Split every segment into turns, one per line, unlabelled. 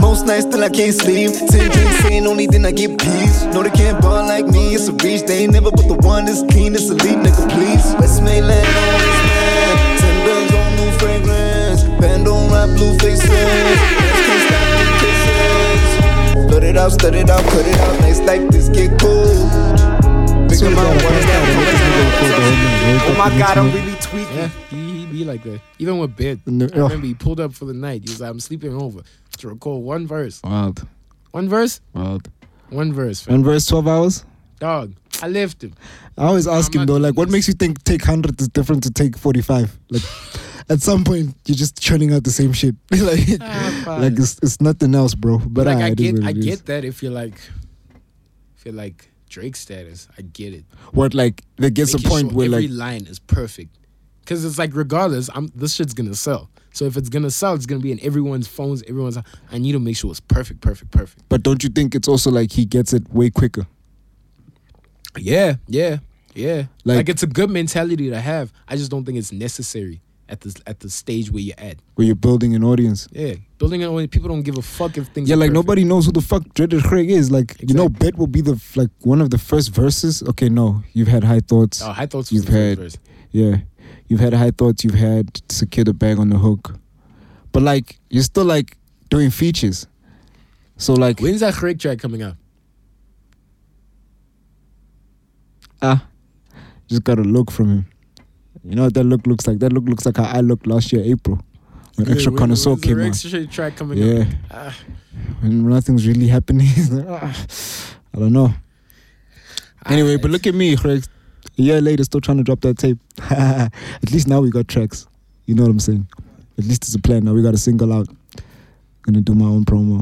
Most nights till I can't sleep. Ten drinks saying only then I get peace. No, they can't ball like me, it's a reach. They ain't never put the one that's clean, it's elite, nigga, please. West Mainland, always mad. Ten guns on new fragrance. Band on rap, blue faces. Girls can't stop them kisses. Blurt it out, stud it out, cut it out. Nights like this get cool. Big
Swear to
amount
God,
of
I
words
passed out. I
that-
was gonna go for the whole night. Woke
Oh
up
my
the next
god, I'm
morning.
really tweaking.
Yeah, he, he be like that. Even with Bid,
No,
I
ugh.
remember he pulled up for the night. He was like, "I'm sleeping over." To record one verse,
Wild,
one verse,
wild.
one verse, fam.
One verse, twelve hours.
dog. I left him.
I always ask
I'm
him
not
though,
doing
like, what
this.
makes you think take hundred is different to take forty-five? Like, at some point, you're just churning out the same shit. like,
Ah, fuck.
like it's it's nothing else, bro. But
like
ah,
I
it is
get,
what
I
it is.
get that if you're like, if you're like Drake status, I get it.
what like there gets a
Making
point
sure
where
every
like
line is perfect, because it's like regardless, I'm this shit's gonna sell. So if it's gonna sell, it's gonna be in everyone's phones, everyone's. I need to make sure it's perfect, perfect, perfect.
but don't you think it's also like he gets it way quicker?
Yeah, yeah, yeah.
Like-
Like, it's a good mentality to have. I just don't think it's necessary at this at the stage where you're at.
Where you're building an audience.
Yeah, building an audience, people don't give a fuck if things.
Yeah,
are
like
perfect.
nobody knows who the fuck Dreaded Craig is. Like you know, Bet will be the f- like one of the first verses. Okay, no, you've had high thoughts.
Oh, I thought
You've had- Yeah, you've had high thoughts. You've had secure the bag on the hook, but like you're still like doing features. So like
When's that Craig track coming out?
ah, just got a look from him. You know what that look looks like? That look looks like how I looked last year April when Extra
when-
Connoisseur
when's the
came out.
Extra track coming out.
Yeah.
Ah.
When nothing's really happening. it's like, ah, I don't know.
Ah,
Anyway, but look at me, Greg. A year later, still trying to drop that tape. At least now we got tracks. You know what I'm saying? At least it's a plan. Now we got a single out. Gonna do my own promo.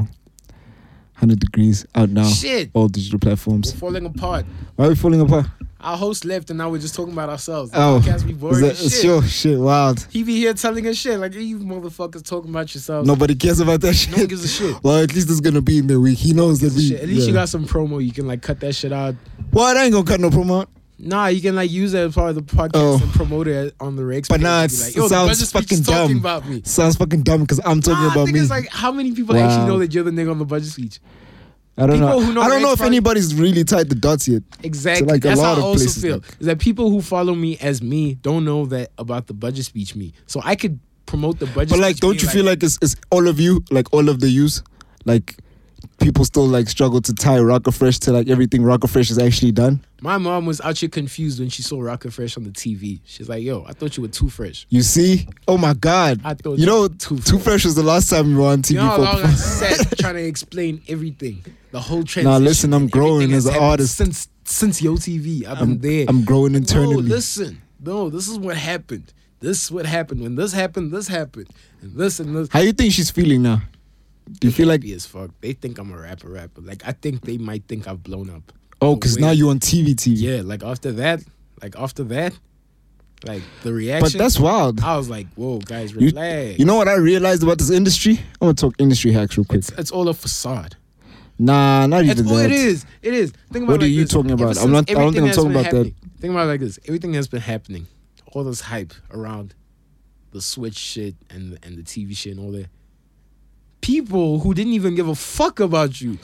100 degrees out now.
Shit.
All digital
We're
platforms.
falling apart.
Why are we falling apart?
Our host left, and now we're just talking about ourselves. The
Oh,
podcast be boring
is that-
as shit.
sure, shit, wild.
He be here telling us shit like you motherfuckers talking about yourselves.
Nobody cares about that shit.
Oh. no one gives a shit.
well, at least it's gonna be in the week. He knows that we.
Shit, At least you
yeah.
got some promo. You can like cut that shit out.
Well, I ain't gonna cut no promo. out.
Nah, you can like use that as part of the podcast
Oh.
and promote it on the Rex.
But
page
nah,
and be
it's-
like, "Yo,
it
the
sounds
budget speech is
fucking
talking
dumb.
about me.
Sounds fucking dumb because I'm talking
Nah, I
about
think
me.
it's like how many people
Wow.
actually know that you're the nigga on the budget speech?
I don't
people
know.
who know
I don't know if
Xbox-
anybody's really tied the dots yet.
Exactly.
like, a
That's
lot
how I
of
also
places,
feel.
like-
Is that people who follow me as me don't know that about the budget speech me. So I could promote the budget.
But like,
speech
don't
me,
you feel like it's, it's all of you, like all of the use, like people still like struggle to tie Rocker Fresh to like everything Rocker Fresh is actually done.
my mom was out here confused when she saw Rocket Fresh on the TV? She's like, "Yo, I thought you were too fresh."
You see? Oh my God!
I thought
you
you
know,
were
Too
too
Fresh. was the last time we were on TV.
You know how
for-
long I sat trying to explain everything, the whole transition.
listen, I'm
and
growing
everything
as
that's
an
happened
artist.
since since Yo TV. I've
I'm
been there.
I'm growing
No,
internally.
listen. No, this is what happened. This is what happened. When this happened, this happened. And this and this.
How you think she's feeling now? Do you feel like
Happy as fuck. They think I'm a rapper rapper. Like I think they might think I've blown up.
oh,
The
because
way-
now you're on TV, TV?
Yeah, like after that, like after that, like the
but
reaction.
that's wild.
I was like, whoa, guys,
You,
relax.
you know what I realized about this industry? I'm gonna talk industry hacks real quick.
it's, it's all a facade.
nah, not
That's
even
all
that.
it is. It is. Think about
What
it
are
like
you
this.
talking
Ever
about? I'm not- I
since
don't think
everything
I'm
has
talking
been
about that.
happening- Think about it like this. Everything has been happening. All this hype around the Switch shit and and the TV shit and all that. People who didn't even give a fuck about you,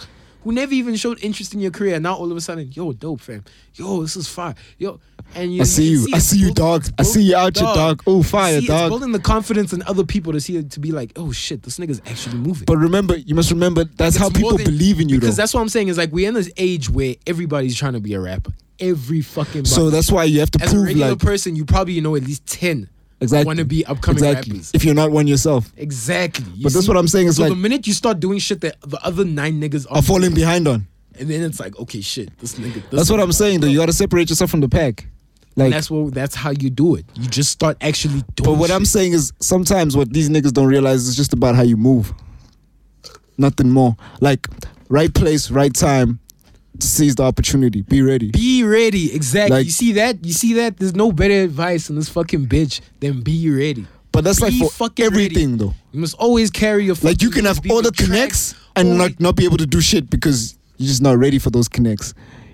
who never even showed interest in your career, now all of a sudden, yo, dope fam, yo, this is fire, yo, and you.
I see you. I
it's
see you,
build-
dog.
it's
I see you
build-
out your dog. Oh, fire,
see,
dog.
It's building the confidence in other people to see it to be like, oh shit, this nigga's actually moving.
But remember, you must remember that's how
It's more
people
than-
believe in you, though.
Because that's what I'm saying is like we're in this age where everybody's trying to be a rapper. Every fucking
so
body.
that's why you have to
as a
prove
regular
like
person, you probably know at least ten
exactly
want to be upcoming
exactly.
rappers.
If you're not one yourself,
Exactly. You
But that's what I'm saying, it's
so the
like-
minute you start doing shit that the other nine niggas are
are falling behind on.
and then it's like, okay, shit, this nigga. This
That's what I'm
nigga about
saying,
to
though.
blow.
You got to separate yourself from the pack. Like,
And that's what. That's how you do it. You just start actually doing.
but what
shit.
I'm saying is sometimes what these niggas don't realize is just about how you move. Nothing more. Like, right place, right time. Seize the opportunity. Be ready.
Be ready. Exactly.
Like-
you see that? You see that? There's no better advice in this fucking bitch than be ready.
But that's like
be
for
fucking ready.
everything, though.
You must always carry your.
Like you
fucking-
can have
be
all the
with tracks,
connects and
always-
not not be able to do shit because you're just not ready for those connects.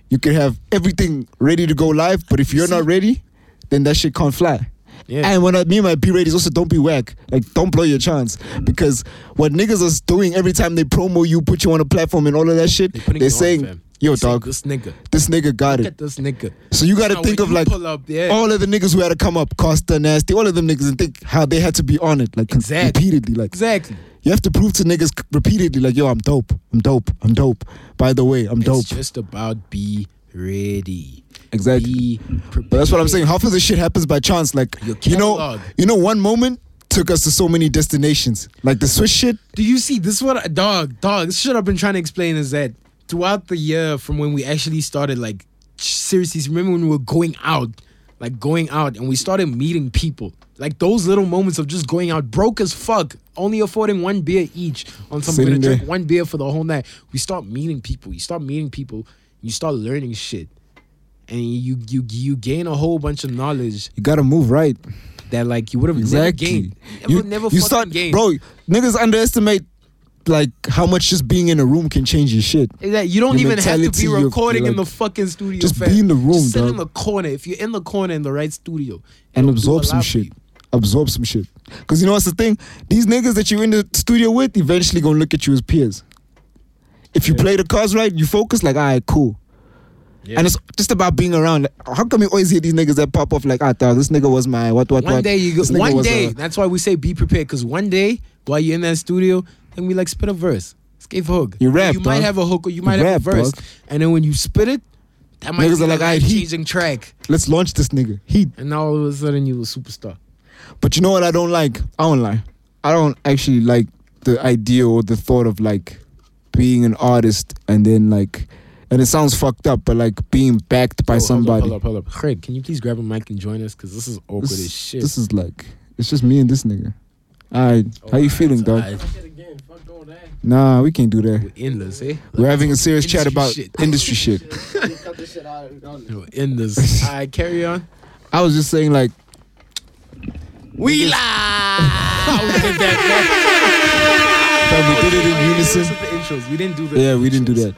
You can have everything ready to go live, but if you're not ready, then that shit can't fly.
Yeah.
And when I mean my P rate is also don't be whack. Like don't blow your chance. Because what niggas is doing every time they promo you, put you on a platform and all of that shit,
They're
they're,
putting you on,
saying,
fam.
Yo
They say,
dog,
This nigga.
this nigga got
Look
it.
at this nigga.
So you gotta
Now,
think
when
of
you
like
pull up, yeah.
all of the niggas who had to come up, Costa Nasty, all of them niggas and think how they had to be on it, like con-
Exactly.
repeatedly. Like
Exactly.
you have to prove to niggas c- repeatedly, like, yo, I'm dope. I'm dope. I'm dope. By the way, I'm dope.
It's just about be ready.
Exactly.
Be
But that's what I'm
prepared.
saying. Half of the shit happens by chance. Like
Your
you know,
catalog.
you know, one moment took us to so many destinations. Like the Swiss shit.
Do you see this? is What I- dog, dog? This shit I've been trying to explain is that throughout the year, from when we actually started, like seriously, remember when we were going out, like going out, and we started meeting people. Like those little moments of just going out, broke as fuck, only affording one beer each on some
Sitting
going to drink
there.
one beer for the whole night. We start meeting people. You start meeting people. You start learning shit, and you you you gain a whole bunch of knowledge
You gotta move right.
that like you would have
Exactly.
never gained. Never,
you
never
you
fucking
start,
gained.
bro. Niggas underestimate like how much just being in a room can change your shit.
Is that you don't
Your
even have to
mentality,
be
your-
recording
your,
in the
like,
fucking studio.
just
fam.
be in the room,
Just sit
dog.
in the corner. If you're in the corner in the right studio,
and
it'll
absorb
do a
some
lot for
shit.
you.
Absorb some shit. Cause you know what's the thing? These niggas that you're in the studio with eventually gonna look at you as peers. If you play the cards right, you focus like, all right, cool.
Yeah.
And it's just about being around. Like, how come you always hear these niggas that pop off like, ah, dog, this nigga was my what, what,
One
what?
day you
This
go,
nigga
one
was,
day.
uh,
That's why we say be prepared. Because one day while you're in that studio, then we like spit a verse. Skate hook.
You rap,
You might
dog.
have a hook or you might
You
have a
rap,
verse.
dog.
And then when you spit it, that might
Niggas
be
are like,
a
"Aight, he-"
changing track.
let's launch this nigga. He.
And now all of a sudden you a superstar.
But you know what I don't like? I don't lie. I don't actually like the idea or the thought of like being an artist and then like, and it sounds fucked up, but like being backed by
Oh,
somebody.
Hold up, hold up, hold up. Craig, can you please grab a mic and join us? Because this is awkward as shit.
This is like it's just me and this nigga. Alright, how
Oh,
you feeling, dog?
Alright,
Nah, we can't do that.
We're endless, eh?
We're having a serious chat
Industry
about
shit.
industry shit.
We're endless. All right, carry on.
I was just saying like
We live.
fam, we did it in
Hit us
unison.
with the intros. We didn't do the.
Yeah, we didn't do that.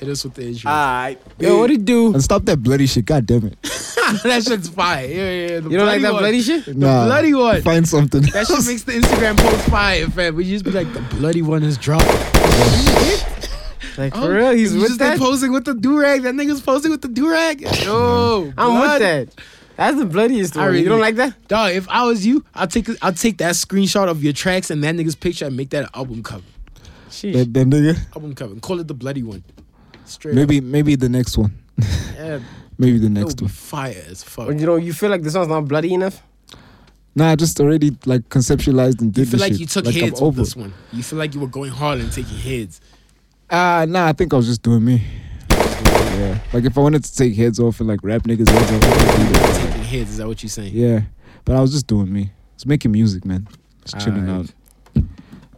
Hit us with the intros.
Alright.
Yo, what it do?
And stop that bloody shit. God damn it.
that shit's fire. Yeah, yeah. yeah. The
You don't like that
one.
bloody shit?
The bloody one.
Find something.
That shit makes the Instagram post fire, fam. We just be like, the bloody one is dropped.
Like for real, he's
You
with
just been
that.
posing with the do rag. That nigga's posing with the do rag. Yo,
I'm
blood.
with that. That's the bloodiest
I
one.
really-
you don't like that?
Dog, if I was you, I'll take I'll take that screenshot of your tracks and that nigga's picture and make that an album cover.
Sheesh.
that, that nigga.
Album cover. And call it the bloody one. Straight.
Maybe maybe the next one.
Up. Yeah,
Maybe the
that would
next
be
one.
fire as fuck.
When you know you feel like this one's not bloody enough.
Nah, I just already like conceptualized and did
You feel
the
like
shit.
you took
I'm
heads with
over
this
it.
one. You feel like you were going hard and taking heads.
Ah, nah, I think I was just doing me. Yeah. Like if I wanted to take heads off and like rap niggas heads off, I could do that.
Taking heads, is that what you're saying?
Yeah, but I was just doing me. It's making music, man. It's chilling
Alright.
out.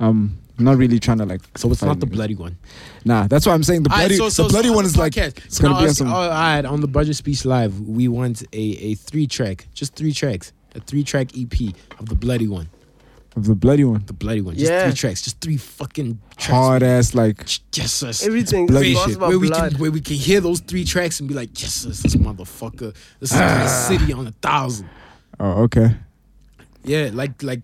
Um, I'm not really trying to like.
So it's not
fight
the
niggas.
bloody one.
Nah, that's why I'm saying the
Alright,
bloody.
so- so-
the bloody
so on
one
the
is like.
podcast,
It's gonna
can I
be on
ask-
some.
oh, all right, on the budget speech live, we want a a three track, just three tracks, a three track EP of the bloody one,
of the bloody one.
the bloody one, just
Yeah.
three tracks, just three fucking tracks.
Hard ass like.
Ch- Yes, us.
Everything.
bloody
This is
shit.
about
where we
blood.
can where we can hear those three tracks and be like, yes, sis, this motherfucker, this is my city on a thousand.
Oh, okay.
Yeah, like like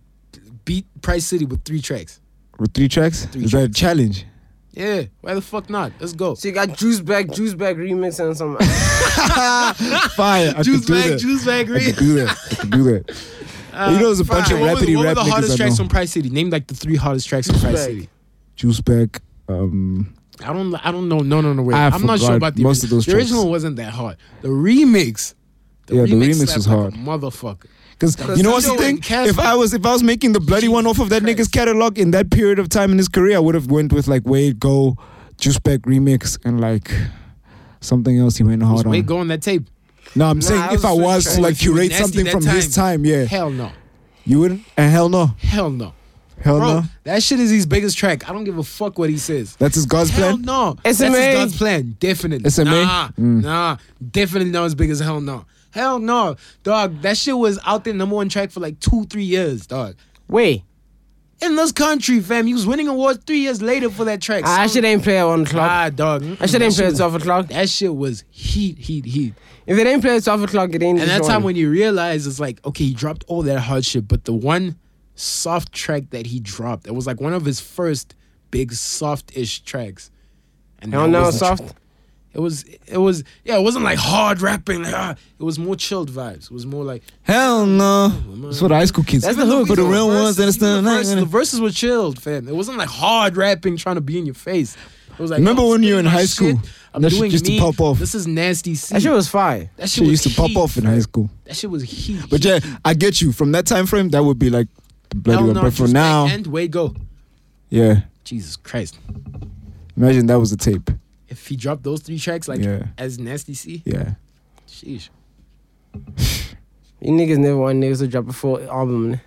beat Price City with three tracks.
With three tracks.
Three
is that a challenge?
Yeah, why the fuck not? Let's go.
So you got juice bag, juice bag remix, and some.
Fire. I
Juice
could do
bag,
that.
juice bag,
I
re-
could do that. I could do that.
Uh,
you know, there's a bunch
fine.
of
What was-
rapidy
What were
rap
the
niggas
hardest
I
tracks
know.
from Price City? Name like the three hardest tracks from Price
bag.
City.
Juice back. Um,
I don't, I don't know. No, no, no. Wait,
I
I'm not sure
forgot
about the
most of
original.
those
The original
tracks.
wasn't that hard. The remix.
Yeah, the remix
slapped
was
like
hard.
a motherfucker.
Cause
Cause
you know
I
what's the
know
thing?
when Casper-
If I was if I was making the bloody one off of that nigga's catalog in that period of time in his career, I would have went with like Wade Go, Juice Pack remix, and like something else he went hard
Was way
on.
go on that tape?
No, I'm
Nah,
saying
I
if I
was
was
just
to
trying
like
to be
curate
nasty
something
that
from his time, yeah,
Hell no.
you wouldn't. And hell no,
Hell no.
hell
Bro,
no.
that shit is his biggest track. I don't give a fuck what he says.
That's his God's
Hell
plan.
no.
SMA.
That's his God's plan. Definitely.
SMA?
Nah. Nah. Definitely not as big as hell no. Hell no. Dog, that shit was out there number one track for like two, three years, dog.
Wait.
in this country, fam. He was winning awards three years later for that track.
I
So-
should Ah, ain't play at one o'clock.
Ah, dog.
I should ain't play at twelve o'clock.
That shit was heat, heat, heat.
If it ain't play at twelve o'clock, it ain't.
And that
this
time
one.
when you realize it's like, okay, he dropped all that hardship, but the one soft track that he dropped, it was like one of his first big soft-ish tracks. And
hell
that
no,
was the
soft.
It was it was yeah, it wasn't like hard rapping, like ah, it was more chilled vibes. It was more like
Hell no. That's what the high school kids.
That's the
even though
hook.
For
we
the
did
real ones,
verses,
then it's the
even the verses, the
night.
verses were chilled, fam. It wasn't like hard rapping trying to be in your face. It was like
Remember
yo, I'm
when you were
spitting
in
my
high
shit.
school?
I'm
That shit
doing
used to
me.
pop off.
This is nasty C.
That shit was fire.
that
She used to
was
pop
heat,
off in high
fam.
school.
That shit was heat.
But yeah, I get you. From that time frame, that would be like the bloody one. But for now,
and way go.
yeah.
Jesus Christ!
Imagine that was a tape.
If he dropped those three tracks like
Yeah.
as nasty C,
Yeah.
sheesh.
You niggas never want niggas to drop a full album. ne?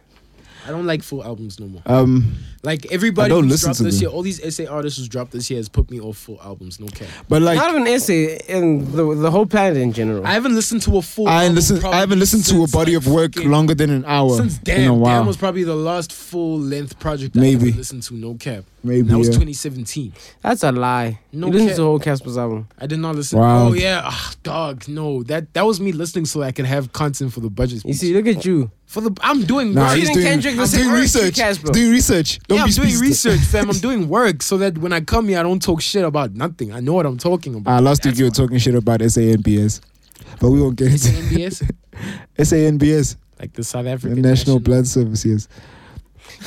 I don't like full albums no more.
Um,
Like everybody
I don't
who's
listen
dropped
to
this
them.
year, all these SA artists who's dropped this year has put me off full albums. No cap.
but like,
Not even essay in the the whole planet in general.
I haven't listened to a full.
I
album
listen. I
probably
haven't listened to a
since,
body
like,
of work
fucking-
longer than an hour
Since Damn.
in a while.
Damn was probably the last full length project I
Maybe.
ever listened to. No cap.
Maybe.
That was
yeah.
2017.
That's a lie.
No
you listen
cap.
to the whole Casper's album.
I did not listen.
Wow.
Oh yeah, Ah, dog. No, that that was me listening so I could have content for the budget.
You see, look at you.
for the I'm doing
Nah,
work.
he's
Even
doing,
Kendrick
he's
listen-
doing
or Ricky
research. He's
Casper.
doing research. Don't
yeah,
be
I'm doing
specious.
research, fam. I'm doing work so that when I come here, I don't talk shit about nothing. I know what I'm talking about.
Ah, last week you were talking shit about SANBS, but we won't get
Is
into
it NBS?
SANBS,
like the South
the
African
National, Blood Service. Yes,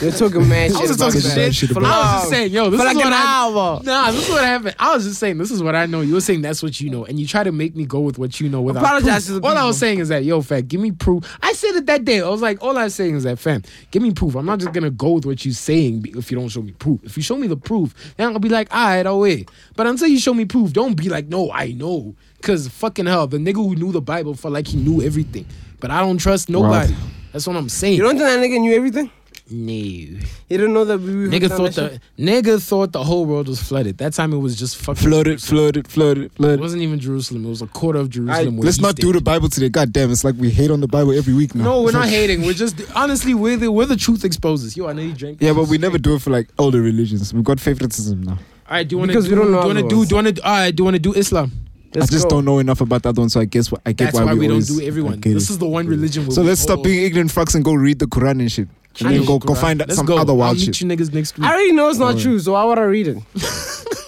You're talking mad
I
shit.
was just
about
talking
that.
that.
shit.
Shit
I
about
was
that.
just saying, yo, this
For
is
like
what
an
I,
hour.
Nah, this is what happened. I was just saying, this is what I know. You were saying that's what you know, and you try to make me go with what you know without
Apologize
proof.
to the
All I was
people.
saying is that, yo, fam, give me proof. I said it that day. I was like, all I was saying is that, fam, give me proof. I'm not just gonna go with what you're saying be- if you don't show me proof. If you show me the proof, then I'll be like, all right, I'll wait. But until you show me proof, don't be like, no, I know, cause fucking hell, the nigga who knew the Bible felt like he knew everything, but I don't trust nobody. That's what I'm saying.
You don't think that nigga knew everything?
no.
He didn't know that we were
Nigga thought the nigga thought the whole world was flooded. That time it was just fucking.
flooded, flooded, flooded,
It
flooded.
wasn't even Jerusalem. It was a quarter of Jerusalem. where
Let's
he
not do
stayed.
the Bible today. God damn, it's like we hate on the Bible every week now.
No, we're
It's
not
like-
hating. We're just honestly we're the, we're the truth exposes. Yo, I know you drank.
Yeah, but we never do it for like older religions. We've got favoritism now.
All right, do you want to
Because
do?
we don't know
do you want to do?
otherwise.
Do you want to? All right, do you want to do Islam?
I just don't know enough about that one, so I guess wh- I get
That's why, we, don't
always-
do
I
everyone.
get
This
it.
is the one religion. Where
So
we
let's stop
all-
being ignorant fucks and go read the Quran and shit, and then go go find out
Let's
some
go. Um,
other wild
I'll
shit.
meet you niggas next week.
I already know it's
Mm.
not true, so why would I read it?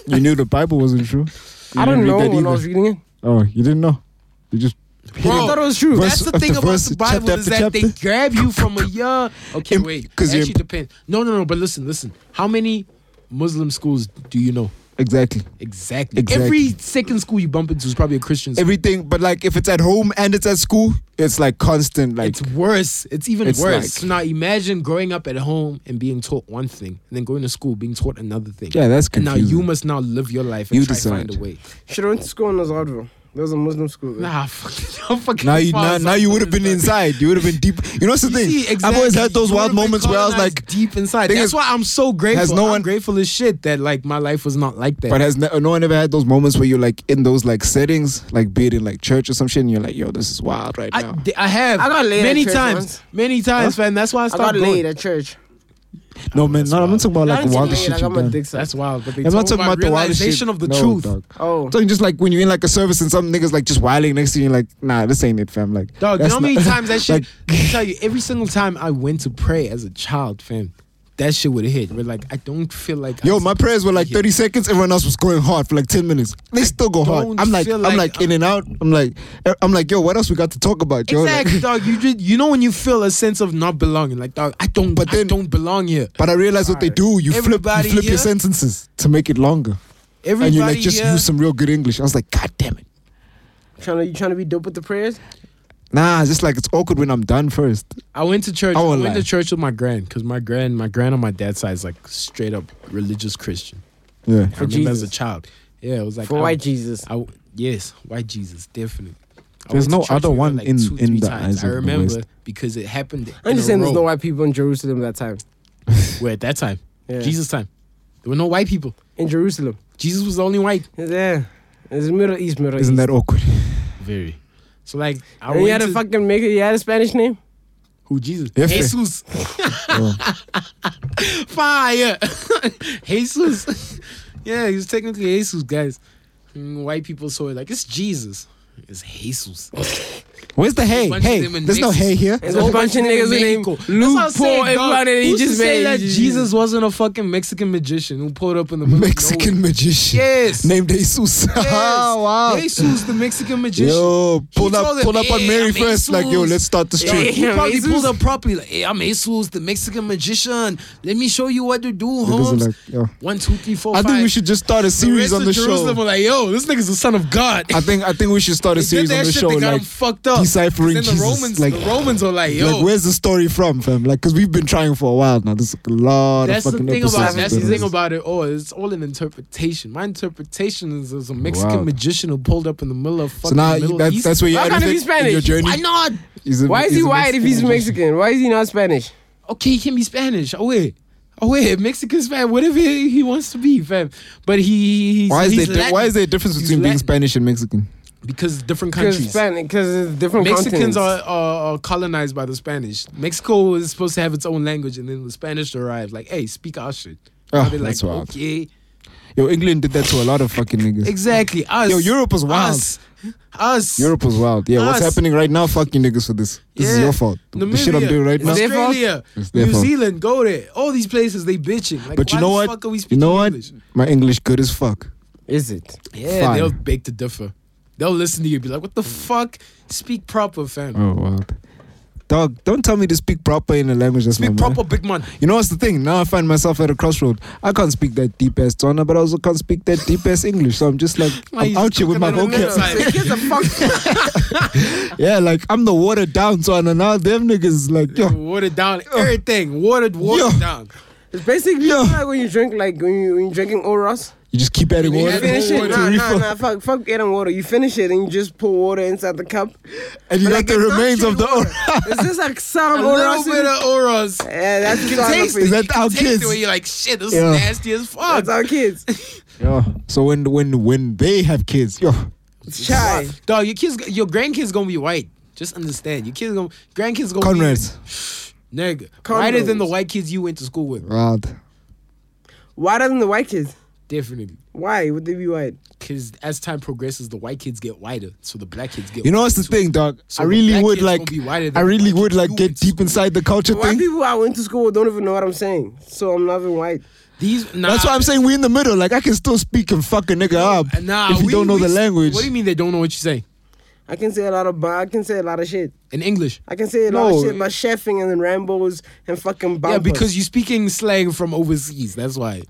You knew the Bible wasn't true. You
I
didn't
don't
read
know
that
when I
either.
was reading it.
Oh, you didn't know. You just
I thought it was true.
Verse
That's the
after
thing about
verse,
the Bible
chapter
is
after
that they
chapter.
grab you from a young. Okay,
Im-
wait.
'cause
Actually,
you're-
depends. No, no, no. But listen, listen. How many Muslim schools do you know
exactly
exactly?
Exactly.
Every second school you bump into is probably a Christian. School.
everything. But like, if it's at home and it's at school, it's like constant. Like,
it's worse. It's even
It's
worse.
like-
So now imagine growing up at home and being taught one thing, and then going to school being taught another thing.
yeah, that's
And now
confusing.
you must now live your life and
You
try to find a
decide.
way.
Should have went to school in Nazardville. There was a Muslim school. there.
Nah, fucking, I'm fucking
now you
far
now,
as
now
I'm
you would have been
concerned.
inside. You would have been deep. You know, that's the
You
thing.
see,
I've always
exactly.
had those
You
wild
would've been
moments where I was
colonized
like,
deep inside.
thing
That's
is-
why I'm so grateful.
Has no
I'm
one-
grateful as shit that like my life was not like that.
but has ne- no one ever had those moments where you're like in those like settings, like be it in like church or some shit, and you're like, yo, this is wild right
I,
now.
d- I have.
I got laid at
many
church
times.
once.
Many times, man. That's why I
I
stopped
got
going.
laid at church.
no man, no, I'm not talking about
I
like the
didn't get
wildest
laid,
shit
I
you've
got my
done.
dick sucked.
That's wild. But they
I'm not
told
talking about the wildest
realization
shit.
of the
No,
truth.
dog.
Oh.
I'm talking just like when you're in like a service and some niggas like just whiling next to you, you're like, nah, this ain't it, fam. Like,
Dog, you
that's
know how many
not-
times that shit?
like-
Let me tell you, every single time I went to pray as a child, fam, that shit would hit. We're like, I don't feel like.
Yo,
I'm-
my prayers were like 30 seconds. Everyone else was going hard for like 10 minutes. They still go hard.
don't
I'm like,
feel
I'm
like
like
I'm-
in and out. I'm like, er, I'm like, yo, what else we got to talk about, yo? Like-
Exactly, dog. You just, you know when you feel a sense of not belonging, like dog, I don't,
But
I
then-
don't belong here.
but I realized what they do. You flip,
Everybody
you flip
here-
your sentences to make it longer,
Everybody
and you like just
here,
use some real good English. I was like, god damn it.
Tryna- you trying to be dope with the prayers?
Nah, it's just like it's awkward when I'm done first.
I went to church.
I
I,
won't
went
lie.
to church with my grand because my grand, my grand on my dad's side is like straight up religious Christian.
Yeah.
I remember as
Jesus.
a child. Yeah, it was like
For
I-
white Jesus.
I w- yes, white Jesus, definitely. I
There's
went to
no
church
other
with her
one in-
two,
in
three
the
times.
eyes
I
of the
remember
West.
because it happened.
I'm
in a
just saying there's no
row.
white people in Jerusalem that time.
Where at that time,
Yeah.
Jesus time, there were no white people.
In Jerusalem.
Jesus was the only white.
Yeah. It's Middle East, Middle
Isn't
East.
that awkward?
Very. So like, I
And you
went
had a
to-
fucking make you had a Spanish name?
Who Jesus?
Hefe.
Jesus.
Oh.
Fire. Jesus. yeah, he was technically Jesus, guys. Mm, White people saw it like it's Jesus. It's Jesus.
Where's the hay?
Bunch of
Hey,
them in
there's no
Mexico.
hay here.
There's a whole bunch of niggas named
Mexico. That's
Luke
what I'm saying,
Paul,
dog.
everyone, and he
Who's to
just
say
made
that
Jesus.
Jesus wasn't a fucking Mexican magician who pulled up in the middle of
Mexican magician
Yes.
named Jesus.
nowhere?
Oh, wow.
Yes. Jesus, the Mexican magician.
Yo, pull
He
up,
told
pull
them,
up on
"Hey,
Mary
I'm
first. Like, yo,
Jesus."
let's start this
Yeah,
trip.
he
Yeah,
probably
Jesus.
pulled up properly. Like, hey, I'm Jesus, the Mexican magician. Let me show you what to do,
Because
Holmes.
they're like, yo.
One, two, three, four,
I think
five.
we should just start a series
rest
on
of
the
Jerusalem
show.
were like, yo, this nigga's the son of God.
I think I think we should start a
They
series
did that
on the
shit,
show.
They got
Like,
him fucked up.
deciphering
then the
Jesus,
Romans,
like-
the Romans were like, yo,
like, where's the story from, fam? Like, cause we've been trying for a while now. There's a lot
that's
of
the
fucking
thing about
episodes
that's
we've done
the
on
thing
this.
about it all. It's all an interpretation. My interpretation is there's a Mexican
Wow.
magician who pulled up in the middle of fucking
So now
Middle
you- that's
East.
that's where you're
Why
at
can't
with
he
it,
be Spanish?
in your journey.
Why not?
He's a-
Why is he
he's a
white if he's Mexican? Why is he not Spanish?
Okay, he can be Spanish. Oh wait. Oh wait, Mexican's fam, whatever he wants to be, fam. But he, he's,
Why is
he's
there di-
Latin
why is there a difference
He's
between being
Latin.
Spanish and Mexican?
because different
Because
countries.
it's different
Mexicans
continents.
are, are, are colonized by the Spanish. Mexico was supposed to have its own language, and then the Spanish arrived. Like, hey, speak our shit.
Oh,
And they're
that's
like,
wild.
Okay,
Yo, England did that to a lot of fucking niggas.
exactly. Us.
Yo, Europe was wild.
Us. Us.
Europe was wild. Yeah, what's
Us.
happening right now? Fuck you niggas for this. This is
Yeah.
your fault. The shit I'm
Namibia,
doing right now.
It's their fault.
Australia,
It's their
New
fault.
Zealand, go there. All these places they bitching. Like,
But you
why
know
the
what?
Fuck are we
You
speaking
know what?
English?
My English good as fuck.
Is it?
Yeah,
Fine. Mm.
they'll beg to differ. They'll listen to you, be like, "What the fuck? Speak proper, fam.
Oh wild. Dog, don't tell me to speak proper in a language that's
Speak
my
proper,
mother.
big man."
You know what's the thing? Now I find myself at a crossroad. I can't speak that deep ass Tswana, but I also can't speak that deep ass English. So I'm just like,
Why you
I'm out
just
here with my
cooking on the
vocab.
outside?
Gives a fuck.
Yeah, like I'm the watered down Tswana. Now them niggas is like, yo,
Watered down everything. Watered, watered
Yo.
down.
It's basically
Yeah.
like when you drink, like when, you, when you're drinking Oros.
you just keep adding
You
water.
You
add
finish
more
it.
to
Nah, nah,
refill.
nah. Fuck, fuck air and water. You finish it and you just pour water inside the cup.
And you
But
got
like,
the
it's not
remains
shit
of the
water. It's just like
A
some
little
Oros.
bit of auras.
Yeah, that's
You
just all
can
I'm
taste it.
Is
afraid.
that
You can
our
taste
kids?
it when you're like, shit, this
Yeah.
is nasty as fuck.
That's our kids.
Yeah. So when when when they have kids, yo,
Chai.
Dog, your kids, your grandkids gonna be white. Just understand. Your kids gonna, grandkids gonna
Conrads.
be nigga whiter than the
Conrads.
white kids you went to school with.
Wild.
Why doesn't the white kids?
Definitely,
Why would they be white?
because as time progresses, the white kids get whiter, so the black kids get.
You know
whiter
what's the
too.
thing, dog?
So
I
the
really
black
would
kids gonna
like.
be whiter than
I
the
really
white
would
kids
like
you
get
went to
deep
school
inside the culture
White
thing.
people I went to school with don't even know what I'm saying, so I'm not even white.
with. These, nah,
That's why I'm saying we're in the middle. Like I can still speak and fuck a nigga up
Nah,
if you
we-
don't know
we-
the language.
What do you mean they don't know what you say
I can say a lot of ba- I can say a lot of shit.
in English?
I can say a lot
No.
of shit about chefing and then Rambo's and fucking bumpers.
Yeah, because you're speaking slang from overseas. That's why.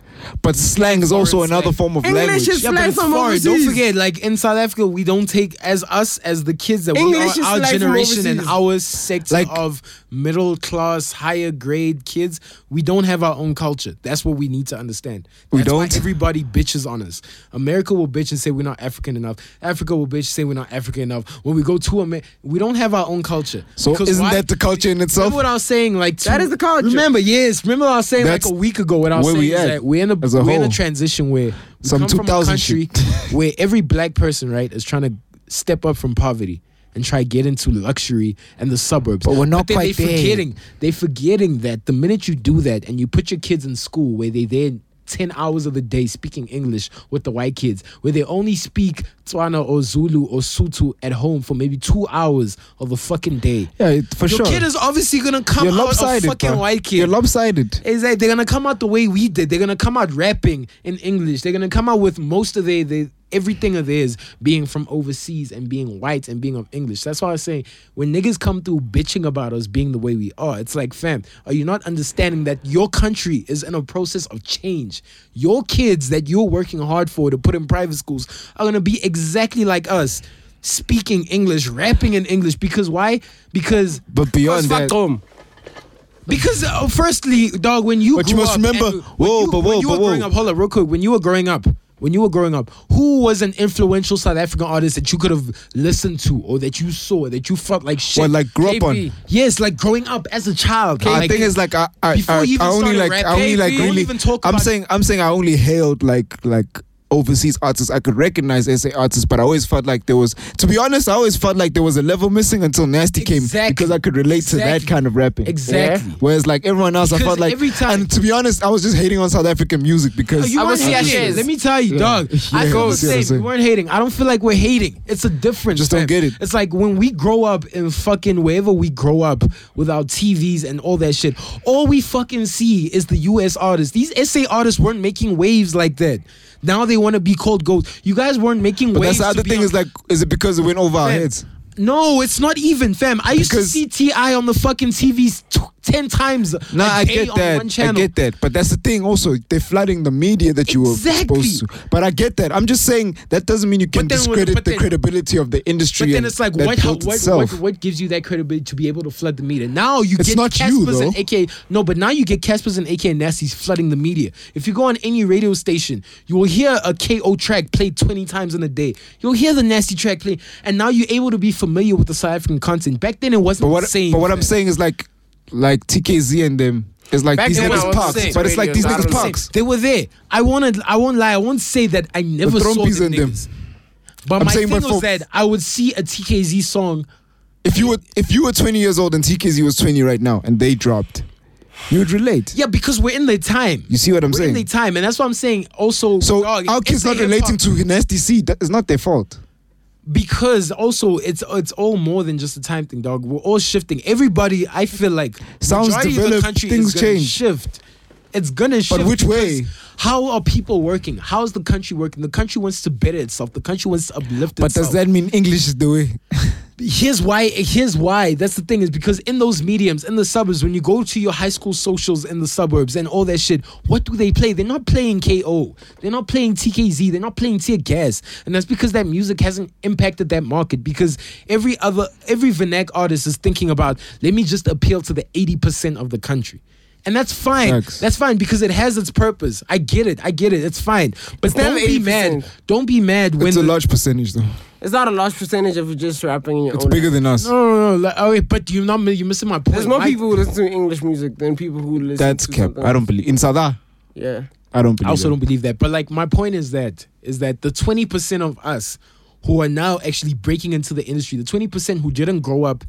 But slang is also
Foreign
another
slang.
form of
English
language.
is-
Yeah, but
Slang
it's
from
foreign. Don't
overseas.
forget, like in South Africa, we don't take as us as the kids that
English
we
is
are our
slang from
generation and
overseas.
our sector
Like-
of middle class, higher grade kids. We don't have our own culture. That's what we need to understand.
We
That's why
don't?
everybody bitches on us. America will bitch and say we're not African enough. Africa will bitch say we're not African enough. When we go to America, we don't have our own culture.
So
Because
isn't
why-
that the culture in itself?
Remember what I was saying, like to-
That is the culture.
Remember, yes, remember what I was saying
That's
like a week ago. What I was
where
saying
we
is
at,
that we're in a,
as a
we're in
whole.
a transition where we
Some
come from a
2000
country where every black person right is trying to step up from poverty and try get into luxury and the suburbs.
But we're not
then
quite
they
there.
forgetting they forgetting that the minute you do that and you put your kids in school where they there. 10 hours of the day speaking English with the white kids, where they only speak Tswana or Zulu or Sutu at home for maybe two hours of the fucking day.
Yeah, it- for
Your
sure.
kid is obviously gonna come
You're
out a
lopsided.
fucking
bruh.
white
You're
kid.
lopsided.
Is that they're gonna come out the way we did? They're gonna come out rapping in English. They're gonna come out with most of their, their everything of theirs being from overseas and being white and being of English. That's why I was saying when niggas come through bitching about us being the way we are, it's like, fam, are you not understanding that your country is in a process of change? Your kids that you're working hard for to put in private schools are gonna be exactly like us. Speaking English, rapping in English, because why? Because
But beyond that,
Tom.
because uh, firstly, dog, when you
But you
grew
must
up
remember-
and when
whoa,
you,
but
when
whoa,
you
but
were
whoa.
growing up, hold up, real quick. When you were growing up, when you were growing up, who was an influential South African artist that you could have listened to or that you saw that you felt like shit?
What, like, grew up on?
Yes, like growing up as a child.
I
like,
think it's like I, I,
before
I,
you even
I only
started
like I
rapping,
only
hey,
like
we don't
really.
even talk
I'm
about-
saying I'm saying I only hailed like like overseas artists. I could recognize SA artists, but I always felt like there was, to be honest, I always felt like there was a level missing until Nasty came
Exactly.
because I could relate to that
Exactly.
kind of rapping.
Exactly.
Whereas like everyone else, I
Because
felt like
every time- Oh,
And to be honest, I was just hating on South African music because
You
I
weren't
was
hating.
serious.
Let me tell you, dog. I
Yeah,
go
I see what
the
I'm
same.
saying.
We weren't hating. I don't feel like we're hating. It's a difference.
Just don't
fam.
get it.
It's like when we grow up in fucking wherever we grow up with our TVs and all that shit. All we fucking see is the US artists. These SA artists weren't making waves like that. Now they want to be called ghosts. You guys weren't making
But that's
waves.
the other
to be
thing
on-
is like, is it because it went over our
Fam,
heads?
No, it's not even, fam. I used
Because-
to see Ti on the fucking TVs t- ten times.
No,
I
I get
on
that.
One channel.
I get that. But that's the thing also, they're flooding the media that you were
Exactly.
supposed to. But I get that. I'm just saying that doesn't mean you can
But then when-
discredit
but
the
then-
credibility of the industry.
But then
and
it's like,
that
what, how,
built
what,
itself.
what, what gives you that credibility to be able to flood the media? Now you
It's
get
not you,
Caspers and
though.
AK. No, but now you get Caspers and AK and Nasty's flooding the media. If you go on any radio station, you will hear a KO track played 20 times in a day. You'll hear the Nasty track play, and now you're able to be familiar with the South African content. Back then, it
But
wasn't
what,
the same.
but what I'm saying is like, like TKZ and them. It's like
Back
these
then I
niggas
was
parks.
saying,
But it's like these
radio,
niggas
I'm saying.
parks.
They were there. I wanted. I won't lie. I won't say that I never saw
Trompies
the
and them.
niggas. But
I'm
my
saying,
thing
but
was
for-
that I would see a TKZ song.
If you were if you were 20 years old and TKZ was 20 right now and they dropped, you would relate.
Yeah, because we're in the time.
You see what I'm
we're in
saying?
the time, and that's what I'm saying. Also,
So
dog,
our
it's
kids
the
not
hip-hop-
relating to Nasty C. That is not their fault.
because also it's it's all more than just a time thing, dog. We're all shifting. Everybody, I feel like
Sounds
majority Of
developed,
the country
things
is gonna
change.
Shift. It's gonna shift.
which way?
because How are people working? How is the country working? The country wants to better itself. The country wants to uplift
But
itself.
does that mean English is the way?
here's why here's why that's the thing is because in those mediums in the suburbs when you go to your high school socials in the suburbs and all that shit what do they play they're not playing ko they're not playing tkz they're not playing tear gas and that's because that music hasn't impacted that market because every other every vernac artist is thinking about let me just appeal to the 80% of the country and that's fine.
Facts.
That's fine because it has its purpose. I get it. I get it. It's fine. But
not
don't be
80%.
mad. Don't be mad when
It's a
the-
large percentage though.
It's not a large percentage of just rapping in your
It's
own.
bigger than us.
No, no, no. Like, oh, wait, but you're not. You're missing my point.
There's more
My-
people who listen to English music than people who listen.
That's
to
cap.
something
I don't believe in Sada.
else. Yeah.
I don't believe.
I also
that.
don't believe that. But like my point is that is that the twenty percent of us who are now actually breaking into the industry, the twenty percent who didn't grow up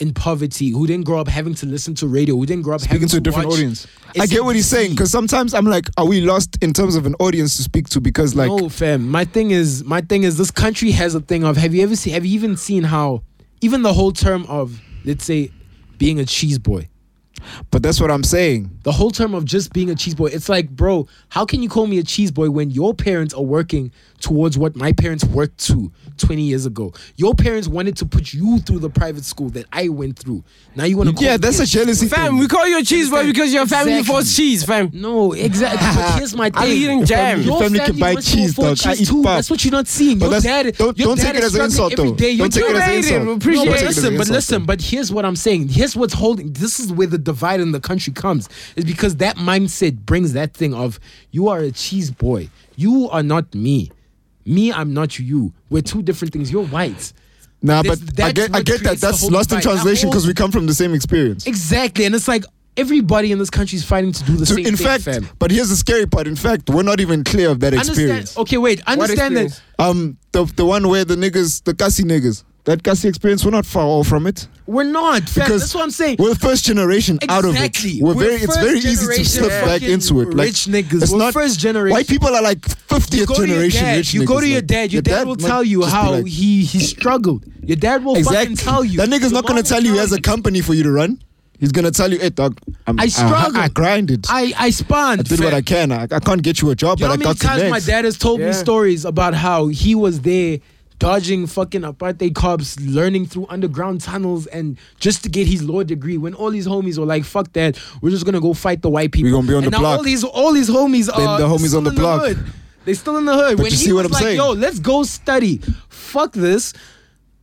in poverty, who didn't grow up having to listen to radio, who didn't grow up
speaking
having
to a different
watch
audience. I get what he's saying
SMT.
because sometimes I'm like, are we lost in terms of an audience to speak to? Because like,
no, fam. My thing is, my thing is, this country has a thing of. Have you ever seen? Have you even seen how? Even the whole term of, let's say, being a cheese boy.
but that's what I'm saying.
The whole term of just being a cheese boy. It's like, bro, how can you call me a cheese boy when your parents are working towards what my parents worked to 20 years ago? Your parents wanted to put you through the private school that I went through. Now you want to call
Yeah,
me
that's a jealousy
Fam,
thing.
we call you a cheese boy because your family
Exactly.
forced cheese, fam.
no, exactly. But here's my thing.
I'm eating
Your
jam.
family-
Your
Your
family
family,
can buy
wants to
cheese,
afford
dog. I eat
too.
pap.
That's what you're not seeing.
But
your
that's-
dad,
don't-
your
don't
dad
take it as
is
an
struggling
insult,
every
though.
day. You're
Don't take it as an
doing-
insult. We
No,
appreciate
but
it.
listen,
Don't take it
but
as an
listen, but here's what I'm saying. Here's what's holding. This is where the divide in the country comes, is because that mindset brings that thing of you are a cheese boy. You are not me. Me, I'm not you. We're two different things. You're white.
Nah, but
This-
I
that's
get, I
what
get that.
creates the
That's
whole
lost in
divide. That
translation
whole-
because we come from the same experience.
Exactly, and it's like everybody in this country is fighting to do the
So
same
in
thing.
fact,
fam.
but here's the scary part. In fact, we're not even clear of that
Understand?
experience.
Okay, wait. Understand that.
experience?
Um, the the one where the niggas, the Kasi niggas, that Kasi experience, we're not far off from it
We're not. Fam.
because
That's what I'm saying.
We're the first generation out of it.
Exactly.
We're,
We're
very. It's
first
very easy to
generation
slip back
fucking
into it. Like,
rich niggas.
It's
We're
not
first generation.
White people are like
You
fiftieth
go to your
generation
dad.
rich
You go
niggas,
to your
like,
dad. Your, dad, will
might
tell you
just be
how
like-
he he struggled. Your dad will fucking tell you.
That nigga's
Your
not gonna
mom
tell
will
you he has a
you.
company for you to run. He's gonna tell you, "Hey, dog, I'm,
I struggled.
I, I grinded. I,
I I spawned.
did what I can. I, I can't get you a job,
You
but
know how
I
many
got
times my
connects."
dad has told
Yeah.
me stories about how he was there dodging fucking apartheid cops, learning through underground tunnels, and just to get his law degree. When all his homies were like, "Fuck that, we're just gonna go fight the white people."
gonna be on
and
the
now
block.
All his all his homies are
the homies
still
on the
in
block.
hood. They still in the hood. when
you
he
see what
was
I'm
like,
saying?
"Yo, let's go study. Fuck this."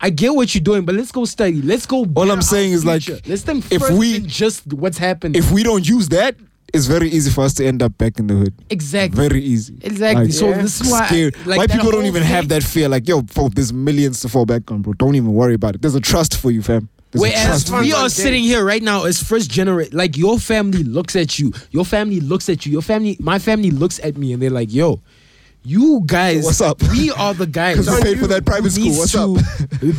I get what you're doing, but let's go study. Let's go.
All
better
I'm
our
saying is, like,
future. let's think
if
first
we-
than just what's happening.
If we don't use that, it's very easy for us to end up back in the hood.
exactly.
Very easy.
Exactly.
Like,
So this is why I-
scary.
like
white
that
people don't
whole
even have
thing-
that fear. Like, yo, bro, there's millions to fall back on, bro. Don't even worry about it. There's a trust for you, fam. There's a trust
Whereas
for
we
you.
are sitting here right now as first generation, like your family looks at you, your family looks at you, your family, my family looks at me, and they're like, "Yo, You guys,
What's up?
We are the guys.
'Cause we
Who
paid for that private school.
needs
What's
to-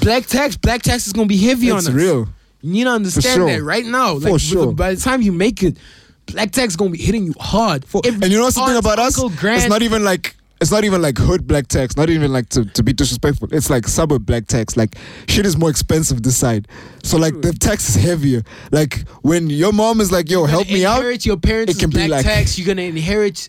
black tax, black tax is gonna be heavy on
It's
us.
real.
You need to understand
sure.
that right now.
For
like,
sure.
By the time you make it, black tax is gonna be hitting you hard. For,
and you know what's the thing about us? It's not even like it's not even like hood black tax. Not even like to, to be disrespectful. It's like suburb black tax. Like shit is more expensive this side. So like the tax is heavier. Like when your mom is like, "Yo, help me out,"
Inherit your parents'
it can be
black
like-
tax. You're gonna inherit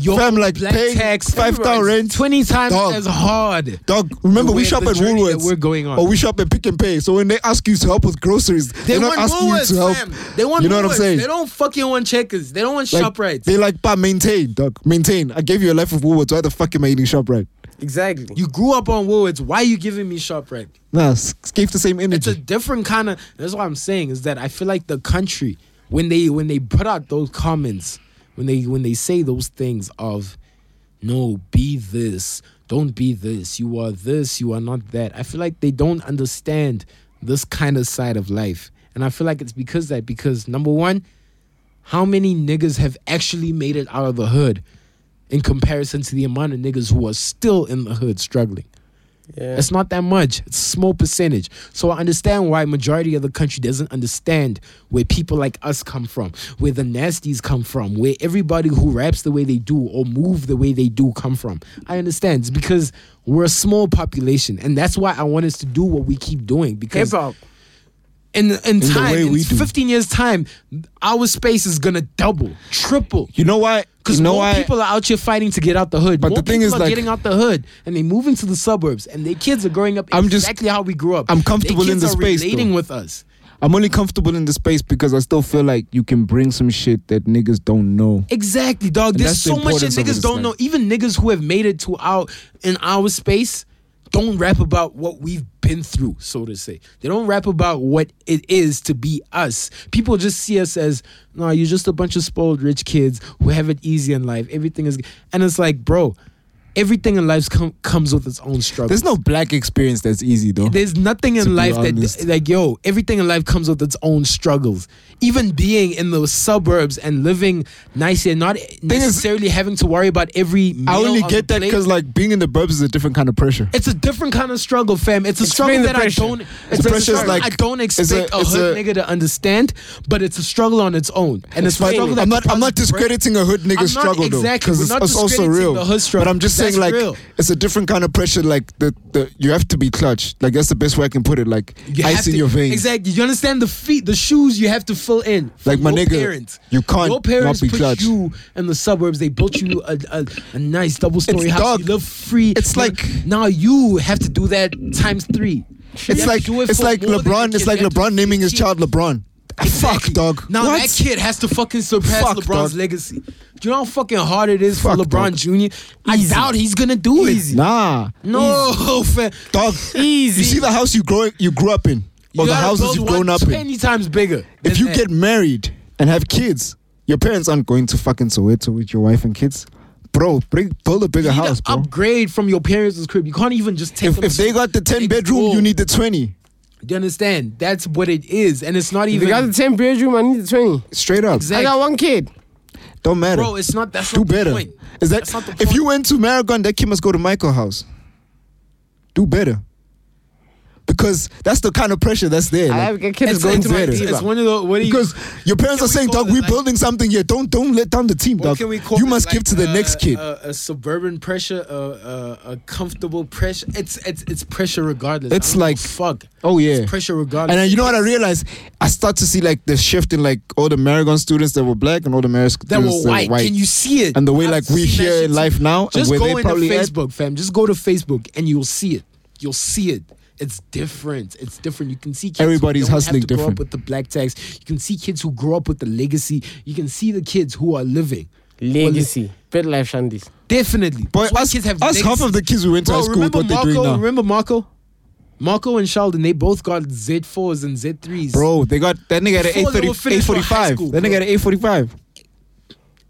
your
Fam,
own
like,
black
paying
tax
£5 rent.
twenty times
Dog.
as hard.
Dog, remember
The
we
way-
shop
the
at
journey that
Woolworths.
we're going on.
Or we shop at Pick and Pay. So when they ask you to help with groceries,
They
are not
want
asking
Woolworths,
you to help.
fam. They want
you know what I'm
Woolworths.
saying?
They don't fucking want checkers. They don't want
Like,
shop rights.
They like, but maintain, dog. Maintain. I gave you a life of Woolworths. Why the fuck am I eating shop right?
Exactly.
You grew up on Woolworths. Why are you giving me ShopRite?
Nah, s- gave the same
It's
energy.
a different kind of. That's what I'm saying is that I feel like the country when they when they put out those comments when they when they say those things of no be this don't be this you are this you are not that I feel like they don't understand this kind of side of life and I feel like it's because that because number one how many niggas have actually made it out of the hood in comparison to the amount of niggas who are still in the hood struggling
yeah.
it's not that much. It's a small percentage. So I understand why majority of the country doesn't understand where people like us come from, where the nasties come from, where everybody who raps the way they do or move the way they do come from. I understand. It's because we're a small population, and that's why I want us to do what we keep doing.
Hip
Because
hop.
in in
the
time,
way
in
we do.
15 years time, our space is gonna double, triple.
you know why?
Because
you know
more
why?
people are out here fighting to get out the hood.
But
more
the thing
people
is,
are
like-
getting out the hood and they moving to the suburbs, and their kids are growing up
I'm just-
exactly how we grew up.
I'm
Their
comfortable in
kids
the
are
space,
relating
though.
with us.
I'm only comfortable in the space because I still feel like you can bring some shit that niggas don't know.
Exactly, dog.
And
There's
that's the
so much that
importance of it,
niggas
it's
don't
like-
know. Even niggas who have made it to our in our space don't rap about what we've been through, so to say. They don't rap about what it is to be us. People just see us as, no, you're just a bunch of spoiled rich kids who have it easy in life. Everything is, and it's like, bro, everything in life com- comes with its own struggle.
There's no black experience that's easy though.
There's nothing
To be
in life that
honest.
like yo, everything in life comes with its own struggles. Even being in the suburbs and living nice and not necessarily having to worry about every meal
I only
on
get
the
that
plate.
because like being in the burbs is a different kind of pressure.
it's a different kind of struggle, fam. It's a
Explain
struggle
the
that
pressure.
I don't.
The
It's a
pressure's
struggle
like-
I don't
it's a-
expect a,
it's
hood
a-
nigga to understand, but it's a struggle on its own, and it's, a
But
struggle that
I'm not. I'm
probably
not discrediting a hood nigga
I'm not-
struggle though,
exactly. We're
it's,
not
it's also
discrediting
real.
the hood
but
struggle.
I'm just
That's
saying, like,
real.
it's a different kind of pressure. Like the, the you have to be clutch. Like that's the best way I can put it. Like
You have
ice in
to-
your veins.
Exactly. You understand the feet, the shoes you have to fill in. for
Like, my
your
nigga,
parents.
you can't
Your parents
not be
put
clutch.
you in the suburbs. They built you a, a, a nice double story
It's
house.
dog.
You live free.
It's
Now-
like-
now you have to do that times three. You
It's
have
like
to do it
it's
for
like
more than
LeBron.
your
It's
kid.
like
You have to
LeBron naming his
feed
child LeBron. Fuck
Exactly.
dog.
Now
what?
that kid has to fucking surpass
Fuck,
LeBron's
dog.
legacy. Do you know how fucking hard it is
Fuck,
for LeBron
dog.
Jr.? I doubt he's gonna do it.
Nah,
No, fam.
dog.
Easy.
You see the house you growing you grew up in, or the
You gotta
houses
build
you've
one
grown up in.
Twenty times bigger.
If
than
you
that.
get married and have kids, your parents aren't going to fucking Soweto with your wife and kids, bro. Bring, build a bigger
need to
house, bro.
upgrade from your parents' crib. You can't even just take
If,
them
if
to-
they got the ten
Big
bedroom, you
room.
need the twenty.
Do you understand? That's what it is, and it's not
They
even.
got the 10 bedroom, I need the 20.
Straight up,
Exact-
I got one kid.
don't matter.
bro, it's not. That's
Do
not the
better.
point.
Is that
That's not the
if
point.
you went to Maragon, that kid must go to Michael House. Do better, because that's the kind of pressure that's there.
I
like-
have a kid
It's,
is going
it's,
to my
better.
it's, it's
diva.
one of the. What do you?
because your parents
can
are
we
saying,
call
"Dog,
it,
we're
like-
building something here. Don't don't let down the team,
what
dog.
can we call
You
it?
must
Like,
give to the
uh,
next kid."
A, a suburban pressure, a, a, a comfortable pressure. It's it's it's pressure regardless. I
It's
don't give a
like-
fuck.
oh yeah,
It's pressure regardless.
And then you know what I realized? I start to see like the shift in like all the Maragon students that were black and all the Maragon
that
students
were white. Can you see it?
And the way,
I've
like, we
seen that
here
shit
in
too.
life now and
Just
where
go
they
into
probably at-
Facebook, fam. Just go to Facebook and you'll see it. You'll see it. It's different. It's different. You can see kids who
Everybody's
don't have
hustling
to grow up
different.
with the black tags. You can see kids who grow up with the legacy. You can see the kids who are living.
Legacy. Pet life shandies.
Definitely.
Boy,
That's why
us,
kids have
us half
legacy.
of the kids we went to
Bro,
high school with
remember
what they're
Marco?
doing now.
Remember Marco? Marco and Sheldon, they both got Z4s and Z3s.
Bro, they got that nigga at
Before they were finished with high
845.
school,
That nigga
bro.
at 845.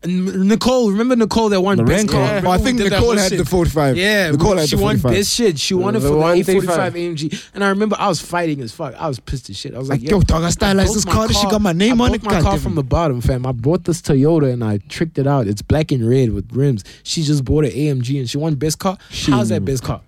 N- Nicole, remember Nicole that won
The
best
Renko.
car?
Yeah.
Remember
Oh, I
who
think
did that
Nicole
whole
had
shit?
the 45.
Yeah,
Nicole had
she
the
won
45.
best shit. She won it
The
for the
135.
845 AMG, and I remember I was fighting as fuck. I was pissed as shit. I was like,
Like, yo, dog, I stylized
bought
this
my
car. She
car-
got my
I
name on it.
bought my
God
car
damn
from
it.
the bottom, fam. I bought this Toyota and I tricked it out. It's black and red with rims. She just bought an AMG and she won best car. How's that best car?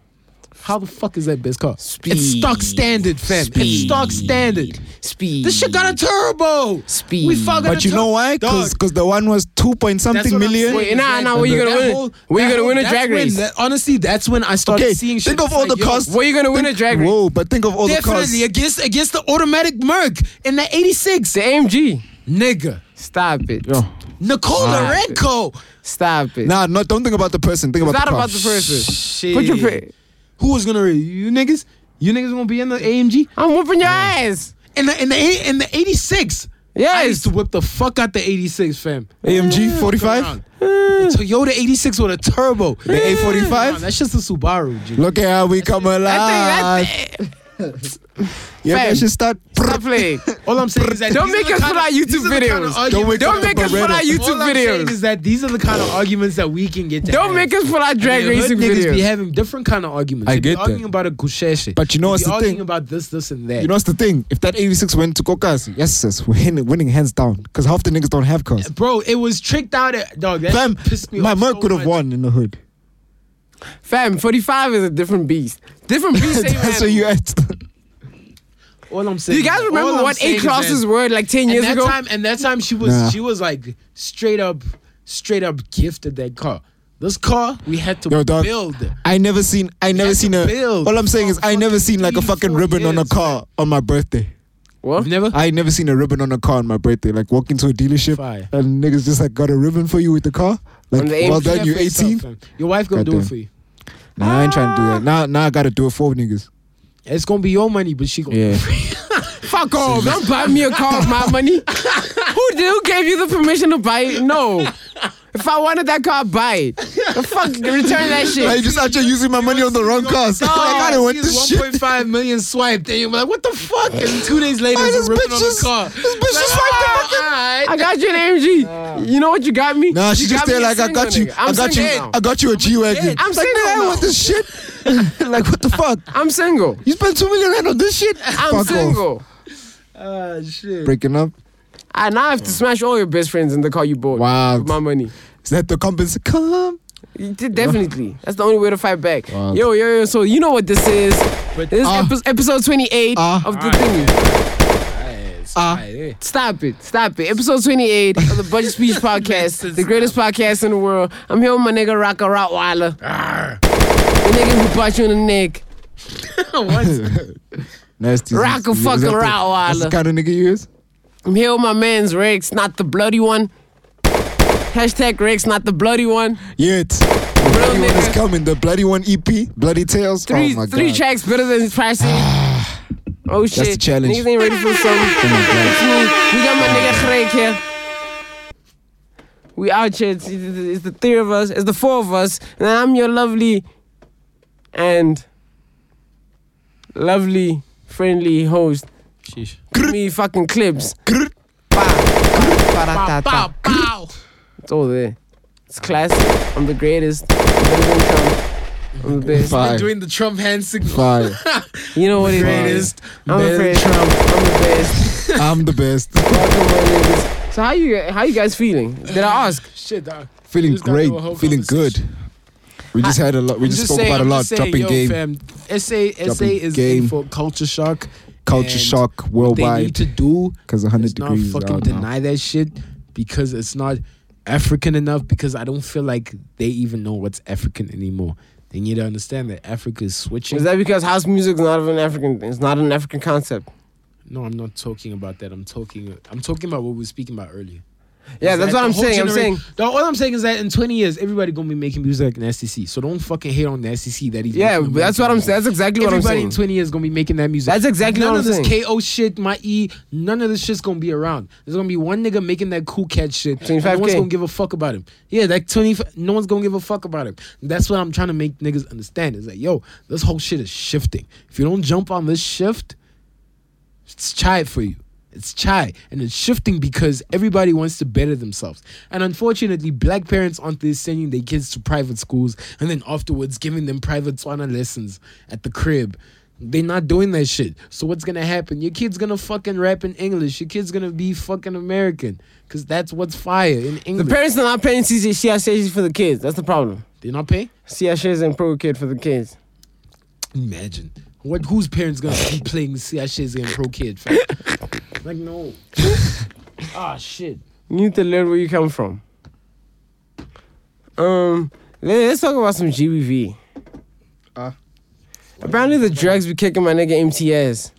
How the fuck is that best car? It's stock standard, fam. It's stock standard.
Speed.
This shit got a turbo.
Speed.
We fucking
But you know why? Because the one was 2 point something million.
saying. Wait, nah, nah, where you gonna win? Where
We're
you gonna win a drag race?
honestly, that's when I started
Okay,
seeing. shit.
think of
It's
all
like,
the
yo,
costs.
Where you gonna win a
Think-
drag race?
Whoa, but think of all the costs.
Definitely against against the automatic Merc in the '86,
The AMG.
nigga.
Stop it.
Nicola
Alright.
Renko.
Stop it.
Nah, no, don't think about the person. Think
it's
about
not
the
about
car.
the person.
Shit.
Put your pay.
Who was gonna you niggas? You niggas gonna be in the AMG
I'm whooping your ass.
in the in the in the '86. I used
Yes.
to whip the fuck out the '86, fam.
AMG
Fuck
45.
around. The Toyota '86 with a turbo.
The
Come on,
A45.
That's just a Subaru, G.
Look at how we come
I
alive.
think that's
Yeah,
fam.
that should start.
Stop playing.
All I'm saying is that
Don't
these
make
are the
us
kind
put
of-
out
these
YouTube
are the kind of
videos.
arguments-
wake
Don't make us put out
All
YouTube
I'm saying
videos.
is that these are the kind of arguments that we can get. to
Don't
have.
make us put out drag
And the hood
racing
niggas Be
videos.
having different kind of arguments.
I
They be
get that.
Arguing about a gusheshe.
But you know
They
what's
be
the
arguing
thing?
about this, this, and that.
You know what's the thing? If that 86 went to Kokas, yes, sis, we're winning, winning hands down. Because half the niggas don't have cars.
bro, it was tricked out. At, dog, that
Fam,
pissed me
my
off
Merc
so
could have
much.
won in the hood.
Fam, 45 is a different beast. Different beast. same
That's where you
animal.
at.
All I'm saying.
Do you guys
all I'm
remember what
saying
A
is that-
classes were like 10
And
years
that
ago?
time, and that time she was
Nah.
she was like straight up, straight up gifted that car. This car we had to
Yo, dog.
build.
I never seen. I never
had to
seen a.
build
All I'm saying is
for
I never
fucking
seen like a
three,
fucking
four
ribbon on a
years,
car on my birthday.
What?
I've never.
I ain't never seen a ribbon on a car on my birthday. Like walk into a dealership
Fire.
and niggas just like got a ribbon for you with the car. Like
On the
well
AMG,
done, you
for yourself,
18.
fam. Your wife gonna do
Goddamn.
it for you.
Nah, I ain't trying to do that. Now, now I gotta do it for niggas.
It's gonna be your money, but she gonna.
Fuck off. Don't buy me a car with my money. who, did, who gave you the permission to buy it? No. If I wanted that car, I'd buy it. The fuck, return that shit.
Like just out here using my money on the wrong cars. like, I don't want this shit.
1.5 million swiped, and you're like, what the fuck? And two days later,
Man,
it's
this
a ripping
bitch
on the
just-
car.
this bitch just swiped the fucking-
I got you an AMG. you know what you got me?
Nah, she
You
just
got me
there
a
like I got you.
single, nigga.
I
I'm
got you.
single now.
I got you a G wagon.
dead.
I'm
like, nigga, I
single
don't want
now.
this shit. like what the fuck?
I'm single.
You spent two million rand on this shit.
I'm
Fuck off.
single.
Ah, shit.
Breaking up.
I now have to smash all your best friends in the car you bought.
Wow.
With my money.
Is that the compens? Come.
You did- Definitely. That's the only way to fight back.
Wow.
Yo, yo, yo. So, you know what this is.
But-
this is
Ah.
epi- episode 28
Ah.
of the thingy.
Ah.
Stop it. Stop it. Episode 28 of the Budget Speech Podcast, the greatest podcast in the world. I'm here with my nigga Rocka Rottweiler. The nigga who bought you in the neck.
Nasty.
Rock a
Is that
fucking
the-
Rottweiler.
That's the kind of nigga you is.
I'm here with my man's Rex, not the bloody one. Hashtag Rex, not the bloody one.
Yet. The bloody one is coming. The bloody one EP. Bloody Tales. Oh
Three,
my
three
god.
tracks better than pricing. oh shit.
the challenge. Oh
Niggas ain't ready for some. We got my nigga Greg here. We out here. It's, it's- it's the three of us. It's the four of us. And I'm your lovely and lovely, friendly host.
Sheesh.
Me fucking clips.
Grr.
Bow, bow.
It's all there. It's classic. I'm the greatest. I'm better than Trump. I'm the best.
Fire.
Doing the Trump hand signal.
Fire.
You know what it is.
Greatest.
I'm the
better than
greatest. I'm
Trump.
the best.
I'm the best.
Welcome, my niggas. So how you how you guys feeling? Did I ask?
Shit, dog.
Feeling
Just gotta do
great.
a whole
Feeling good.
conversation.
We just had a lot. We
I'm
just, spoke
saying-
about
I'm
a lot.
just saying,
Dropping
yo,
game,
Fam, SA, SA
Dropping
is
game.
game. for culture shock.
culture
and
shock
What they need
worldwide.
to do
Because 100
is not
degrees. is
fucking
out now.
deny that shit because it's not African enough. Because I don't feel like they even know what's African anymore. They need to understand that Africa is switching.
Is that because house music is not of an African it's not an African concept?
No, I'm not talking about that. I'm talking. I'm talking about what we were speaking about earlier.
Yeah,
Is
that's
that
what
the
I'm
whole
saying. I'm
genera-
saying
No, all I'm saying is that in 20 years, everybody gonna be making music like Nasty C. So don't fucking hate on Nasty C that he's.
yeah,
making
but that's what I'm saying. That's exactly what I'm
Everybody
saying.
in 20 years gonna be making that music.
That's exactly
none
what
of
I'm
this
saying.
KO shit, my E. None of this shit's gonna be around. There's gonna be one nigga making that cool cat shit. and No
25K.
one's gonna give a fuck about him. Yeah, that 20. No one's gonna give a fuck about him. That's what I'm trying to make niggas understand. Is that yo, this whole shit is shifting. If you don't jump on this shift, it's chide for you. It's chai. And it's shifting because everybody wants to better themselves. And unfortunately, black parents aren't there sending their kids to private schools and then afterwards giving them private Swana lessons at the crib. They're not doing that shit. So what's gonna happen? Your kid's gonna fucking rap in English. Your kid's gonna be fucking American. Cause that's what's fire in
The
English.
parents are not paying CSAs for the kids. That's the problem.
they not pay?
CSAs and pro kid for the kids.
Imagine. What whose parents gonna be playing CSJ's and Pro Kid? fam? like no. ah shit.
You need to learn where you come from. Um, le- let's talk about some GBV.
Uh.
Ah.
Apparently the drugs be kicking my nigga MTS.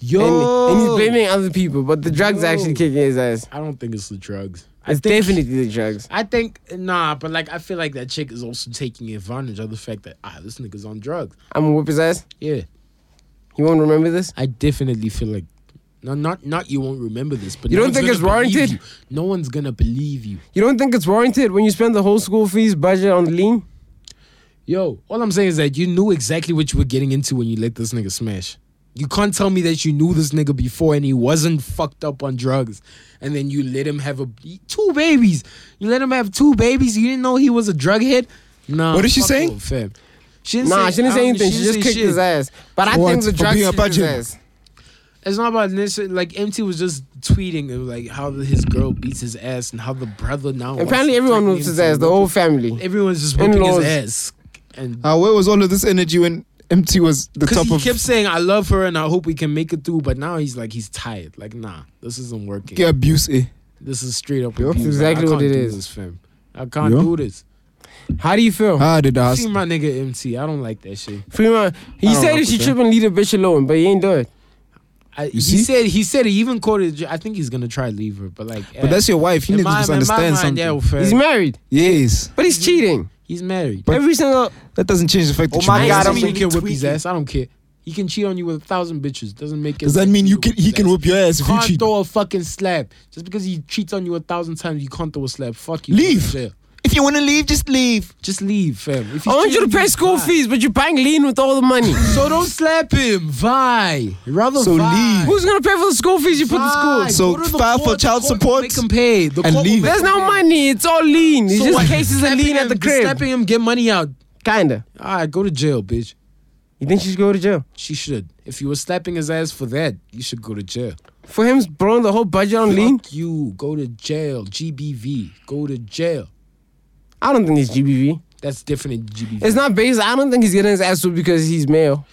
Yo
And, and
Oh.
he's blaming other people, but the drugs actually
Yo.
kicking his ass.
I don't think it's the drugs. Oh. I
It's
think
definitely the drugs.
I think nah, but like I feel like that chick is also taking advantage of the fact that ah this nigga's on drugs.
I'm gonna whip his ass.
Yeah.
You won't remember this?
I definitely feel like no, not not you won't remember this, but
You
no
don't
one's
think
gonna
it's
believe
warranted?
you. No one's gonna believe you.
You don't think it's warranted when you spend the whole school fees budget on lean?
Yo, all I'm saying is that you knew exactly what you were getting into when you let this nigga smash. You can't tell me that you knew this nigga before and he wasn't fucked up on drugs, and then you let him have a two babies. You let him have two babies. You didn't know he was a drug head. Nah.
What is she
fuck
saying?
off, fam. She didn't
Nah, she didn't
I
say
don't-
anything. She just
didn't
kicked
say shit.
his ass. But I
For
think
what?
the
For
drugs
being a
kicked his
budget?
ass.
It's not about this. Like MT was just tweeting of, like how his girl beats his ass and how the brother now. wants
Apparently
to
everyone
threaten
whoops
him
his
to
ass, the
whip-
whole family.
Everyone's just whipping his
In-laws.
ass, and
Uh, where was all of this energy when MT was the
Because
top
he
of?
kept saying, I love her and I hope we can make it through. But now he's like, he's tired. Like, nah, this isn't working.
Get abuse, eh?
This is straight up
Yo,
abuse.
that's
Like, I
exactly what
can't
it
do
is.
This, fam. I can't
Yo.
do this.
How do you feel?
Ah, did I ask?
Oh. See my nigga MT. I don't like that shit.
Freeman, he
I don't
said
know
if she
for
trip and leave the bitch alone, but he ain't do it.
I, he
see?
said he said he even quoted. I think he's gonna try to leave her, but like, eh,
But that's your wife. You need to just understand something.
Yeah, fam,
He's married,
yes,
but he's cheating.
he's married.
But-
Every single
that doesn't change the fact that
Oh
you
my
married
God,
him.
I'm
he can whip
thinking
his
tweaking.
ass. I don't care. He can cheat on you with a thousand bitches. Doesn't make it.
Does that mean you can he
whip his
can
ass.
whip your ass if you
can't
cheat?
throw a fucking slap just because he cheats on you a thousand times. You can't throw a slap. Fuck you.
Leave.
Jail.
If you wanna leave, just leave.
Just leave, fam. If
I
he's
want you to
cheating,
pay
you
school
buy.
fees, but you're buying lean with all the money.
So don't slap him. Vi. Rather
So
Vi.
leave.
Who's gonna pay for the school fees you put in school?
Vi.
So
Go to the
file for
court,
child
court will
support
Make him pay. The
and
court will
leave.
make
There's
him
no
pay.
money. It's all lean. It's
So
just
what?
cases of
Slapping
lean at
him-
the crib.
Slapping him, get money out.
Kinda.
All right, go to jail, bitch.
You think she should go to jail
She should. If you were slapping his ass for that, you should go to jail.
for him blowing the whole budget on lean?
Fuck you. Go to jail. GBV. Go to jail.
I don't think it's GBV.
That's different than GBV.
It's not based. I don't think he's getting his ass whooped because he's male.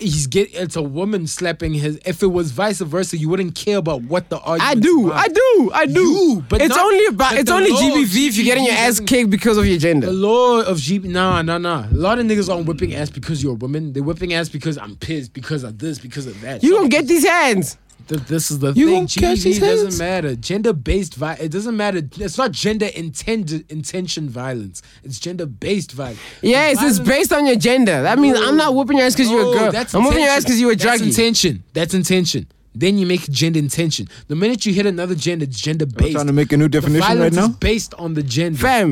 He's get. It's a woman slapping his. If it was vice versa, you wouldn't care about what the argument.
I do. I do. I do.
You, but
it's
not-
only about.
but
It's
the
only
law,
GBV if you're getting your ass
doesn't-
kicked because of your
The
gender.
law of Jeep, nah, nah, nah. A lot of niggas aren't whipping ass because you're a woman. They're whipping ass because I'm pissed, because of this, because of that.
You gonna get these hands?
Th- this is the
You
thing.
gonna catch
GBV
these
doesn't
hands?
matter. Gender based violence. It doesn't matter. It's not gender intended intention violence. It's gender based violence.
Yes, it's
Violence- Oh.
based on your gender. That means I'm not whooping your ass because you're a
No,
girl.
that's
I'm whooping your
intention.
ass because you a
That's
druggie.
intention. That's intention. Then you make gender intention. The minute you hit another gender, it's gender based.
trying to make a new definition right
violence
now.
is based on the gender.
Fam,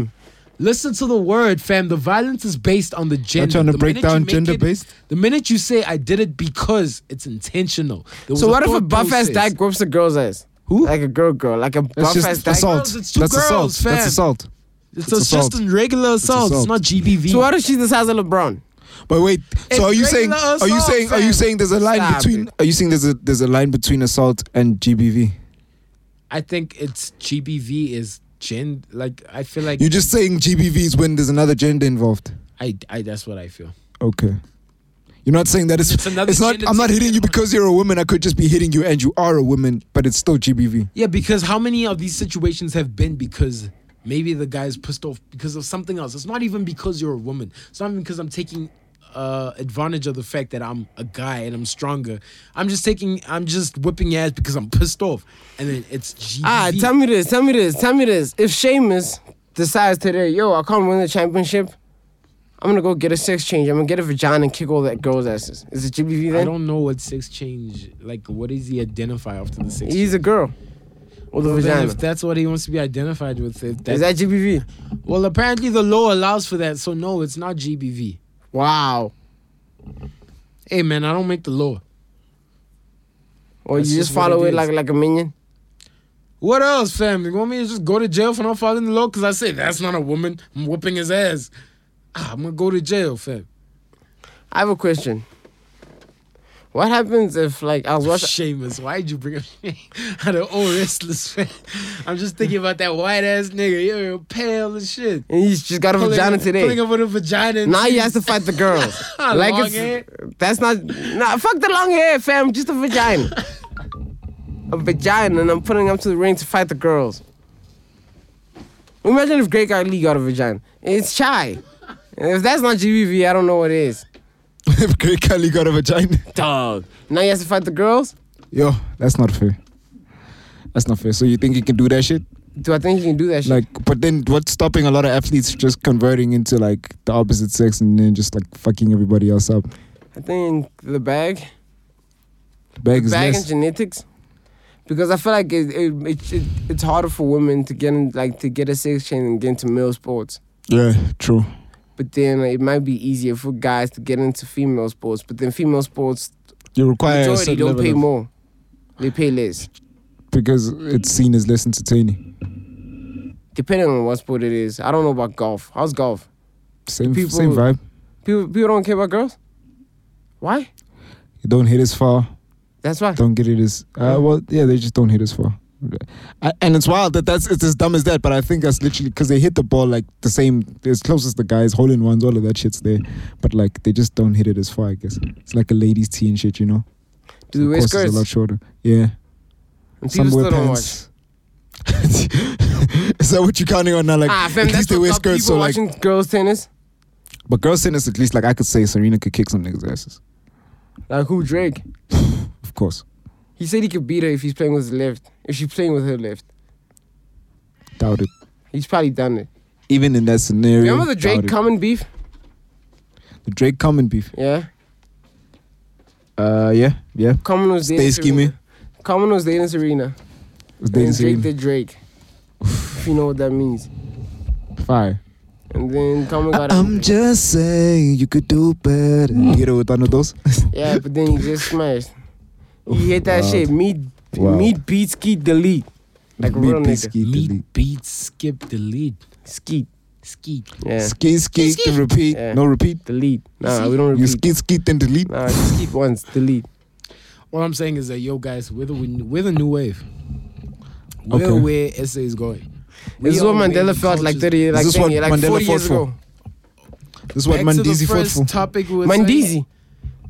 Listen to the word, fam. The violence is based on the gender.
trying to
The
break
minute you
down
make
gender-based?
it- The minute you say I did it because it's intentional. There was
so what if a
thought
buff ass
process.
dyke whoops a girl's ass?
Who?
Like a girl girl, like a
That's
buff ass
just
dyke.
assault.
girls, it's two
That's assault.
girls,
That's
fam.
assault.
It's,
It's
it's just
assault.
a regullar assault. It's,
assault.
not GBV.
So what if she's the size of LeBron?
But wait,
It's
so are you saying?
regular
Are you
assault,
saying? Are you
fam.
saying there's a line
Stop
between?
it.
Are you saying there's a there's a line between assault and GBV?
I think it's GBV is gen. Like I feel like
You're just saying GBV is when there's another gender involved.
I, I. That's what I feel.
Okay. You're not saying that it's,
It's
it's,
another
not
gender
I'm not
taking
hitting
it
you
on.
because you're a woman. I could just be hitting you and you are a woman, but it's still GBV.
Yeah, because how many of these situations have been because maybe the guy's pissed off because of something else? It's not even because you're a woman. It's not even because I'm taking uh, advantage of the fact that I'm a guy and I'm stronger. I'm just taking, I'm just whipping your ass because I'm pissed off. And then it's GBV.
Ah, tell me this, tell me this, tell me this. If Seamus decides today, yo, I can't win the championship, I'm gonna go get a sex change. I'm gonna get a vagina and kick all that girls' asses. Is it GBV
I
then?
don't know what sex change, like, what does he identify after the sex change?
He's a girl. With a
Well, then
vagina.
if that's what he wants to be identified with, if
Is
that,
that GBV?
well, apparently the law allows for that, so no, it's not GBV.
Wow.
Hey, man, I don't make the law.
Or
That's
you
just
just
what
follow
it
it
is.
like like a minion?
What else, fam? You want me to just go to jail for not following the law? Because I say that's not a woman. I'm whooping his ass. Ah, I'm going to go to jail, fam.
I have a question. What happens if like I was watching
Seamus, why'd you bring up out of old restless fam? I'm just thinking about that white ass nigga. You're pale as shit.
and he's just got a
Pulling-
vagina
Pulling
today?
up with a vagina. and
Now he
shit.
has to fight the girls. like
Long
it's
hair.
that's not nah fuck the long hair, fam. Just a vagina. a vagina, and I'm putting him to the ring to fight the girls. Imagine if Great Guy Lee got a vagina. It's shy. If that's not GBV, I don't know what is.
if Great Khali got a vagina.
Dog. Now he has to fight the girls?
Yo, that's not fair. That's not fair. So you think you can do that shit?
Do I think he can do that shit?
Like, but then what's stopping a lot of athletes just converting into like the opposite sex and then just like fucking everybody else up?
I think the bag.
Bag is
bag and
less.
genetics because I feel like it, it, it, it it's harder for women to get in like to get a sex change and get into male sports.
Yeah, true.
But then it might be easier for guys to get into female sports. But then female sports
You require a
majority
certain
don't
level
pay
of-
more; they pay less,
because it's seen as less entertaining.
depending on what sport it is. I don't know about golf. How's golf?
Same
People-
same vibe.
People people don't care about girls. Why?
You don't hit as far.
That's why.
Don't get it as uh, well. Yeah, they just don't hit as far. I, and it's wild that that's it's as dumb as that. But I think that's literally because they hit the ball like the same as close as the guys, hole in ones, all of that shit's there. But like they just don't hit it as far. I guess it's like a ladies' tee and shit. You know,
Do they
the
wear
course
skirts?
is a lot shorter. Yeah,
And people still don't watch.
is that what you're counting on now? Like
Ah, fam,
at
that's
least they
what
wear
got people
skirts. So like,
watching girls tennis.
but girls tennis at least like I could say Serena could kick some niggas' asses.
Like who Drake?
Of course,
He said he could beat her if he's playing with his left. If she's playing with her left,
doubt it.
he's probably done it.
Even in that scenario,
Remember
doubt
the Drake
it.
common beef?
the Drake coming beef.
Yeah,
Uh, yeah, yeah.
common was
Stay
dating
scheming.
Serena. Common was dating Serena.
It's
Then
dating
Drake
Serena.
did Drake. if you know what that means.
Fire.
And then Common got.
I'm just saying you could do better. You hit it with one of those.
Mm. Yeah, but then he just smashed. He hate that
Wild.
shit. Meet,
Wild.
meet, beat, skeet, delete. Like a
Me
real
be
nigga.
Skeet, delete.
Meet, beat, skip, delete,
Skeet.
skeet.
Yeah.
Skeet, skeet, to repeat.
Yeah.
No repeat.
Delete. Nah, we don't
You
repeat.
skeet, skeet, then delete.
Nah, just skeet once. Delete.
All I'm saying is that yo guys, we're the we're the new wave. We're
Okay.
where SA is going. We
This is what
are where
Mandela
the
felt like
culture's-
30 like,
This is what
30, like
Mandela
40 years
fought for.
ago.
This is what
Back to the
Mandizi fought
first
for.
Topic was
Mandizi.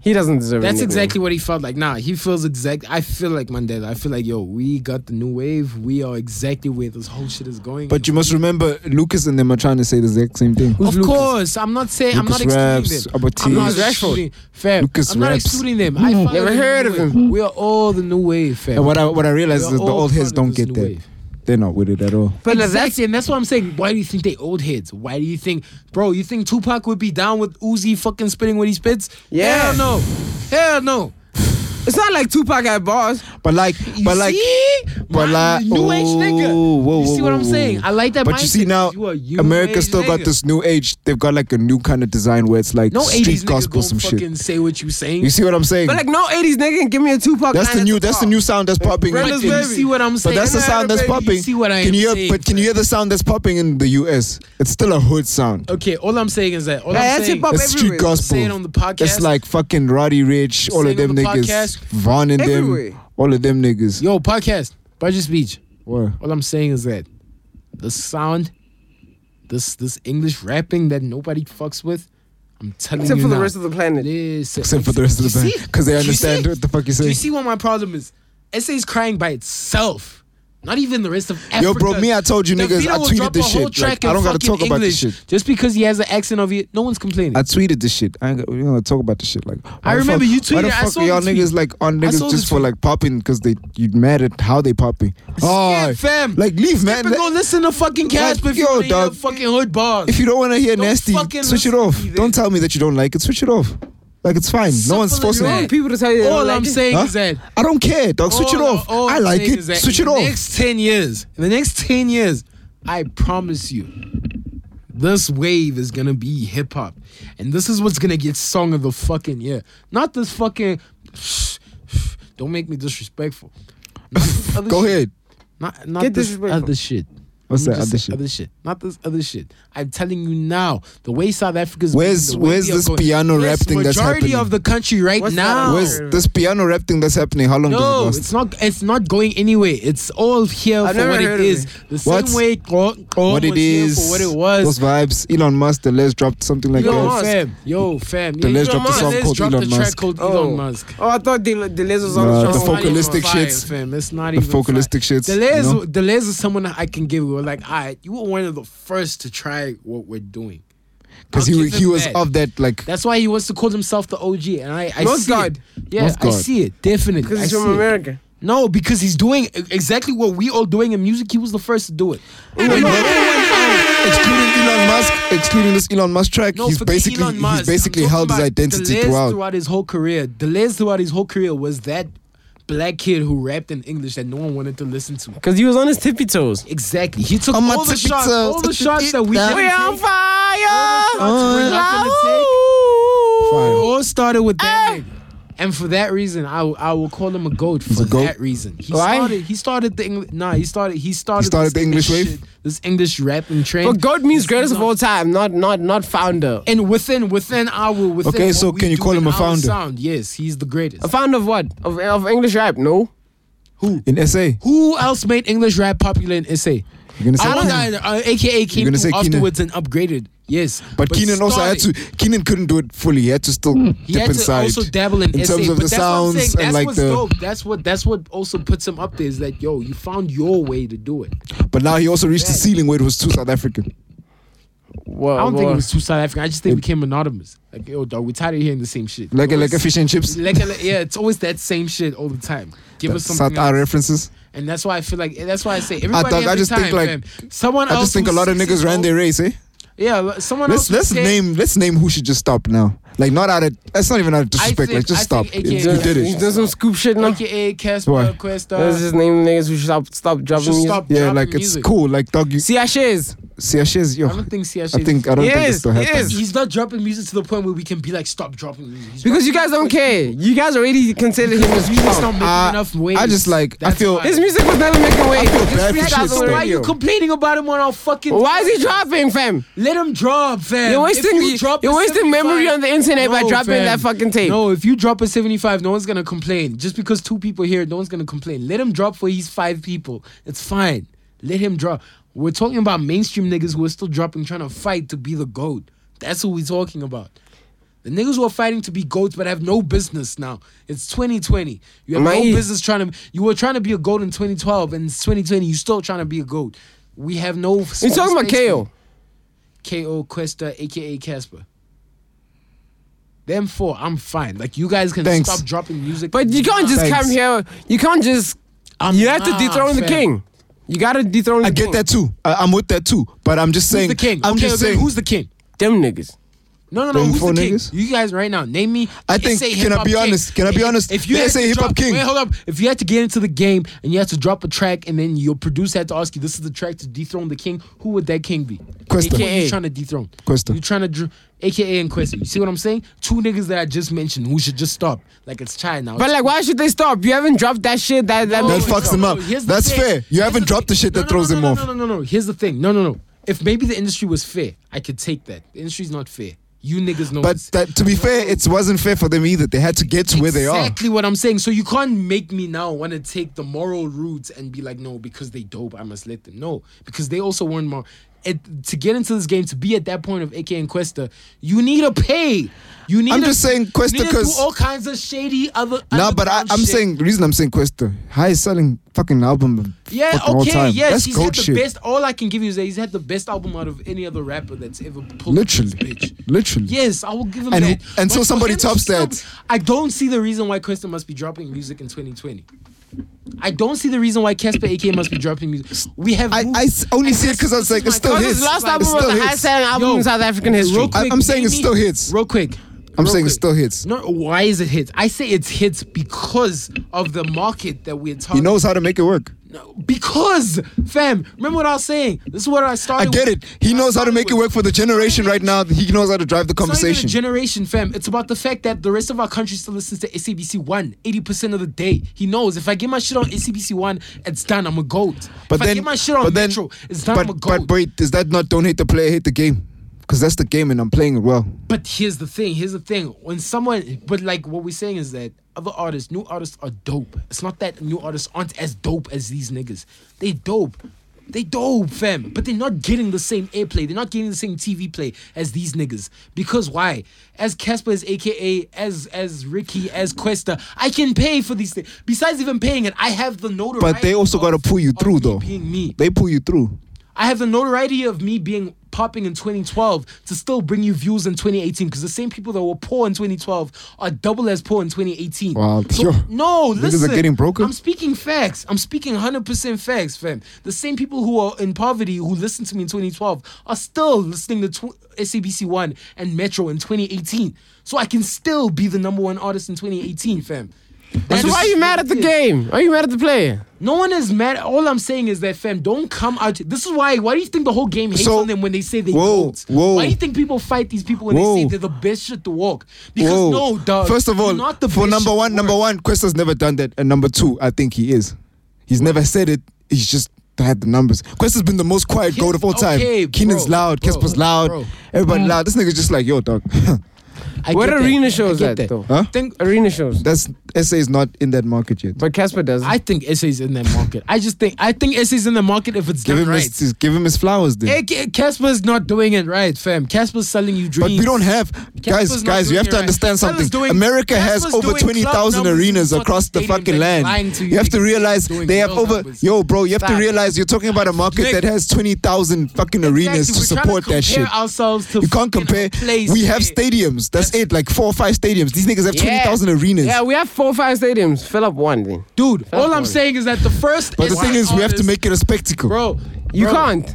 He doesn't deserve it.
That's exactly what he felt like. Nah, he feels exact. I feel like Mandela. I feel like yo, we got the new wave. We are exactly where this whole shit is going.
But you must remember, Lucas and them are trying to say the exact same thing.
of course, I'm not saying I'm not
Lucas
excluding
raps,
them.
Abba
I'm not
Tees.
excluding. Fair.
Lucas
I'm not
raps.
excluding them. I follow
Never
the new
heard of
wave.
him.
We are all the new wave. Fair.
And what I what I realized
We
is
are
the
all
old heads
part
don't
of this
get
new
that.
wave.
They're not with it at all.
But like, that's
exactly, and that's what I'm saying. Why do you think they old heads? Why do you think, bro? You think Tupac would be down with Uzi fucking spitting what he spits?
Yeah.
Hell no. Hell no.
It's not like Tupac had bars.
But like,
You
but like,
see?
but
My
like,
new age nigga.
oh, whoa,
you see
whoa,
what I'm
whoa,
saying?
whoa.
I like that.
But you see
mindset.
now,
You are you
America
age
still got
nigga.
this new age. They've got like a new kind of design where it's like
No 80s
street
nigga
gospel,
gonna
some shit.
fucking say what you saying.
You see what I'm saying?
But like no 80s nigga can give me a Tupac.
that's
line
the
at
new. That's the
top.
new sound that's popping.
But
Brenda's
do you
baby.
see what I'm
But
saying?
that's the
Brenda's
sound that's
baby.
popping.
You see what I
can
am
you hear?
saying?
But can you hear the sound that's popping in the U.S.? It's still a hood sound.
Okay, all I'm saying is that all
Yeah,
I'm
that's
saying.
hip hop
It's street
everywhere.
gospel.
Say it on the podcast.
It's like fucking Roddy Rich, all
Say
of
it on
them
the
niggas,
podcast.
Vaughn and
Everywhere.
them, all of them niggas.
yo podcast budget speech.
What?
All I'm saying is that the sound, this this English rapping that nobody fucks with. I'm telling
Except
you
for the
now.
rest of the planet.
Listen,
Except for the rest of the
You
band,
see?
because they
Do you see?
understand what the fuck you're
Do you
saying.
see what my problem is? SA's crying by itself. Not even the rest of Africa.
Yo, bro, me, I told you niggas,
Davido
I
will
tweeted
drop
this
a whole
shit. Like,
track in
I don't gotta
fucking
talk about this
English
shit.
Just because he has an accent of it, no one's complaining.
I tweeted this shit. I ain't got, we don't gotta talk about this shit. Like, why the
remember
fuck-
you
Why the
tweeted- I
fuck
saw
are y'all
the
niggas
tweet.
like on
I saw
niggas
the
just for
tweet.
like popping because they you mad at how they popping? Oh,
fam.
like leave man.
Skip and go
Like,
listen to fucking Casper if you
yo,
wanna hear
dog,
fucking hood bars.
if you don't want to hear
Don't
nasty,
fucking
switch it
listen
off.
to me then.
Don't tell me that you don't like it. Switch it off. Like it's fine. no one's
Simple as
forcing
You
that.
it.
want people to tell you they
all
don't like
I'm
it?
saying
Huh?
is that
I don't care, dog. Switch it
all-
off.
all
I
I'm
like
saying
it.
is that
Switch
in
it off.
The next ten years, in the next ten years, I promise you, this wave is gonna be hip hop, and this is what's gonna get song of the fucking year. Not this fucking. Don't make me disrespectful.
Go ahead.
Not not
Get
this
disrespectful.
other shit.
What's that
Let me just
other
say
shit?
Other shit. Not this other shit. I'm telling you now. The way South Africa's
Where's-
the way
where's
they are
this piano rap thing that's
Majority
happening?
of the country right
What's
now.
that?
Where's this piano rap thing that's happening? How long
No,
does it last?
it's not. It's not going anywhere. It's all here
I've
for
never
what
heard
it
of
is.
it.
The same
What's-
way Gron- Gron
what it
was here
is,
for what it was.
those vibes. Elon Musk, the Les dropped something like
Yo,
that.
fam. Yo, fam. Yeah,
Les
Elon
dropped a
Musk.
song
Les
called
dropped
Elon
a track
Musk.
called
Oh.
Elon Musk.
Oh, I thought the the lasers
Nah,
on
the
the
It's not even
focalistic
fire,
shits.
fam. It's not
The
even
focalistic shits.
The layers,
you know?
the layers is someone I can give. you. like, all right, you were one of the first to try what we're doing.
Because
I'll
he,
give
he
him
was
that.
of that, like,
That's why he wants to call himself the OG, and I, I
North
see it.
God.
Yeah,
North
I
God.
see it definitely.
because
I
he's
see
from
it.
America.
No, because he's doing e- exactly what we all doing in music. He was the first to do it.
excluding Elon Musk, excluding this Elon Musk track,
No,
he's
forget
basically
Elon Musk.
he's basically
I'm talking
held his
about
identity
Deleuze
throughout.
throughout his whole career. Deleuze throughout his whole career was that black kid who rapped in English that no one wanted to listen to.
Because he was on his tippy toes.
Exactly. He took
I'm a
all the
tippy
shots,
toe,
all the
tippy
shots that we
toe.
didn't
We on
take,
fire.
all the shots we're not gonna take. It
Fire.
all started with
Ah!
that nigga. And for that reason, I will- I will call him a goat for that reason. He
Why?
started he started the English nah he started he started
started
this
the English wave?
shit, this English rapping train.
But God means
This
greatest
is
of all time, not not not founder.
and within within our within
Okay,
what
so
we
can you
do
call him
in
a
our
founder?
Sound, yes, he's the greatest.
A founder of what? Of, of English rap? No.
In SA, you're
Who else made English rap popular in SA?
gonna say,
Alan,
Kenan.
uh, aka Keenan,
gonna
who
say Keenan.
afterwards and upgraded. Yes,
but, Keenan also had
started- Mm.
to. Keenan couldn't do it fully. He had to still
He
dip
had to
inside
also dabble in,
in
SA,
terms of
but
the
that's what I'm
sounds
saying,
and
that's
like
what's
the.
dope. That's what that's what also puts him up there is that yo, you found your way to do it.
But now he also reached the ceiling where it was too South African.
Well,
I don't think
well,
it was too South African. I just think we became anonymous. Like yo, dog, we're tired of hearing the same shit.
Like
Always-
like a fish and chips.
like a- yeah, it's always that same shit all the time. Give us
South
something
R
else.
references.
and that's why I feel like that's why I say everybody.
thought- I
has a
just
time,
think, like-
fam. someone
I
else.
just think a
who's
lot of
60
niggas ran
old-
their race, eh?
Yeah, like, someone
Let's
else. who's
let's
scared-
name let's name who should just stop now. Like not out of that's not even out of disrespect.
think-
Like just
I
stop.
think
You
AKA
you did
He's
it.
doing some scoop shit now.
AKA
Why?
Casper Cuesta.
Let's just name niggas who should stop stop dropping
should
music.
stop
Yeah,
dropping
like it's
music.
cool. Like dog, you see,
See Ashes.
Ashes, yo.
I don't think CSH.
I think I don't think
Yes,
it's still
yes.
happening.
he's not dropping music to the point where we can be like, stop dropping music. He's
Because you guys don't care. You guys already consider him as
dropping- he's
clown.
not making
I-
enough waves.
I just like I
That's
feel
why.
His music was never making waves.
feel
Just
bad for
freestyle
shit
on
though.
the
why are you
radio.
complaining about him on our fucking?
Why is he dropping, fam?
Let him drop, fam.
You're
If
wasting
you drop
you're
a
wasting
75
memory on the internet by
No,
dropping
fam.
that fucking tape.
No, if you drop a 75, no one's gonna complain. Just because two people hear it, no one's gonna complain. Let him drop for he's five people. It's fine. Let him drop. We're talking about mainstream niggas who are still dropping, trying to fight to be the GOAT. That's what we're talking about. The niggas who are fighting to be goats but have no business now. It's 2020. You have
Mate.
no business trying to. You were trying to be a goat in 2012, and it's 2020. You still trying to be a goat. We have no.
You're talking about
space for you.
KO.
KO Questa, aka Casper. Them four, I'm fine. Like you guys can
Thanks.
stop dropping music.
But you can't just
Thanks.
come here. You can't just.
I'm
you have to
not,
dethrone the
fam.
king. You gotta dethrone the
I get
king.
that too. I, I'm with that too. But I'm just
Who's
saying.
the king?
I'm
okay,
just
okay,
saying.
who's the king?
Them niggas.
No, no, no.
Them
Who's
four
the king?
niggas?
You guys right now, name me.
I
the
think-
SA
can I
hip-hop
be
king.
honest? Can I be
If-
honest?
If you
The
had
SA
to
hip-hop
drop-
king.
Wait, hold up. If you had to get into the game and you had to drop a track, and then your producer had to ask you, "This is the track to dethrone the king." Who would that king be?
Questa.
AKA. You trying to dethrone?
Questa.
You trying to, dr- AKA and Questa. You see what I'm saying? Two niggas that I just mentioned who should just stop. Like it's China. now.
But like, why should they stop? You haven't dropped that shit. That that.
That
No,
fucks
no,
them
no,
up.
Oh, here's the
That's
thing.
fair. You
Here's
haven't
the
dropped the
thing.
shit
No,
that
no, no,
throws
no,
him
no,
off.
No, no, no, no. Here's the thing. No, no, no. If maybe the industry was fair, I could take that. The industry's not fair. You niggas know.
But
this.
that, to be fair, it wasn't fair for them either. They had to get to where they are.
Exactly what I'm saying. So you can't make me now want to take the moral route and be like, no, because they dope, I must let them. No, because they also want more. It, to get into this game, to be at that point of AK and Questa, you need to pay. You need.
I'm
to-
just saying Questa
you need to do
'cause-
all kinds of shady other.
No, but I,
underground
I'm
shit.
saying the reason I'm saying Questa, highest selling fucking album. of
Yeah,
fucking all
okay,
time.
yes,
That's
he's
goat
had the
shit.
best. All I can give you is that he's had the best album out of any other rapper that's ever pulled. out
Literally,
this bitch.
literally.
Yes, I will give him
And
that.
who- and so
for
somebody
him to
tops
stop-
that.
I don't see the reason why Questa must be dropping music in 2020. I don't see the reason why Casper AK must be dropping music. We have.
I,
moved-
I s- only
and
see it
this-
because I was
this is
like, it's
my
still
Because
cousin.
hits.
his last
Like,
album
it's
was
still
the
hits.
highest selling album
Yo,
in South African history.
Real quick,
I'm saying
name
it
me-
still hits.
Real quick.
I'm
real
saying it
quick.
still hits.
No, why is it hits? I say it's hits because of the market that we're
He
targeting.
knows how to make it work.
No, because fam, remember what I was saying. This is what I
I
started.
get it. He knows how to make it work for the generation right now. He knows how to drive the
It's not even a
conversation.
generation, fam. It's about the fact that the rest of our country still listens to SABC One 80% of the day. He knows if I get my shit on SABC One, it's done. I'm a goat.
But
if I
then,
get my shit on
but then,
Metro, it's done. I'm a
but,
goat.
but wait, is that not don't hate the player, hate the game? Because that's the game, and I'm playing it well.
But here's the thing. Here's the thing. When someone, but like what we're saying is that other artists, new artists are dope. It's not that new artists aren't as dope as these niggas. They dope. They dope, fam. But they're not getting the same airplay. They're not getting the same TV play as these niggas. Because why? As Casper, as AKA, as as Ricky, as Questa, I can pay for these things. Besides even paying it, I have the notoriety.
But they also
of-
gotta pull you
of
through,
me
though.
Being me.
They pull you through.
I have the notoriety of me being popping in 2012 to still bring you views in 2018 because the same people that were poor in 2012 are double as poor in 2018.
Wow, yo.
no,
Niggas are
listen.
getting broken?
I'm speaking facts. I'm speaking 100% facts, fam. The same people who are in poverty who listened to me in 2012 are still listening to tw- SABC One and Metro in 2018. So I can still be the number one artist in 2018, fam.
So why are you mad at the
game?
game? Why are you mad at the player?
No one is mad. All I'm saying is that, fam, don't come out. This is why. Why do you think the whole game hates
So-
on them when they say they
Whoa,
don't?
whoa.
Why do you think people fight these people when they say
Whoa.
they're the best shit to walk? Because
Whoa.
no, dog.
First of all,
you're not the
for
best
number
shit
one,
to
number
work.
one, Questa's never done that, and number two, I think he is. He's never said it. He's just had the numbers. Questa's been the most quiet
Kes-
goat of all time.
okay,
Keenan's
bro,
loud,
bro,
Kesper's loud,
bro.
everybody loud. This nigga's just like, yo, dog.
I
What
get that.
arena
I
shows
get
that, though?
Huh?
Think,
Arena shows.
That's SA is not in that market yet.
But Casper does.
I think SA's in that market. I just think I think SA's in the market if it's
Give
done
him
right.
his give him his flowers then.
Hey, Ca- Casper's not doing it right, fam. Casper's selling you
But
dreams.
we don't have guys.
Casper's not
Guys, you
doing
have
it
to
right.
understand
Casper's
something.
doing-
America has
Casper's
over
doing
twenty thousand
club numbers
arenas
in
across the
fucking
fucking
stadiums. They're lying
land.
to you,
You have to
niggas.
realize
Doing
they have
club
over.
numbers.
Yo, bro, you have to
Stop.
realize you're talking about a market
Nick.
that has twenty thousand fucking arenas
Exactly,
to
we're trying
support that
compare
shit.
Ourselves to
You can't
fucking
compare.
a place
We have
where-
stadiums. That's it. Like four or five stadiums. These niggas have twenty thousand arenas.
Yeah, we have four, five stadiums. Fill up one then.
dude. All I'm
Fast
saying is that the first.
But the thing is, we have to
artist-
make it a spectacle.
bro.
You
bro.
can't.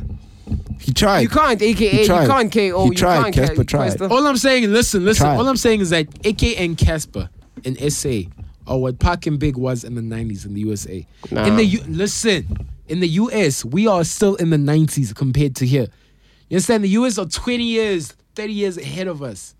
He tried.
You can't. AKA.
He
You
tried.
can't. KO.
He
you
tried,
can't.
Casper
Ca-
tried.
Questa.
All I'm saying, listen, listen.
Try.
All I'm saying is that AK and Casper and SA are what Pac and Big was in the 90s in the USA.
Nah.
In the U- listen, in the US, we are still in the 90s compared to here. You understand? The US are 20 years, 30 years ahead of us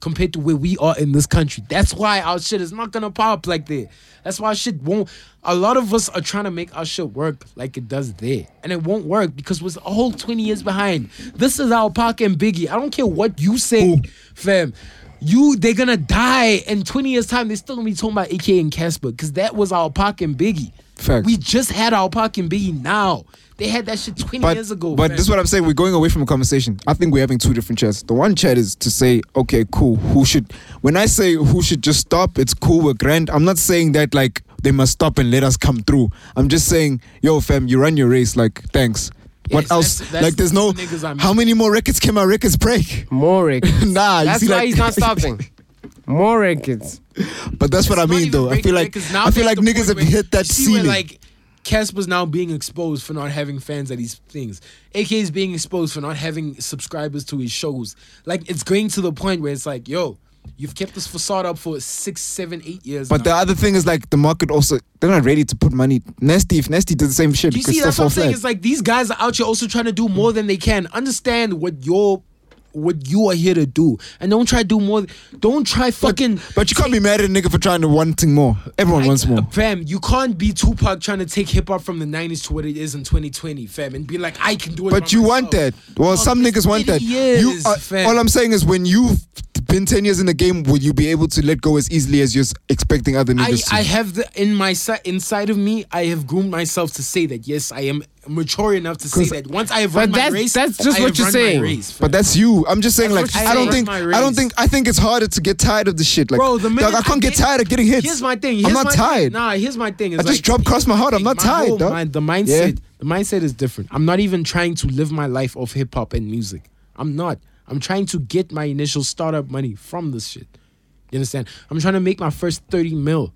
compared to where we are in this country. That's why our shit is not gonna pop like that. That's why our shit won't. A lot of us are trying to make our shit work like it does there, and it won't work because we're a whole twenty years behind. This is our Pac and Biggie. I don't care what you say, fam. You, they're gonna die in twenty years time. They're still gonna be talking about AK and Casper because that was our Pac and Biggie.
Facts.
We just had our Pac and Biggie now. They had that shit twenty
but,
years ago.
But
fam.
this is what I'm saying. We're going away from a conversation. I think we're having two different chats. The one chat is to say, okay, cool. Who should? When I say who should just stop, it's cool. We're grand. I'm not saying that like they must stop and let us come through. I'm just saying, yo, fam, you run your race. Like, thanks.
Yes,
what else?
that's- that's
like, there's
the
no.
two niggas I mean.
How many more records can my records break?
More records.
nah, you
That's
see,
why
like-
he's not stopping. More records.
But that's what I
It's not
mean,
even
though. I
breaking
feel like
records. Now
I feel
there's
like
the
niggas
point
have
where-
hit that
you see where,
ceiling.
Like Casper's now being exposed for not having fans at these things. AK is being exposed for not having subscribers to his shows. Like it's going to the point where it's like, yo, you've kept this facade up for six, seven, eight years.
but the
now.
other thing is like the market also they're not ready to put money. Nasty, if Nasty did the same shit,
you
it could
see,
still
that's what
fall
I'm saying.
flat.
It's like these guys are out here also trying to do more than they can. Understand what your what you are here to do, and don't try to do more. Don't try fucking.
But you can't be mad at a nigga for trying to wanting more. Everyone wants
Like,
more.
Fam, you can't be Tupac trying to take hip hop from the 90s to what it is in 2020, fam, and be like, I can do it. by
But you want
myself.
that. Well,
Oh,
some
it's
niggas want
80
that.
years,
you are,
fam.
all I'm saying is when you've been 10 years in the game, will you be able to let go as easily as you're s- expecting other
I,
niggas to?
I have the in my si- inside of me, I have groomed myself to say that yes, I am mature enough to say that once I have
But
run my
that's-
race,
that's just
I
what
have
you're
run my
saying.
race, fam.
but that's you. I'm just saying,
That's
like,
what you
I don't
say.
think,
My
I don't
race.
think, I think it's harder to get tired of the shit. Like,
Bro, the minute
dog, I can't get, tired of getting hits.
Here's my thing. Here's
I'm not
my
tired.
Thing. Nah, here's my thing. It's
I just
like-
dropped cross my heart. I'm
My
not tired,
whole
dog.
mind- the mindset, the mindset is different. I'm not even trying to live my life of hip hop and music. I'm not. I'm trying to get my initial startup money from this shit. You understand? I'm trying to make my first 30 mil,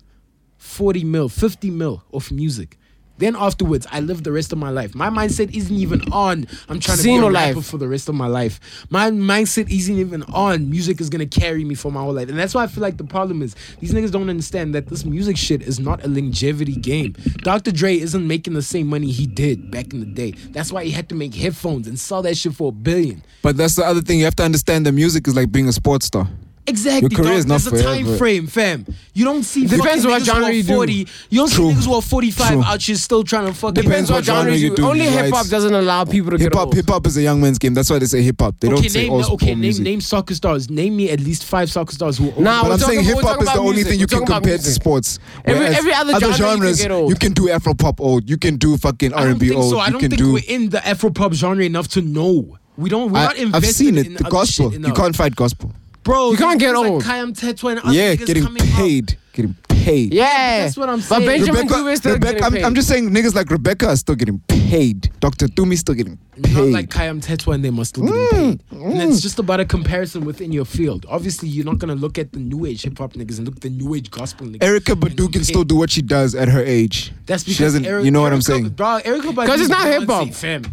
40 mil, 50 mil of music. Then afterwards, I live the rest of my life. My mindset isn't even on. I'm trying to be a
Casino life.
rapper for the rest of my life. My mindset isn't even on. Music is gonna carry me for my whole life, and that's why I feel like the problem is these niggas don't understand that this music shit is not a longevity game. Dr. Dre isn't making the same money he did back in the day. That's why he had to make headphones and sell that shit for a billion.
But that's the other thing. You have to understand the music is like being a sports star.
Exactly.
Your career
dog.
is not
There's a time
forever.
frame, fam. You don't see
Depends
fucking
what
niggas
genre
who are
you do.
40. You don't
True.
see niggas who are 45
True.
out here still trying to fucking.
Depends what genre
genres
you do,
Only
you're
hip hop
right.
doesn't allow people to get
Hip hop,
old.
hip hop is a young man's game. That's why they say hip hop. They
okay,
don't say
name,
all
okay,
all
name,
music.
name soccer stars. Name me at least five soccer stars who. are old.
Nah,
But
we're
I'm
talking-
saying
we're
hip hop
talking
is the
about
only
music.
thing you
We're
can
talking about
compare to
music.
sports.
Every-
Whereas
every other genre you can get old.
you can do Afro pop old. You can do fucking
I
R
don't
and B
think
old.
so. I
you
don't
can
think
do.
we're in the Afropop genre enough to know. We don't. We're not
I,
invested
I've seen
In
it. The
other
gospel.
shit
You
enough.
can't fight gospel.
bro.
You can't
these
get
niggas
old.
Like Kayam Tetwa and other
yeah,
niggas
getting
coming out.
paid. Getting paid.
Yeah,
That's what I'm saying.
But Benjamin
Rebecca,
Dube is still
Rebecca
getting
I'm,
paid.
I'm just saying niggas like Rebecca are still getting paid. Dr. Toomey still getting paid. Mm,
Not like Kayam Tetwa and them are still getting paid. And it's just about a comparison within your field. Obviously, you're not gonna look at the new age hip hop niggas and look at the new age gospel niggas.
Erica
and
Badu can
compare.
still do what she does at her age.
That's because
she doesn't.
Eric-
you know what I'm
Erica-
saying?
bro. Erica Badu
'Cause it's not
is
hip-hop.
Beyonce, fam.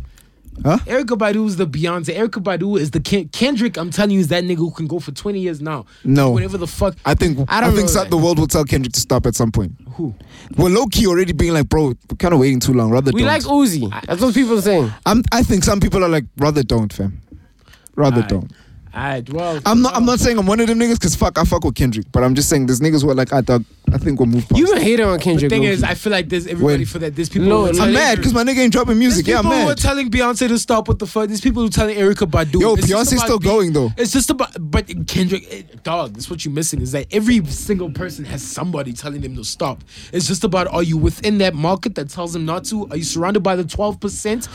Huh?
Erica Badu is the Beyonce. Erica Badu is the Ken- Kendrick. I'm telling you, is that nigga who can go for 20 years now.
No.
whatever the fuck.
I think
I
I,
don't
think
know
so-
that.
the world will tell Kendrick to stop at some point.
Who?
Well, low key already being like, bro, we're kind of waiting too long. Rather
we
don't.
like Uzi. That's what people are saying.
I'm, I think some people are like, rather don't, fam. Rather
Aight.
don't.
Alright, well,
I'm not. I'm not saying I'm one of them niggas because fuck, I fuck with Kendrick. But I'm just saying there's niggas who are like, I dog, I think we'll move past.
You been hating on
The
Kendrick.
thing
low-key.
is, I feel like there's everybody
When?
for that. There's people.
No,
who are
I'm
Like-
mad because my nigga ain't dropping
There's
music. Yeah, I'm
people who are
mad.
telling Beyonce to stop with the fuck. These people who are telling Erica Badu.
Yo,
It's just
Beyonce's
about
still
being-
going, though.
It's just about, but Kendrick, eh, dog. That's what you're missing is that every single person has somebody telling them to stop. It's just about are you within that market that tells them not to? Are you surrounded by the twelve percent?